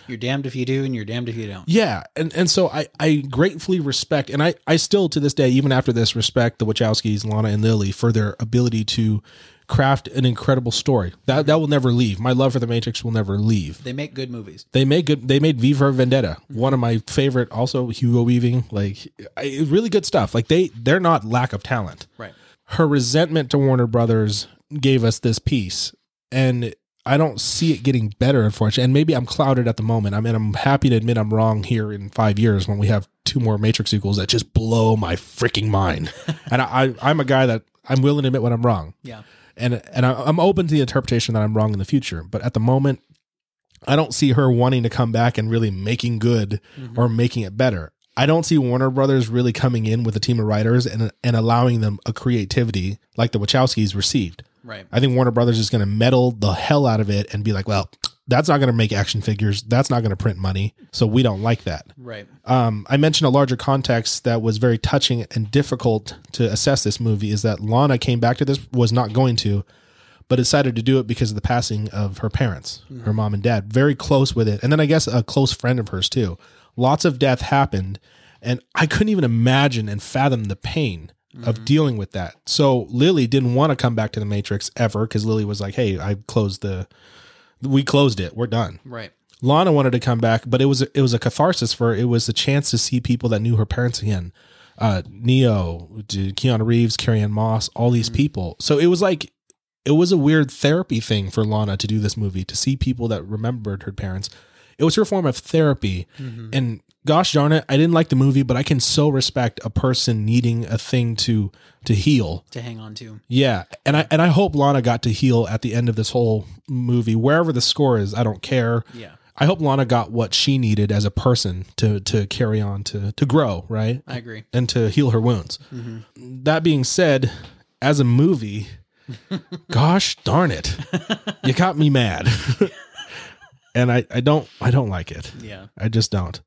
You're damned if you do, and you're damned if you don't. Yeah, and and so I I gratefully respect, and I I still to this day, even after this, respect the Wachowskis, Lana and Lily, for their ability to craft an incredible story that that will never leave. My love for the Matrix will never leave. They make good movies. They made good. They made V for Vendetta, one of my favorite. Also Hugo Weaving, like I, really good stuff. Like they they're not lack of talent Right. her resentment to Warner Brothers gave us this piece. And I don't see it getting better, unfortunately. And maybe I'm clouded at the moment. I mean, I'm happy to admit I'm wrong here in five years when we have two more Matrix sequels that just blow my freaking mind. and I, I, I'm a guy that I'm willing to admit when I'm wrong. Yeah. And, and I, I'm open to the interpretation that I'm wrong in the future. But at the moment, I don't see her wanting to come back and really making good or making it better. I don't see Warner Brothers really coming in with a team of writers and and allowing them a creativity like the Wachowskis received. Right. I think Warner Brothers is going to meddle the hell out of it and be like, well, that's not going to make action figures. That's not going to print money. So we don't like that. Right. Um, I mentioned a larger context that was very touching and difficult to assess this movie is that Lana came back to this, was not going to, but decided to do it because of the passing of her parents, her mom and dad. Very close with it. And then I guess a close friend of hers too. Lots of death happened. And I couldn't even imagine and fathom the pain of dealing with that. So Lily didn't want to come back to the Matrix ever because Lily was like, hey, I closed the, we closed it. We're done. Right. Lana wanted to come back, but it was it was a catharsis for her. It was a chance to see people that knew her parents again. Uh, Neo, d- Keanu Reeves, Carrie Ann Moss, all these people. So it was like it was a weird therapy thing for Lana to do this movie to see people that remembered her parents. It was her form of therapy. And gosh darn it, I didn't like the movie, but I can so respect a person needing a thing to to heal. To hang on to. Yeah, and I and I hope Lana got to heal at the end of this whole movie. Wherever the score is, I don't care. Yeah. I hope Lana got what she needed as a person to to carry on to to grow, right? I agree. And to heal her wounds. That being said, as a movie, gosh darn it. You got me mad. and I, I don't I don't like it. Yeah. I just don't.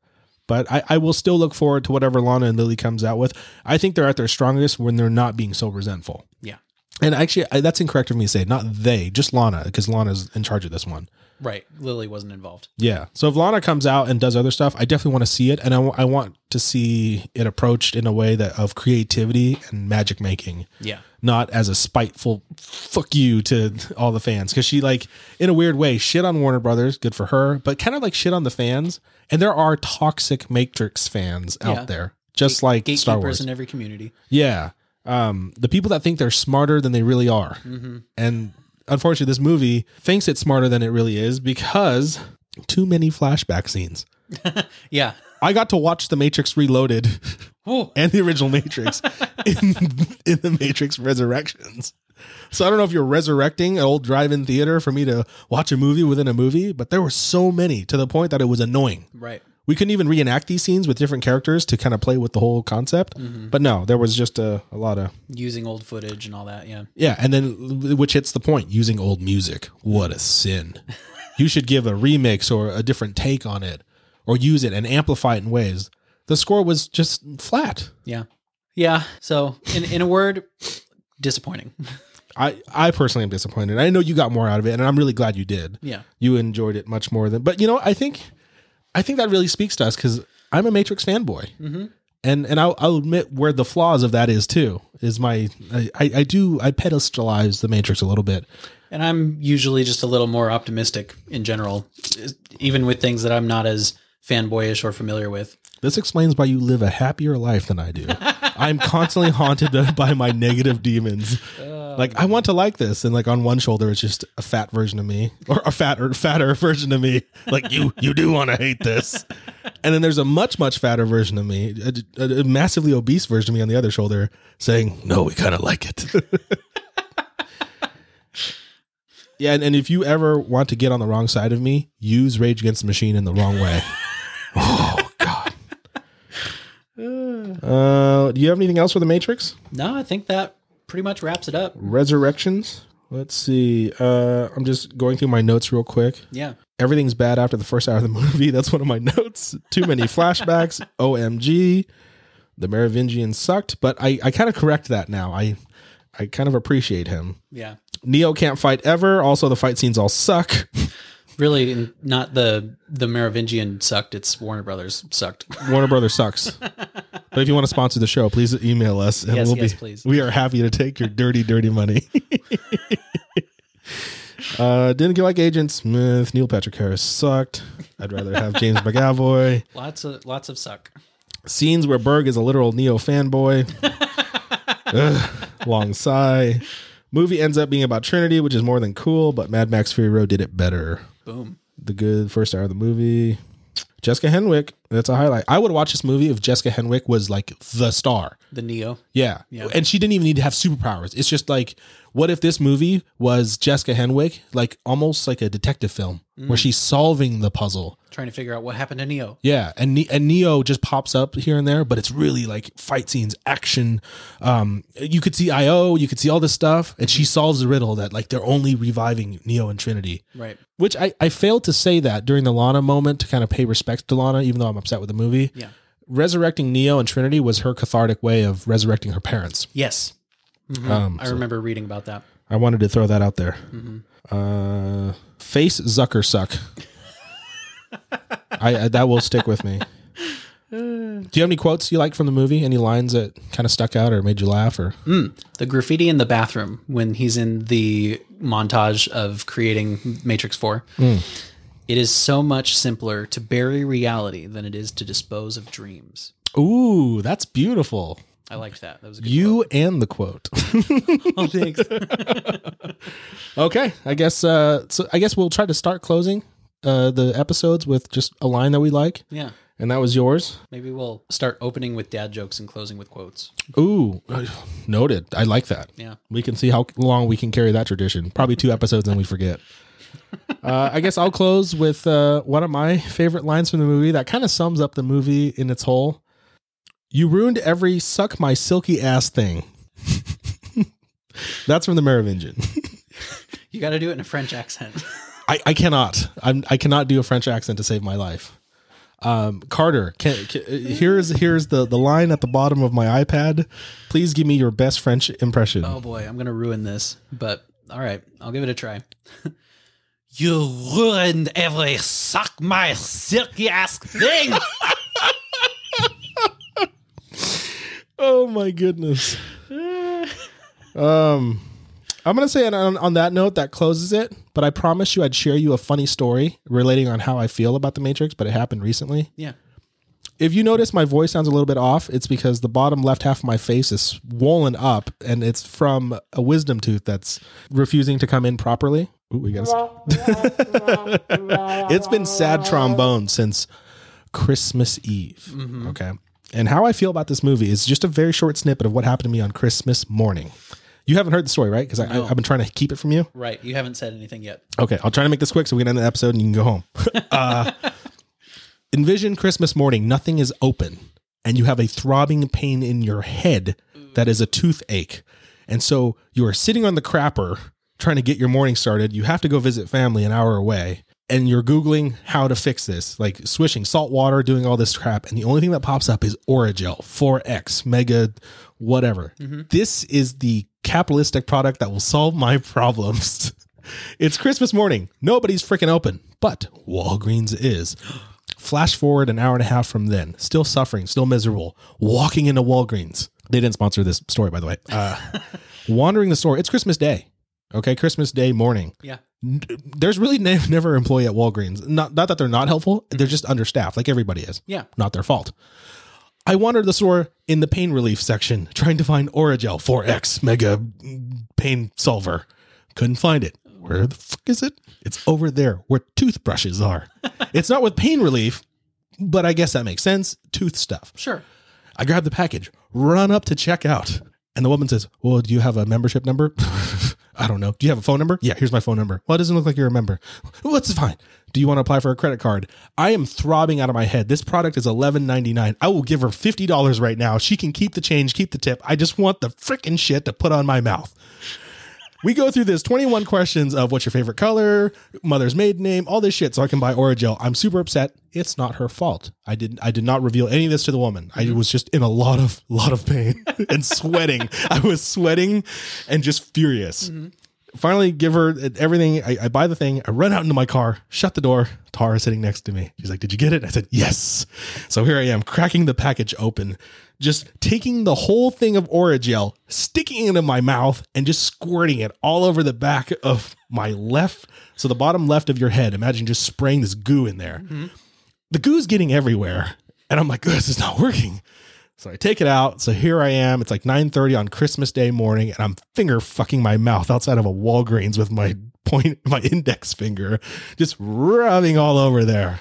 But I, I will still look forward to whatever Lana and Lily comes out with. I think they're at their strongest when they're not being so resentful. Yeah. And actually, I, that's incorrect of me to say. Not they, just Lana, because Lana's in charge of this one. Right. Lily wasn't involved. Yeah. So if Lana comes out and does other stuff, I definitely want to see it, and I wa- I want to see it approached in a way that of creativity and magic making, Yeah. not as a spiteful "fuck you" to all the fans. Because she like, in a weird way, shit on Warner Brothers. Good for her, but kind of like shit on the fans. And there are toxic Matrix fans Yeah. out there, just like Gatekeepers Star Wars. in every community. Yeah. Um, the people that think they're smarter than they really are. And unfortunately, this movie thinks it's smarter than it really is because too many flashback scenes. Yeah. I got to watch The Matrix Reloaded Oh. and the original Matrix in, in The Matrix Resurrections. So I don't know if you're resurrecting an old drive-in theater for me to watch a movie within a movie, but there were so many to the point that it was annoying Right. we couldn't even reenact these scenes with different characters to kind of play with the whole concept. But no, there was just a, a lot of Using old footage and all that. Yeah. yeah, and then which hits the point using old music. What a sin! you should give a remix or a different take on it, or use it and amplify it in ways. The score was just flat. Yeah. Yeah. So in, in a word, disappointing. I I personally am disappointed. I know you got more out of it, and I'm really glad you did. Yeah. you enjoyed it much more than. But you know, I think I think that really speaks to us because I'm a Matrix fanboy, and and I'll, I'll admit where the flaws of that is too. Is my I, I I do I pedestalize the Matrix a little bit. And I'm usually just a little more optimistic in general, even with things that I'm not as fanboyish or familiar with. This explains why you live a happier life than I do. I'm constantly haunted by my negative demons. like I want to like this, and like on one shoulder it's just a fat version of me, or a fatter, fatter version of me. Like you, you do want to hate this. And then there's a much, much fatter version of me, a, a- a massively obese version of me on the other shoulder, saying, "No, we kind of like it." yeah, and, and if you ever want to get on the wrong side of me, use Rage Against the Machine in the wrong way. oh God. Uh, do you have anything else with the Matrix? No, I think that pretty much wraps it up. Resurrections. Let's see. Uh, I'm just going through my notes real quick. Yeah. Everything's bad after the first hour of the movie. That's one of my notes. Too many flashbacks. OMG. The Merovingian sucked, but I, I kind of correct that now. I I kind of appreciate him. Yeah. Neo can't fight ever. Also, the fight scenes all suck. Really n- not the the Merovingian sucked, it's Warner Brothers sucked. Warner Brothers sucks. But if you want to sponsor the show, please email us and Yes, we'll yes, be please. we are happy to take your dirty, dirty money. uh didn't get like Agent Smith, Neil Patrick Harris sucked. I'd rather have James McAvoy. Lots of lots of suck. Scenes where Berg is a literal Neo fanboy. Ugh, long sigh. Movie ends up being about Trinity, which is more than cool, but Mad Max Fury Road did it better. Boom. the good first hour of the movie. Jessica Henwick, that's a highlight. I would watch this movie if Jessica Henwick was like the star. The Neo. Yeah. Yeah. And she didn't even need to have superpowers. It's just like, what if this movie was Jessica Henwick, like almost like a detective film Mm. where she's solving the puzzle? Trying to figure out what happened to Neo. Yeah. And, Ne- and Neo just pops up here and there, but it's really like fight scenes, action. Um, you could see IO, you could see all this stuff. And she solves the riddle that like they're only reviving Neo and Trinity Right. which I, I failed to say that during the Lana moment to kind of pay respect to Lana, even though I'm upset with the movie. Yeah. Resurrecting Neo and Trinity was her cathartic way of resurrecting her parents. Yes. Mhm. Um, I so remember reading about that. I wanted to throw that out there. Mhm. Uh, face Zucker suck. I, I that will stick with me. Do you have any quotes you like from the movie? Any lines that kind of stuck out or made you laugh? Or The graffiti in the bathroom when he's in the montage of creating Matrix 4. It is so much simpler to bury reality than it is to dispose of dreams. ooh, that's beautiful. I liked that. That was a good You and the quote. quote. thanks. Okay, I guess uh so I guess we'll try to start closing uh the episodes with just a line that we like. yeah. And that was yours. Maybe we'll start opening with dad jokes and closing with quotes. Ooh, uh, noted. I like that. Yeah. We can see how long we can carry that tradition. Probably two episodes and we forget. Uh, I guess I'll close with uh, one of my favorite lines from the movie that kind of sums up the movie in its whole. You ruined every suck my silky ass thing. That's from the Merovingian. You got to do it in a French accent. I, I cannot. I'm, I cannot do a French accent to save my life. Um, Carter, can, can, here's here's the the line at the bottom of my iPad. Please give me your best French impression. oh boy, I'm going to ruin this, but all right, I'll give it a try. you ruined every suck my silky ass thing. Oh my goodness. um, I'm gonna say on, on that note that closes it. But I promise you, I'd share you a funny story relating on how I feel about the Matrix. But it happened recently. yeah. If you notice my voice sounds a little bit off, it's because the bottom left half of my face is swollen up and it's from a wisdom tooth that's refusing to come in properly. Ooh, we gotta s- it's been sad trombone since Christmas Eve. Okay. And how I feel about this movie is just a very short snippet of what happened to me on Christmas morning. You haven't heard the story, right? Because I, I, I've been trying to keep it from you. Right. You haven't said anything yet. Okay, I'll try to make this quick so we can end the episode and you can go home. uh, envision Christmas morning, nothing is open, and you have a throbbing pain in your head that is a toothache. And so you are sitting on the crapper trying to get your morning started. You have to go visit family an hour away, and you're Googling how to fix this, like swishing salt water, doing all this crap. And the only thing that pops up is Oragel, 4X, Mega, whatever. This is the capitalistic product that will solve my problems. It's Christmas morning. Nobody's freaking open, but Walgreens is. Flash forward an hour and a half from then, still suffering, still miserable, walking into Walgreens. They didn't sponsor this story, by the way. Uh, wandering the store. It's Christmas Day. Okay, Christmas Day morning. Yeah. N- There's really ne- never an employee at Walgreens. Not, not that they're not helpful, they're just understaffed, like everybody is. Yeah. Not their fault. I wandered the store in the pain relief section, trying to find Oragel 4X Mega Pain Solver. Couldn't find it. Where the fuck is it? It's over there where toothbrushes are. it's not with pain relief, but I guess that makes sense. Tooth stuff. Sure. I grab the package, run up to checkout, and the woman says, Well, do you have a membership number? I don't know. Do you have a phone number? Yeah, here's my phone number. Well, it doesn't look like you're a member. What's fine? Do you want to apply for a credit card? I am throbbing out of my head. This product is eleven ninety nine. I will give her fifty dollars right now. She can keep the change, keep the tip. I just want the freaking shit to put on my mouth. We go through this 21 questions of what's your favorite color, mother's maiden name, all this shit, so I can buy Orajel. I'm super upset. It's not her fault. I didn't I did not reveal any of this to the woman. I was just in a lot of lot of pain and sweating. I was sweating and just furious. Finally, give her everything. I, I buy the thing. I run out into my car, shut the door. Tara sitting next to me. She's like, "Did you get it?" I said, "Yes." So here I am, cracking the package open, just taking the whole thing of Oragel, sticking it in my mouth, and just squirting it all over the back of my left, so the bottom left of your head. Imagine just spraying this goo in there. The goo's getting everywhere, and I'm like, "This is not working." So I take it out. So here I am. It's like 9:30 on Christmas Day morning, and I'm finger fucking my mouth outside of a Walgreens with my point, my index finger, just rubbing all over there.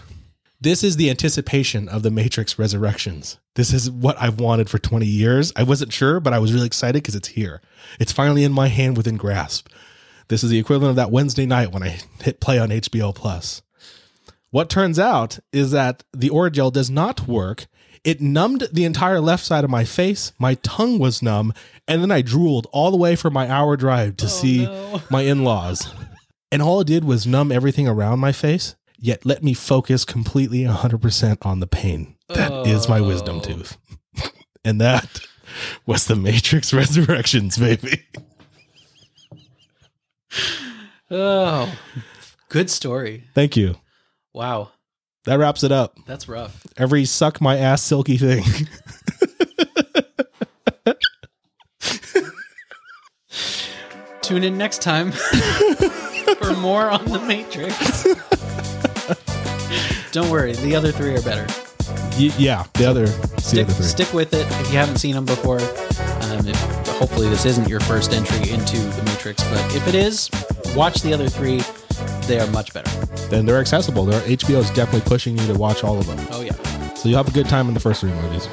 This is the anticipation of the Matrix Resurrections. This is what I've wanted for 20 years. I wasn't sure, but I was really excited because it's here. It's finally in my hand within grasp. This is the equivalent of that Wednesday night when I hit play on HBO Plus. What turns out is that the Oragel does not work. It numbed the entire left side of my face. My tongue was numb, and then I drooled all the way for my hour drive Oh, to see my in-laws. and all it did was numb everything around my face, yet let me focus completely 100% on the pain. That is my Oh. wisdom tooth. and that was the Matrix Resurrections, baby. Oh, good story. Thank you. Wow, That wraps it up. that's rough. Every suck my ass silky thing. Tune in next time for more on the Matrix. Don't worry, the other three are better. Y- yeah, the other, it's the Stick, other three. stick with it if you haven't seen them before. Um, if, hopefully, this isn't your first entry into the Matrix, but if it is, watch the other three. They are much better. And they're accessible. They're, HBO is definitely pushing you to watch all of them. Oh yeah. So you'll have a good time in the first three movies.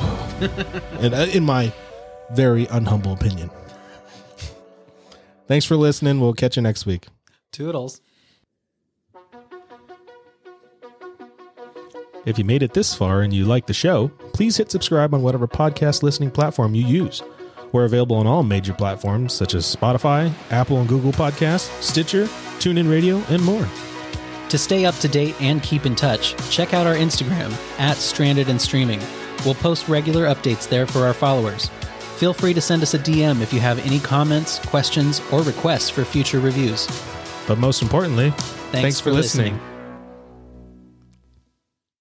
and uh, in my very unhumble opinion. Thanks for listening. We'll catch you next week. Toodles. If you made it this far and you like the show, please hit subscribe on whatever podcast listening platform you use. We're available on all major platforms such as Spotify, Apple and Google Podcasts, Stitcher, TuneIn Radio, and more. To stay up to date and keep in touch, check out our Instagram at Stranded and Streaming. We'll post regular updates there for our followers. Feel free to send us a DM if you have any comments, questions, or requests for future reviews. But most importantly, Thanks, for, listening.